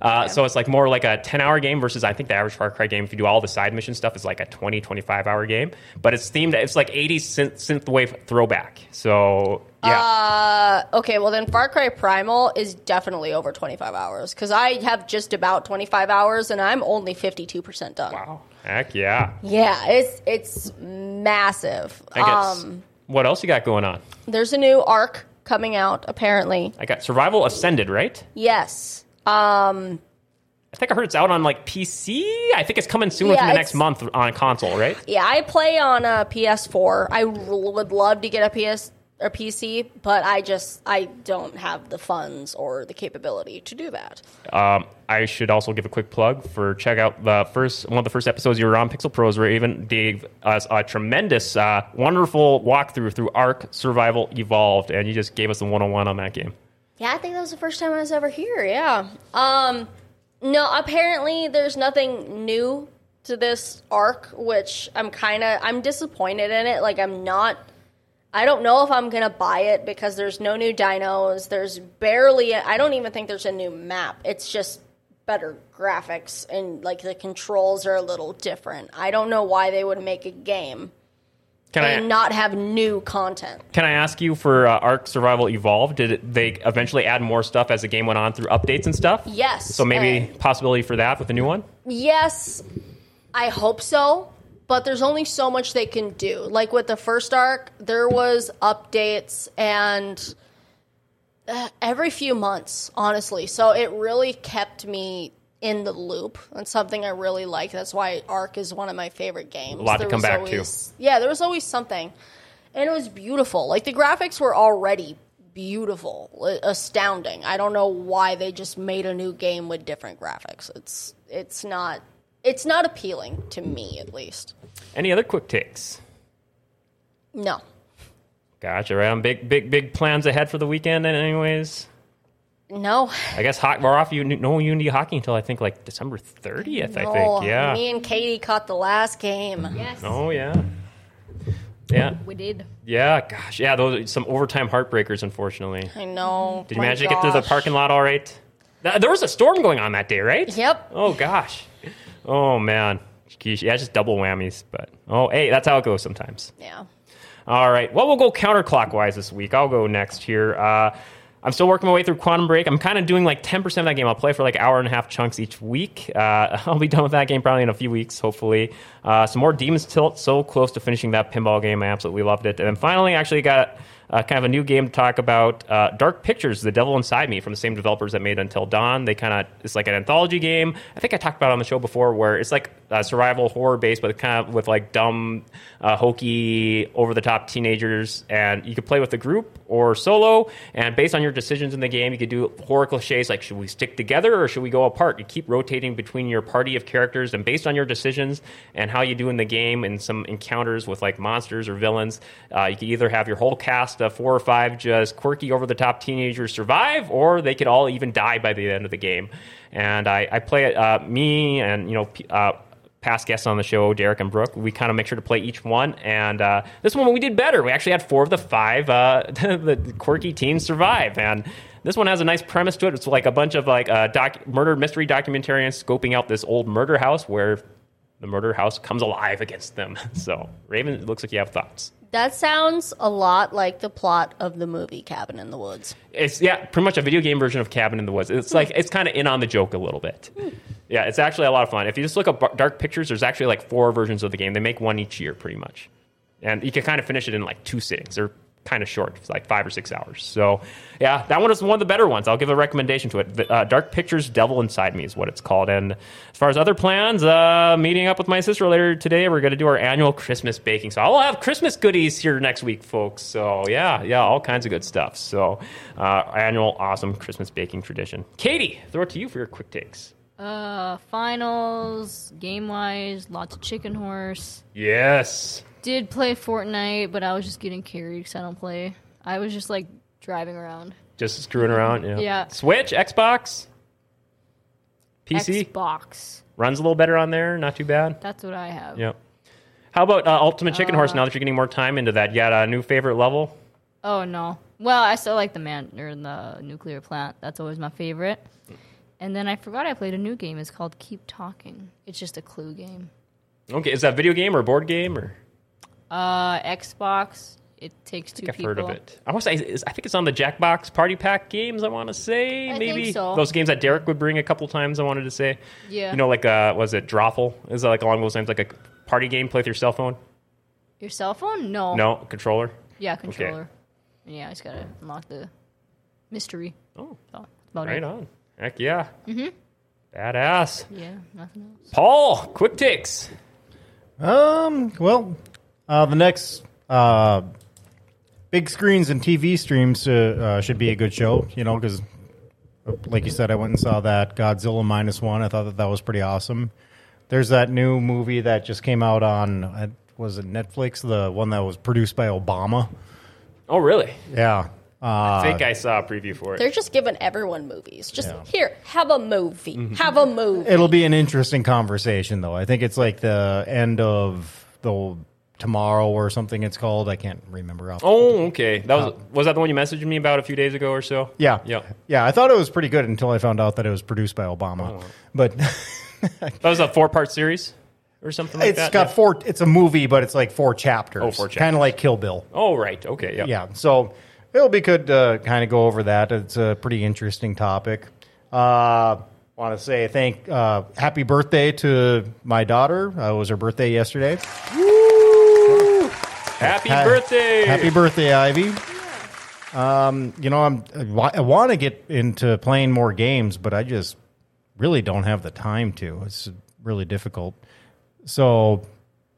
[SPEAKER 1] Uh, So it's like more like a 10 hour game versus I think the average Far Cry game, if you do all the side mission stuff, is like a 20, 25 hour game. But it's themed, it's like 80s synth, synthwave throwback. So yeah.
[SPEAKER 4] Uh, okay, well then Far Cry Primal is definitely over 25 hours cuz I have just about 25 hours and I'm only 52% done.
[SPEAKER 1] wow. Heck yeah.
[SPEAKER 4] Yeah, it's it's massive.
[SPEAKER 1] I guess.
[SPEAKER 4] Um
[SPEAKER 1] what else you got going on?
[SPEAKER 4] there's a new arc coming out apparently.
[SPEAKER 1] I got Survival Ascended, right?
[SPEAKER 4] Yes. Um
[SPEAKER 1] I think I heard it's out on like PC. I think it's coming soon
[SPEAKER 4] Yeah,
[SPEAKER 1] within the
[SPEAKER 4] it's-
[SPEAKER 1] next month on console, right?
[SPEAKER 4] Yeah, I play on a PS4. I r- would love to get a PS or PC, but I just I don't have the funds or the capability to do that.
[SPEAKER 1] Um, I should also give a quick plug for check out the first one of the first episodes you were on Pixel Pros, where even gave us a tremendous, uh, wonderful walkthrough through Arc Survival Evolved, and you just gave us the 101 on that game.
[SPEAKER 4] Yeah, I think that was the first time I was ever here. Yeah. Um, no, apparently there's nothing new to this arc, which I'm kind of I'm disappointed in it. Like I'm not. I don't know if I'm gonna buy it because there's no new dinos. There's barely. I don't even think there's a new map. It's just better graphics and like the controls are a little different. I don't know why they would make a game
[SPEAKER 1] Can
[SPEAKER 4] and not have new content.
[SPEAKER 1] Can I ask you for uh, Ark Survival Evolved? Did it, they eventually add more stuff as the game went on through updates and stuff?
[SPEAKER 4] Yes.
[SPEAKER 1] So maybe
[SPEAKER 4] and-
[SPEAKER 1] possibility for that with a new one.
[SPEAKER 4] yes, I hope so, but there's only so much they can do. Like with the first arc, there was updates and uh, every few months, honestly. So it really kept me in the loop. That's something I really like. That's why Arc is one of my favorite games.
[SPEAKER 1] A lot to come
[SPEAKER 4] was
[SPEAKER 1] back to.
[SPEAKER 4] always, to. Yeah, there was always something. And it was beautiful. Like the graphics were already beautiful, a- astounding. I don't know why they just made a new game with different graphics. It's it's not it's not appealing to me at least.
[SPEAKER 1] Any other quick takes?
[SPEAKER 4] No.
[SPEAKER 1] Gotcha. Right. on big, big, big plans ahead for the weekend. And anyways,
[SPEAKER 4] No.
[SPEAKER 1] I guess hot, we're off. You no Unity hockey until I think like December thirtieth. I
[SPEAKER 4] No.
[SPEAKER 1] think. Yeah.
[SPEAKER 4] Me and Katie caught the last game.
[SPEAKER 6] Yes,
[SPEAKER 1] Oh yeah. Yeah.
[SPEAKER 6] we did.
[SPEAKER 1] Yeah. Gosh. Yeah. Those are some overtime heartbreakers. Unfortunately.
[SPEAKER 4] I know.
[SPEAKER 1] Did you
[SPEAKER 4] My
[SPEAKER 1] manage to get through the
[SPEAKER 4] gosh.
[SPEAKER 1] parking lot all right? Th- There was a storm going on that day, right?
[SPEAKER 4] Yep.
[SPEAKER 1] Oh gosh. Oh man. Geesh. Yeah, just double whammies. But oh, hey, that's how it goes sometimes.
[SPEAKER 4] Yeah.
[SPEAKER 1] All right. Well, we'll go counterclockwise this week. I'll go next here. Uh, I'm still working my way through Quantum Break. I'm kind of doing like 10% of that game. I'll play for like hour and a half chunks each week. Uh, I'll be done with that game probably in a few weeks, hopefully. Uh, some more Demon's Tilt. So close to finishing that pinball game. I absolutely loved it. And then finally, actually got uh, kind of a new game to talk about. Uh, Dark Pictures, The Devil Inside Me, from the same developers that made Until Dawn. They kind of it's like an anthology game. I think I talked about it on the show before, where it's like uh, survival horror based, but kind of with like dumb, uh, hokey, over the top teenagers. And you could play with a group or solo. And based on your decisions in the game, you could do horror cliches like should we stick together or should we go apart? You keep rotating between your party of characters, and based on your decisions and how you do in the game, and some encounters with like monsters or villains, uh, you could either have your whole cast of four or five just quirky, over the top teenagers survive, or they could all even die by the end of the game. And I, I play it, uh, me and, you know, p- uh, past guests on the show, Derek and Brooke, we kind of make sure to play each one. And uh, this one we did better. We actually had four of the five uh, the quirky teens survive. And this one has a nice premise to it. It's like a bunch of like uh, doc- murder mystery documentarians scoping out this old murder house where the murder house comes alive against them. So Raven, it looks like you have thoughts.
[SPEAKER 4] That sounds a lot like the plot of the movie Cabin in the Woods.
[SPEAKER 1] It's yeah, pretty much a video game version of Cabin in the Woods. It's like it's kind of in on the joke a little bit. Yeah, it's actually a lot of fun. If you just look up Bar- Dark Pictures, there's actually like four versions of the game. They make one each year, pretty much, and you can kind of finish it in like two sittings. They're kind of short, it's like five or six hours. So yeah, that one is one of the better ones. I'll give a recommendation to it. The, Uh, Dark Pictures, Devil Inside Me is what it's called. And as far as other plans, uh, meeting up with my sister later today. We're going to do our annual Christmas baking. So I'll have Christmas goodies here next week, folks. So yeah, yeah, all kinds of good stuff. So uh, annual awesome Christmas baking tradition. Katie, throw it to you for your quick takes.
[SPEAKER 6] Uh, finals, game wise, lots of chicken horse.
[SPEAKER 1] Yes.
[SPEAKER 6] Did play Fortnite, but I was just getting carried because I don't play. I was just like driving around.
[SPEAKER 1] Just screwing around. Yeah.
[SPEAKER 6] Yeah.
[SPEAKER 1] Switch, Xbox, PC
[SPEAKER 6] Xbox.
[SPEAKER 1] runs a little better on there. Not too bad.
[SPEAKER 6] That's what I have.
[SPEAKER 1] Yep. How about uh, Ultimate Chicken Horse? Now that you're getting more time into that, you got a new favorite level.
[SPEAKER 6] Oh no. Well, I still like the man or the nuclear plant. That's always my favorite. And then I forgot I played a new game. It's called Keep Talking. It's just a clue game.
[SPEAKER 1] Okay, is that a video game or a board game or?
[SPEAKER 6] Uh, Xbox. It takes
[SPEAKER 1] I
[SPEAKER 6] two
[SPEAKER 1] think I've
[SPEAKER 6] people.
[SPEAKER 1] heard of it. I want to say is- I think it's on the Jackbox Party Pack games. I want to say
[SPEAKER 6] I
[SPEAKER 1] maybe
[SPEAKER 6] think so.
[SPEAKER 1] those games that Derek would bring a couple times. I wanted to say,
[SPEAKER 6] Yeah.
[SPEAKER 1] you know, like uh, was it Drawful? Is that like along those lines, like a party game play with your cell phone?
[SPEAKER 6] Your cell phone? No.
[SPEAKER 1] No controller.
[SPEAKER 6] Yeah, controller. Yeah, I just gotta unlock the mystery.
[SPEAKER 1] Oh,
[SPEAKER 6] So, that's about
[SPEAKER 1] right
[SPEAKER 6] it.
[SPEAKER 1] on. Heck yeah. Mm-hmm. Badass.
[SPEAKER 6] Yeah, nothing else.
[SPEAKER 1] Paul, quick takes.
[SPEAKER 5] Um. Well, uh, the next uh, big screens and TV streams uh, uh, should be a good show. You know, because like you said, I went and saw that Godzilla minus one. I thought that that was pretty awesome. There's that new movie that just came out on uh, was it Netflix? The one that was produced by Obama.
[SPEAKER 1] Oh, really?
[SPEAKER 5] Yeah.
[SPEAKER 1] I think I saw a preview for
[SPEAKER 4] They're
[SPEAKER 1] it.
[SPEAKER 4] just giving everyone movies. Just here, have a movie.
[SPEAKER 1] Mm-hmm.
[SPEAKER 4] Have a movie.
[SPEAKER 5] It'll be an interesting conversation, though. I think it's like the end of the tomorrow or something. It's called. I can't remember. Off.
[SPEAKER 1] Oh, okay. That was was that the one you messaged me about a few days ago or so?
[SPEAKER 5] Uh, yeah,
[SPEAKER 1] yeah.
[SPEAKER 5] yeah. I thought it was pretty good until I found out that it was produced by Obama.
[SPEAKER 1] Oh.
[SPEAKER 5] But
[SPEAKER 1] That was a four part series or something like
[SPEAKER 5] it's
[SPEAKER 1] that.
[SPEAKER 5] got
[SPEAKER 1] Yeah.
[SPEAKER 5] four. It's a movie, but it's like four chapters.
[SPEAKER 1] Oh, four
[SPEAKER 5] Kind
[SPEAKER 1] chapters.
[SPEAKER 5] of like Kill Bill.
[SPEAKER 1] Oh, right. Okay. Yeah.
[SPEAKER 5] Yeah. So it'll be good to kind of go over that. It's a pretty interesting topic. Uh, Want to say thank uh, happy birthday to my daughter. Uh, it was her birthday yesterday.
[SPEAKER 1] Happy
[SPEAKER 5] Ha-
[SPEAKER 1] birthday.
[SPEAKER 5] Happy birthday, Ivy. Um, you know, I'm I wa- I want to get into playing more games, but I just really don't have the time to. It's really difficult. So,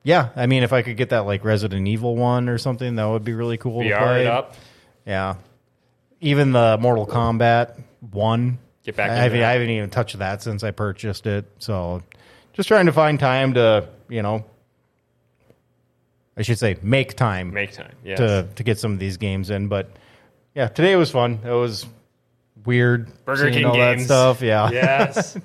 [SPEAKER 5] yeah, I mean, if I could get that like Resident Evil one or something, that would be really cool. to
[SPEAKER 1] VR
[SPEAKER 5] play.
[SPEAKER 1] it up.
[SPEAKER 5] Yeah. Even the Mortal Kombat one.
[SPEAKER 1] Get back
[SPEAKER 5] I
[SPEAKER 1] into
[SPEAKER 5] haven't,
[SPEAKER 1] that.
[SPEAKER 5] I haven't even touched that since I purchased it. So just trying to find time to, you know, I should say make time
[SPEAKER 1] Make time. Yes.
[SPEAKER 5] to, to get some of these games in. But yeah, today was fun. It was weird.
[SPEAKER 1] Burger
[SPEAKER 5] seeing
[SPEAKER 1] King
[SPEAKER 5] all
[SPEAKER 1] games.
[SPEAKER 5] that stuff. Yeah.
[SPEAKER 1] Yes.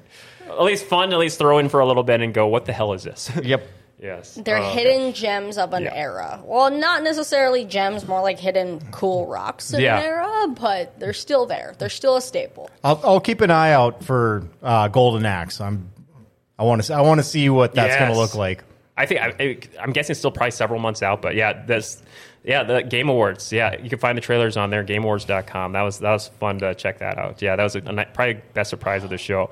[SPEAKER 1] at least fun. At least throw in for a little bit and go. What the hell is this?
[SPEAKER 5] yep.
[SPEAKER 1] yes.
[SPEAKER 4] They're
[SPEAKER 1] Oh, okay.
[SPEAKER 4] hidden gems of an
[SPEAKER 1] Yeah.
[SPEAKER 4] era. Well, not necessarily gems, more like hidden cool rocks in
[SPEAKER 1] Yeah.
[SPEAKER 4] an era, but they're still there. They're still a staple.
[SPEAKER 5] I'll, I'll keep an eye out for uh, Golden Axe. I'm. I want to. I want to see what that's going
[SPEAKER 1] Yes.
[SPEAKER 5] to look like.
[SPEAKER 1] I think I- I, I'm guessing it's still probably several months out, but yeah, this, yeah, the Game Awards. Yeah, you can find the trailers on there, GameAwards.com. That was that was fun to check that out. Yeah, that was a, a, ni- probably best surprise of the show.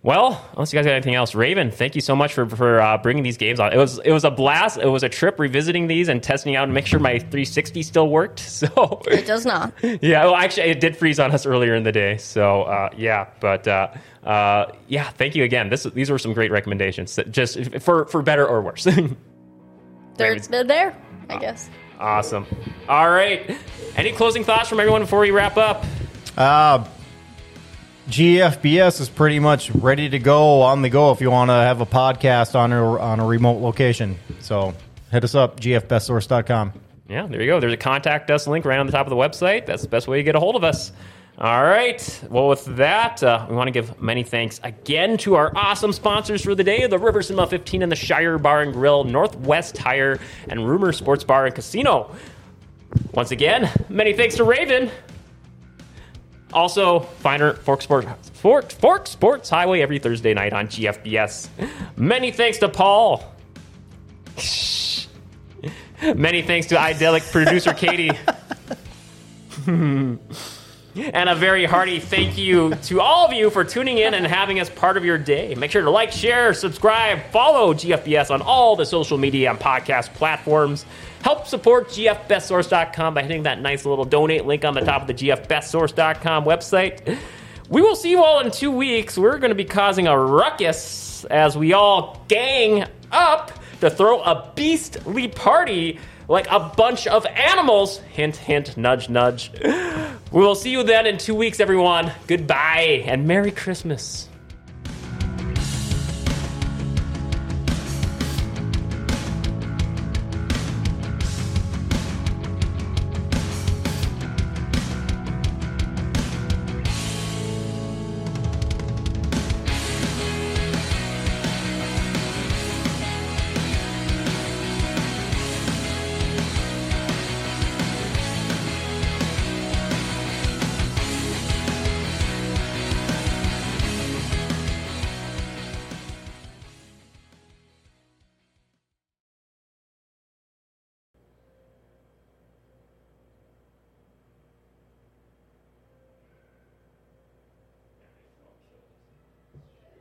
[SPEAKER 1] Well, unless you guys got anything else, Raven, thank you so much for for uh, bringing these games on. It was it was a blast. It was a trip revisiting these and testing out and make sure my 360 still worked. So
[SPEAKER 4] It does not.
[SPEAKER 1] yeah, well, actually, it did freeze on us earlier in the day. So uh, yeah, but uh, uh, yeah, thank you again. This these were some great recommendations that just for for better or worse.
[SPEAKER 4] They're,
[SPEAKER 1] Raven's-
[SPEAKER 4] they're there, I guess.
[SPEAKER 1] Awesome. All right. Any closing thoughts from everyone before we wrap up?
[SPEAKER 5] GFBS is pretty much ready to go on the go if you want to have a podcast on a, on a remote location. So hit us up, gfbestsource.com.
[SPEAKER 1] Yeah, there you go. There's a contact us link right on the top of the website. That's the best way to get a hold of us. All right. Well, with that, uh, we want to give many thanks again to our awesome sponsors for the day the River Cinema 15 and the Shire Bar and Grill, Northwest Tire, and Rumor Sports Bar and Casino. Once again, many thanks to Raven. Also, find her Fork Sports Fork, Fork Sports Highway every Thursday night on GFBS. Many thanks to Paul. Many thanks to idyllic producer Katie. and a very hearty thank you to all of you for tuning in and having us part of your day. Make sure to like, share, subscribe, follow GFBS on all the social media and podcast platforms. Help support GFBestSource.com by hitting that nice little donate link on the top of the GFBestSource.com website. We will see you all in two weeks. We're going to be causing a ruckus as we all gang up to throw a beastly party like a bunch of animals. Hint, hint, nudge, nudge. We will see you then in two weeks, everyone. Goodbye and Merry Christmas.